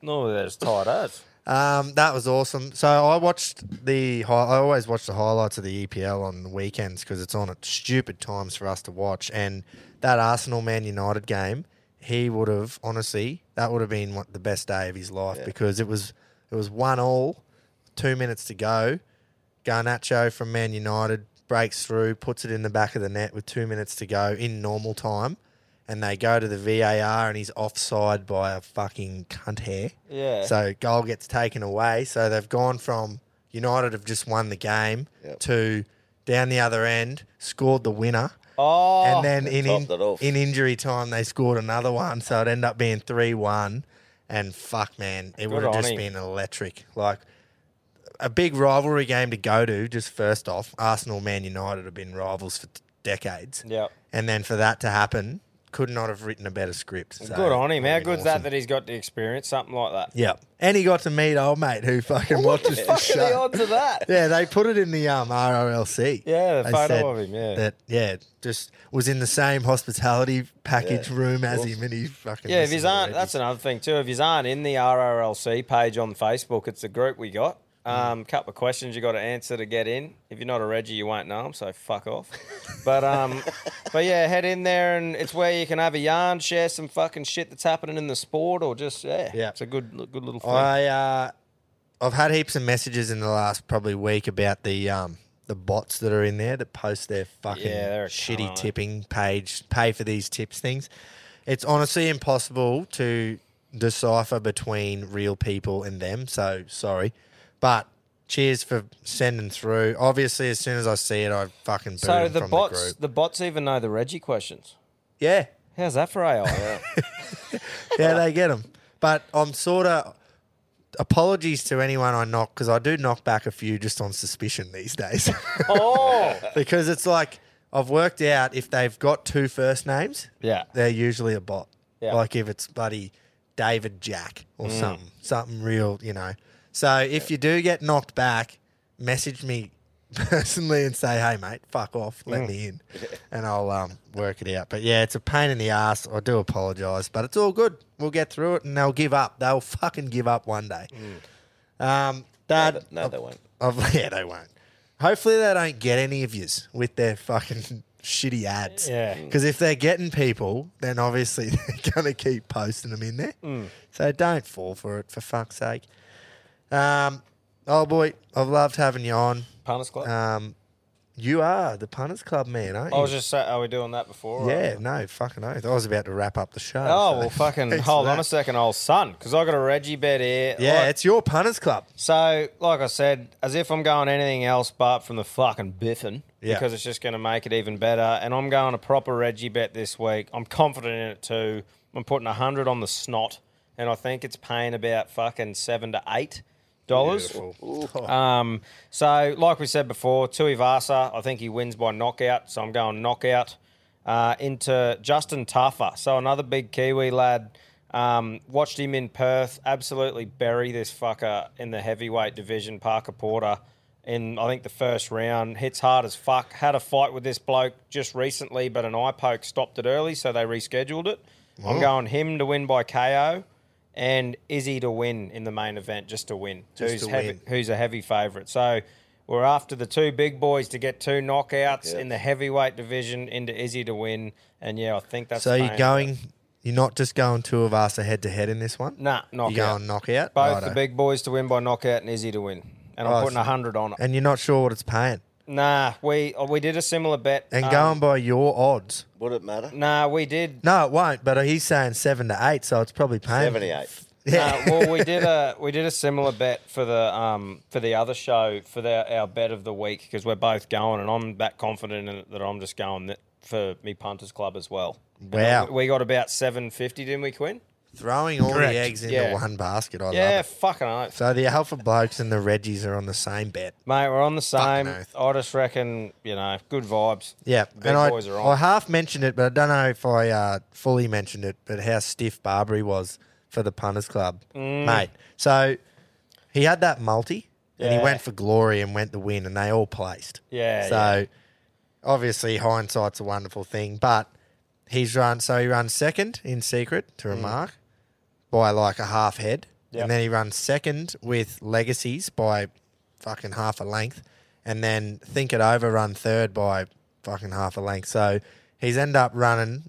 B: normally there's tight as.
A: Um, that was awesome. So I watched the. hi- I always watch the highlights of the EPL on the weekends because it's on at stupid times for us to watch. And that Arsenal Man United game, he would have honestly that would have been what, the best day of his life
M: Yeah.
A: because it was it was one all, two minutes to go. Garnacho from Man United breaks through, puts it in the back of the net with two minutes to go in normal time, and they go to the VAR and he's offside by a fucking cunt hair.
B: Yeah.
A: So goal gets taken away. So they've gone from United have just won the game
E: Yep.
A: to down the other end, scored the winner.
B: Oh,
A: and then in, in,
E: Topped it off.
A: in injury time, they scored another one. So it ended up being 3 1. And fuck, man, it
B: Good
A: would have
B: on
A: just
B: him.
A: been electric. Like a big rivalry game to go to, just first off. Arsenal, Man United have been rivals for t- decades.
B: Yep.
A: And then for that to happen, could not have written a better script. So,
B: Good on him. How
A: I mean,
B: good's
A: awesome.
B: that that he's got to experience something like that?
A: Yep. And he got to meet old mate who fucking watches
B: Fuck
A: the
B: are the
A: show.
B: odds of that?
A: Yeah, they put it in the um, ROLC.
B: Yeah, the
A: They
B: photo
A: said
B: of him, yeah.
A: That yeah, just was in the same hospitality package
B: Yeah.
A: room as
B: Awesome.
A: him, and he fucking
B: Yeah, if
A: listened
B: yous
A: to
B: aren't,
A: Reggie.
B: that's another thing too. If yous aren't in the RRLC page on Facebook, it's the group we got.
A: Mm.
B: Um, couple of questions you got to answer to get in. If you're not a Reggie, you won't know 'em, so fuck off. But um, but yeah, head in there and it's where you can have a yarn, share some fucking shit that's happening in the sport, or just yeah,
A: Yeah.
B: it's a good good little thing.
A: I uh, I've had heaps of messages in the last probably week about the um the bots that are in there that post their fucking
B: Yeah, they're a cunt,
A: shitty
B: aren't they?
A: tipping page, pay for these tips things. It's honestly impossible to decipher between real people and them. So sorry, but cheers for sending through. Obviously, as soon as I see it, I fucking boot
B: so
A: 'em
B: the
A: from the
B: bots,
A: group.
B: the, bots even know the Reggie questions.
A: Yeah,
B: how's that for AI? Yeah.
A: yeah, they get them. But I'm sort of apologies to anyone I knock because I do knock back a few just on suspicion these days.
B: oh,
A: because it's like I've worked out if they've got two first names,
B: Yeah.
A: they're usually a bot.
B: Yeah.
A: Like if it's bloody David Jack or
B: Mm.
A: something, something real, you know. So if you do get knocked back, message me personally and say, "Hey, mate, fuck off, let
B: Mm.
A: me in," and I'll um, work it out. But yeah, it's a pain in the ass. I do apologise, but it's all good. We'll get through it, and they'll give up. They'll fucking give up one day.
B: Mm.
A: Um, Dad,
E: No, they won't.
A: I've, yeah, they won't. Hopefully, they don't get any of yous with their fucking shitty ads.
B: Yeah. Mm.
A: Because if they're getting people, then obviously they're going to keep posting them in there.
B: Mm.
A: So don't fall for it, for fuck's sake. Um, oh, boy, I've loved having you on.
B: Punters Club?
A: Um, you are the Punters Club man, aren't you?
B: I was just saying, are we doing that before? or-
A: Yeah, no, fucking oath. I was about to wrap up the show.
B: Oh
A: so
B: well, fucking
A: thanks
B: hold
A: for
B: on a
A: that.
B: second, old son, because I got a Reggie bet here.
A: Yeah,
B: Like-
A: it's your Punters Club.
B: so like I said, as if I'm going anything else but from the fucking biffin,
A: Yeah.
B: because it's just going to make it even better. And I'm going a proper Reggie bet this week. I'm confident in it too. I'm putting hundred on the snot, and I think it's paying about fucking seven to eight dollars. Um, so, like we said before, Tui Vasa, I think he wins by knockout. So I'm going knockout uh, into Justin Taffa. So another big Kiwi lad. Um, watched him in Perth absolutely bury this fucker in the heavyweight division, Parker Porter, in I think the first round. Hits hard as fuck. Had a fight with this bloke just recently, but an eye poke stopped it early, so they rescheduled it. I'm
N: Wow.
B: going him to win by KO and Izzy to win in the main event, just to win.
N: Just
B: who's
N: to
B: heavy,
N: win.
B: who's a heavy favourite. So we're after the two big boys to get two knockouts in the heavyweight division into Izzy to win. And yeah, I think that's
A: so you're
B: paying.
A: going, you're not just going two of us head to head in this one?
B: Nah, knockout.
A: You're going knockout?
B: Both
A: Righto.
B: the big boys to win by knockout and Izzy to win. And I'm
A: Oh,
B: putting
A: so-
B: a hundred on it.
A: And you're not sure what it's paying.
B: Nah, we we did a similar bet.
A: And
B: um,
A: going by your odds.
E: Would it matter?
B: Nah, we did.
A: No, it won't, but he's saying seven to eight, so it's probably paying.
B: Yeah. Uh, well, we did a we did a similar bet for the um for the other show for the, our bet of the week because we're both going, and I'm that confident in it that I'm just going that for me punters club as well. And
A: Wow.
B: we- we got about seven fifty, didn't we, Quinn?
A: Throwing all
B: Correct.
A: the eggs into
B: Yeah.
A: one basket. I
B: yeah,
A: love
B: fucking oath.
A: it. So the Alpha Blokes and the Reggies are on the same bet.
B: Mate, we're on the same. I just reckon, you know, good vibes.
A: Yeah.
B: Big
A: and I,
B: boys are on.
A: I half mentioned it, but I don't know if I uh, fully mentioned it, but how stiff Barbary was for the Punters Club,
B: Mm.
A: mate. So he had that multi. And he
B: Yeah.
A: went for glory and went the win, and they all placed.
B: Yeah,
A: So obviously, hindsight's a wonderful thing, but he's run, so he runs second in secret
B: Mm.
A: to remark by like a half head.
B: Yep.
A: And then he runs second with legacies by fucking half a length. And then think it over, run third by fucking half a length. So he's end up running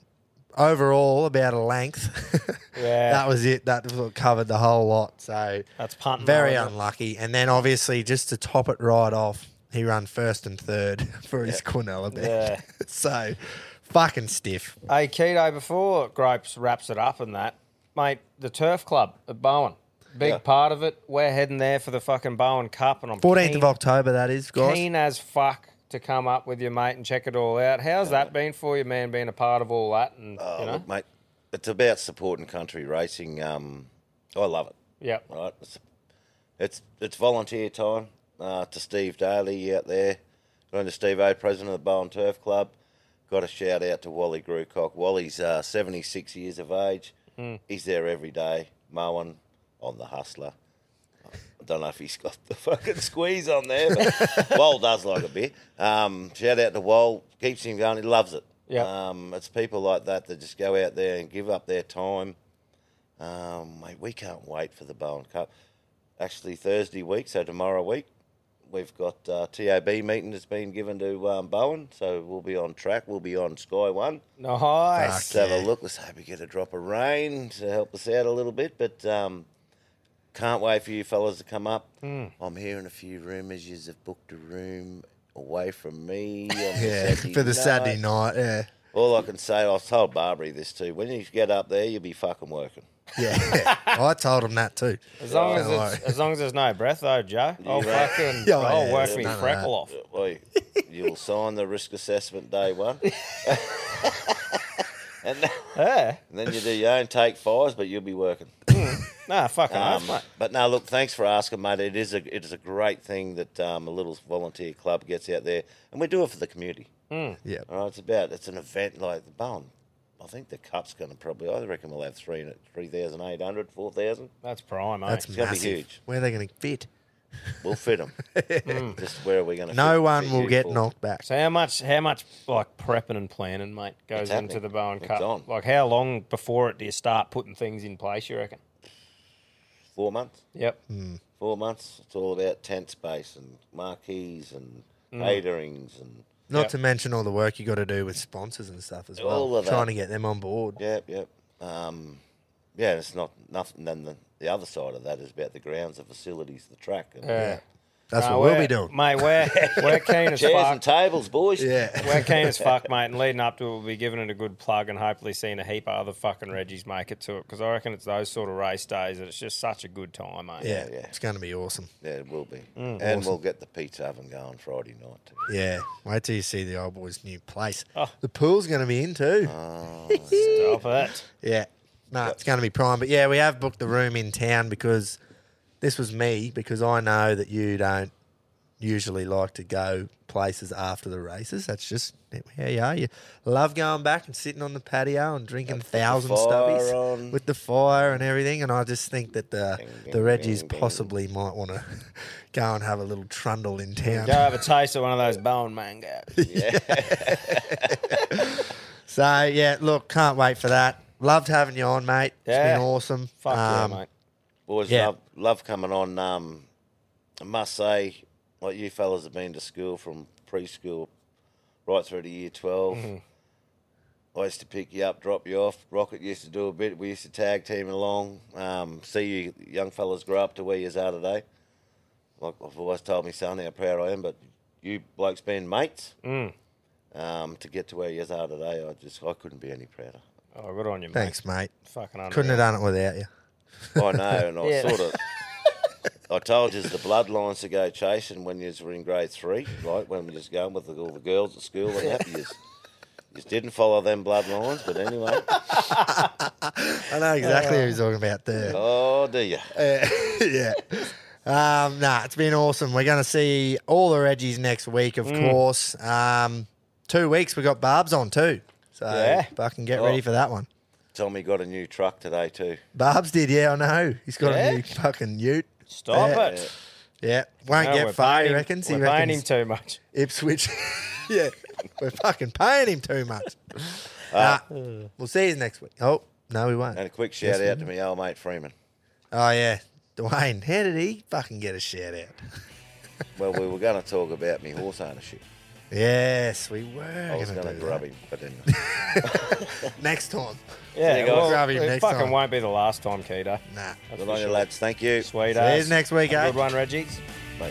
A: overall about a length.
B: Yeah.
A: that was it. That was what covered the whole lot. So
B: that's punting.
A: very
B: though, isn't it?
A: unlucky. And then obviously just to top it right off, he run first and third for his Cornella band.
B: Yeah.
A: so fucking stiff.
B: Aikido before Gripes wraps it up and that, mate, the turf club at Bowen. Big
A: Yeah.
B: part of it. We're heading there for the fucking Bowen Cup and I'm
A: 14th
B: keen,
A: of October, that is, guys.
B: keen as fuck to come up with you, mate, and check it all out. How's that been for you, man, being a part of all that and
E: Oh,
B: you know?
E: look, mate, it's about supporting country racing. Um, I love it.
B: Yep.
E: Right. It's it's, it's volunteer time. Uh, to Steve Daly out there, going to Steve O, president of the Bowen Turf Club. Got a shout out to Wally Grucock. Wally's uh, 76 years of age.
B: Mm.
E: He's there every day mowing on the hustler. I don't know if he's got the fucking squeeze on there, but Wall does like a bit. Um, shout out to Wall, keeps him going. He loves it.
B: Yep.
E: Um, it's people like that that just go out there and give up their time. Um, mate, we can't wait for the Bowen Cup. Actually, Thursday week, so tomorrow week, we've got uh, TAB meeting that's been given to um, Bowen, so we'll be on track. We'll be on Sky One.
B: Nice.
E: Let's have a look. Let's hope we get a drop of rain to help us out a little bit. But um, can't wait for you fellas to come up.
A: Hmm.
B: Mm.
E: I'm hearing a few rumours you have booked a room away from me. On
A: Yeah,
E: the
A: for the Saturday night, yeah.
E: All I can say, I've told Barbary this too. When you get up there, you'll be fucking working.
A: Yeah. I told him that too.
B: As long as
A: Don't
B: it's,
A: worry.
B: as long as there's no breath though, Joe, I'll
E: Yeah.
B: fucking
A: Yeah,
B: I'll
A: yeah,
B: work
A: there's
B: me
A: none of
B: freckle off.
E: that. Well, you'll sign the risk assessment day one. and, then, and then you do your own take fives, but you'll be working.
B: Nah, fucking
E: Um,
B: oath, mate.
E: but no, look, thanks for asking, mate. It is a it is a great thing that um, a little volunteer club gets out there, and we do it for the community.
B: Mm.
A: Yeah.
E: All right, it's about it's an event like the Bowen. I think the cup's going to probably. I reckon we'll have three three thousand eight hundred, four thousand.
B: That's prime, mate.
A: That's
E: it's going to
A: massive.
E: be huge. Hmm.
A: Where are they going to fit?
E: We'll fit them. Just where are we going to?
A: Hmm. No one will get knocked back.
B: So how much how much like prepping and planning, mate, goes
E: It's
B: into
E: happening.
B: the Bowen
E: It's
B: Cup?
E: on.
B: Like how long before it do you start putting things in place, you reckon?
E: Four months.
B: Yep.
E: Four months. It's all about tent space and marquees and
A: Mm.
E: caterings and
A: Not to mention all the work you got to do with sponsors and stuff as well.
E: All of that.
A: Trying to get them on board.
E: Yep, yep. Um, yeah, it's not nothing. Then the, the other side of that is about the grounds, the facilities, the track. And
B: Yeah.
A: That's
B: Nah,
A: what we'll
B: we're-
A: be doing.
B: Mate, we're we're keen as
E: Chairs
B: fuck.
E: and tables, boys. Yeah.
B: We're keen as fuck, mate, and leading up to it, we'll be giving it a good plug and hopefully seeing a heap of other fucking Reggies make it to it because I reckon it's those sort of race days that it's just such a good time, mate.
A: Yeah, it's going to be awesome.
E: Yeah, it will be.
B: Mm.
E: and
A: Awesome.
E: we'll get the pizza oven going Friday night. Too.
A: Yeah, wait till you see the old boy's new place.
E: Oh.
A: The pool's going to be in too.
B: stop it.
A: Yeah, no, it's going to be prime. But yeah, we have booked the room in town because this was me because I know that you don't usually like to go places after the races. That's just how you are. You love going back and sitting on the patio and drinking thousand
E: fire
A: stubbies
E: on.
A: with the fire and everything. And I just think that the
E: ding,
A: the Reggies
E: ding, ding.
A: possibly might want to go and have a little trundle in town.
B: Go have a taste of one of those Bowen mangoes.
E: Yeah.
A: So yeah, look, can't wait for that. Loved having you on, mate. It's
E: Yeah.
A: been awesome. Um,
E: Fuck yeah,
B: mate.
E: Boys,
A: Yeah.
E: love, love coming on. Um, I must say, like you fellas have been to school from preschool right through to year 12.
B: Mhm.
E: I used to pick you up, drop you off. Rocket used to do a bit. We used to tag team along. Um, see you young fellas grow up to where you are today. Like I've always told my son how proud I am, but you blokes being mates
B: Mm.
E: um, to get to where you are today, I just I couldn't be any prouder.
B: Oh, good on you, mate.
A: Thanks, mate.
B: Fucking
A: Couldn't have done it without you.
E: I know, and I
B: Yeah.
E: sort of. I told you the bloodlines to go chasing when you were in grade three, right? When we was going with all the girls at school and that. You just, you just didn't follow them bloodlines, but anyway.
A: I know exactly who he's talking about there.
E: Oh, do you?
A: Uh, yeah. Um, nah, it's been awesome. We're going to see all the Reggies next week, of
B: Mm.
A: course. Um, two weeks, we got Barb's on too. So
E: Yeah.
A: fucking get
E: Oh.
A: ready for that one.
E: Tommy got a new truck today too.
A: Barb's did, yeah, I know. He's got
E: Yeah?
A: a new fucking ute.
E: Stop
A: Yeah.
E: it.
A: Yeah, won't
B: No, we're
A: get far.
B: paying
A: He
B: him-
A: reckons. he
B: we're paying
A: reckons
B: him too much.
A: Ipswich. yeah, we're fucking paying him too much.
E: Uh,
A: Nah, we'll see you next week. Oh no, we won't.
E: And a quick
A: Yes,
E: shout
A: we
E: out to
A: will.
E: me old mate Freeman.
A: Oh yeah, Dwayne. How did he fucking get a shout out?
E: Well, we were going to talk about me horse ownership.
A: Yes, we were.
E: I was
A: gonna
E: going to
A: do
E: grub him, but anyway.
A: that. next time.
B: Yeah,
E: guys.
B: well,
E: Grab
A: him
B: it
A: next
B: fucking
A: time.
B: won't be the last time, Keto.
A: Nah.
E: Good on you, lads. Thank you.
B: Sweet
E: See
B: ass.
E: yous next week,
B: Have a
E: eh?
B: Good one, Reggie.
E: Bye.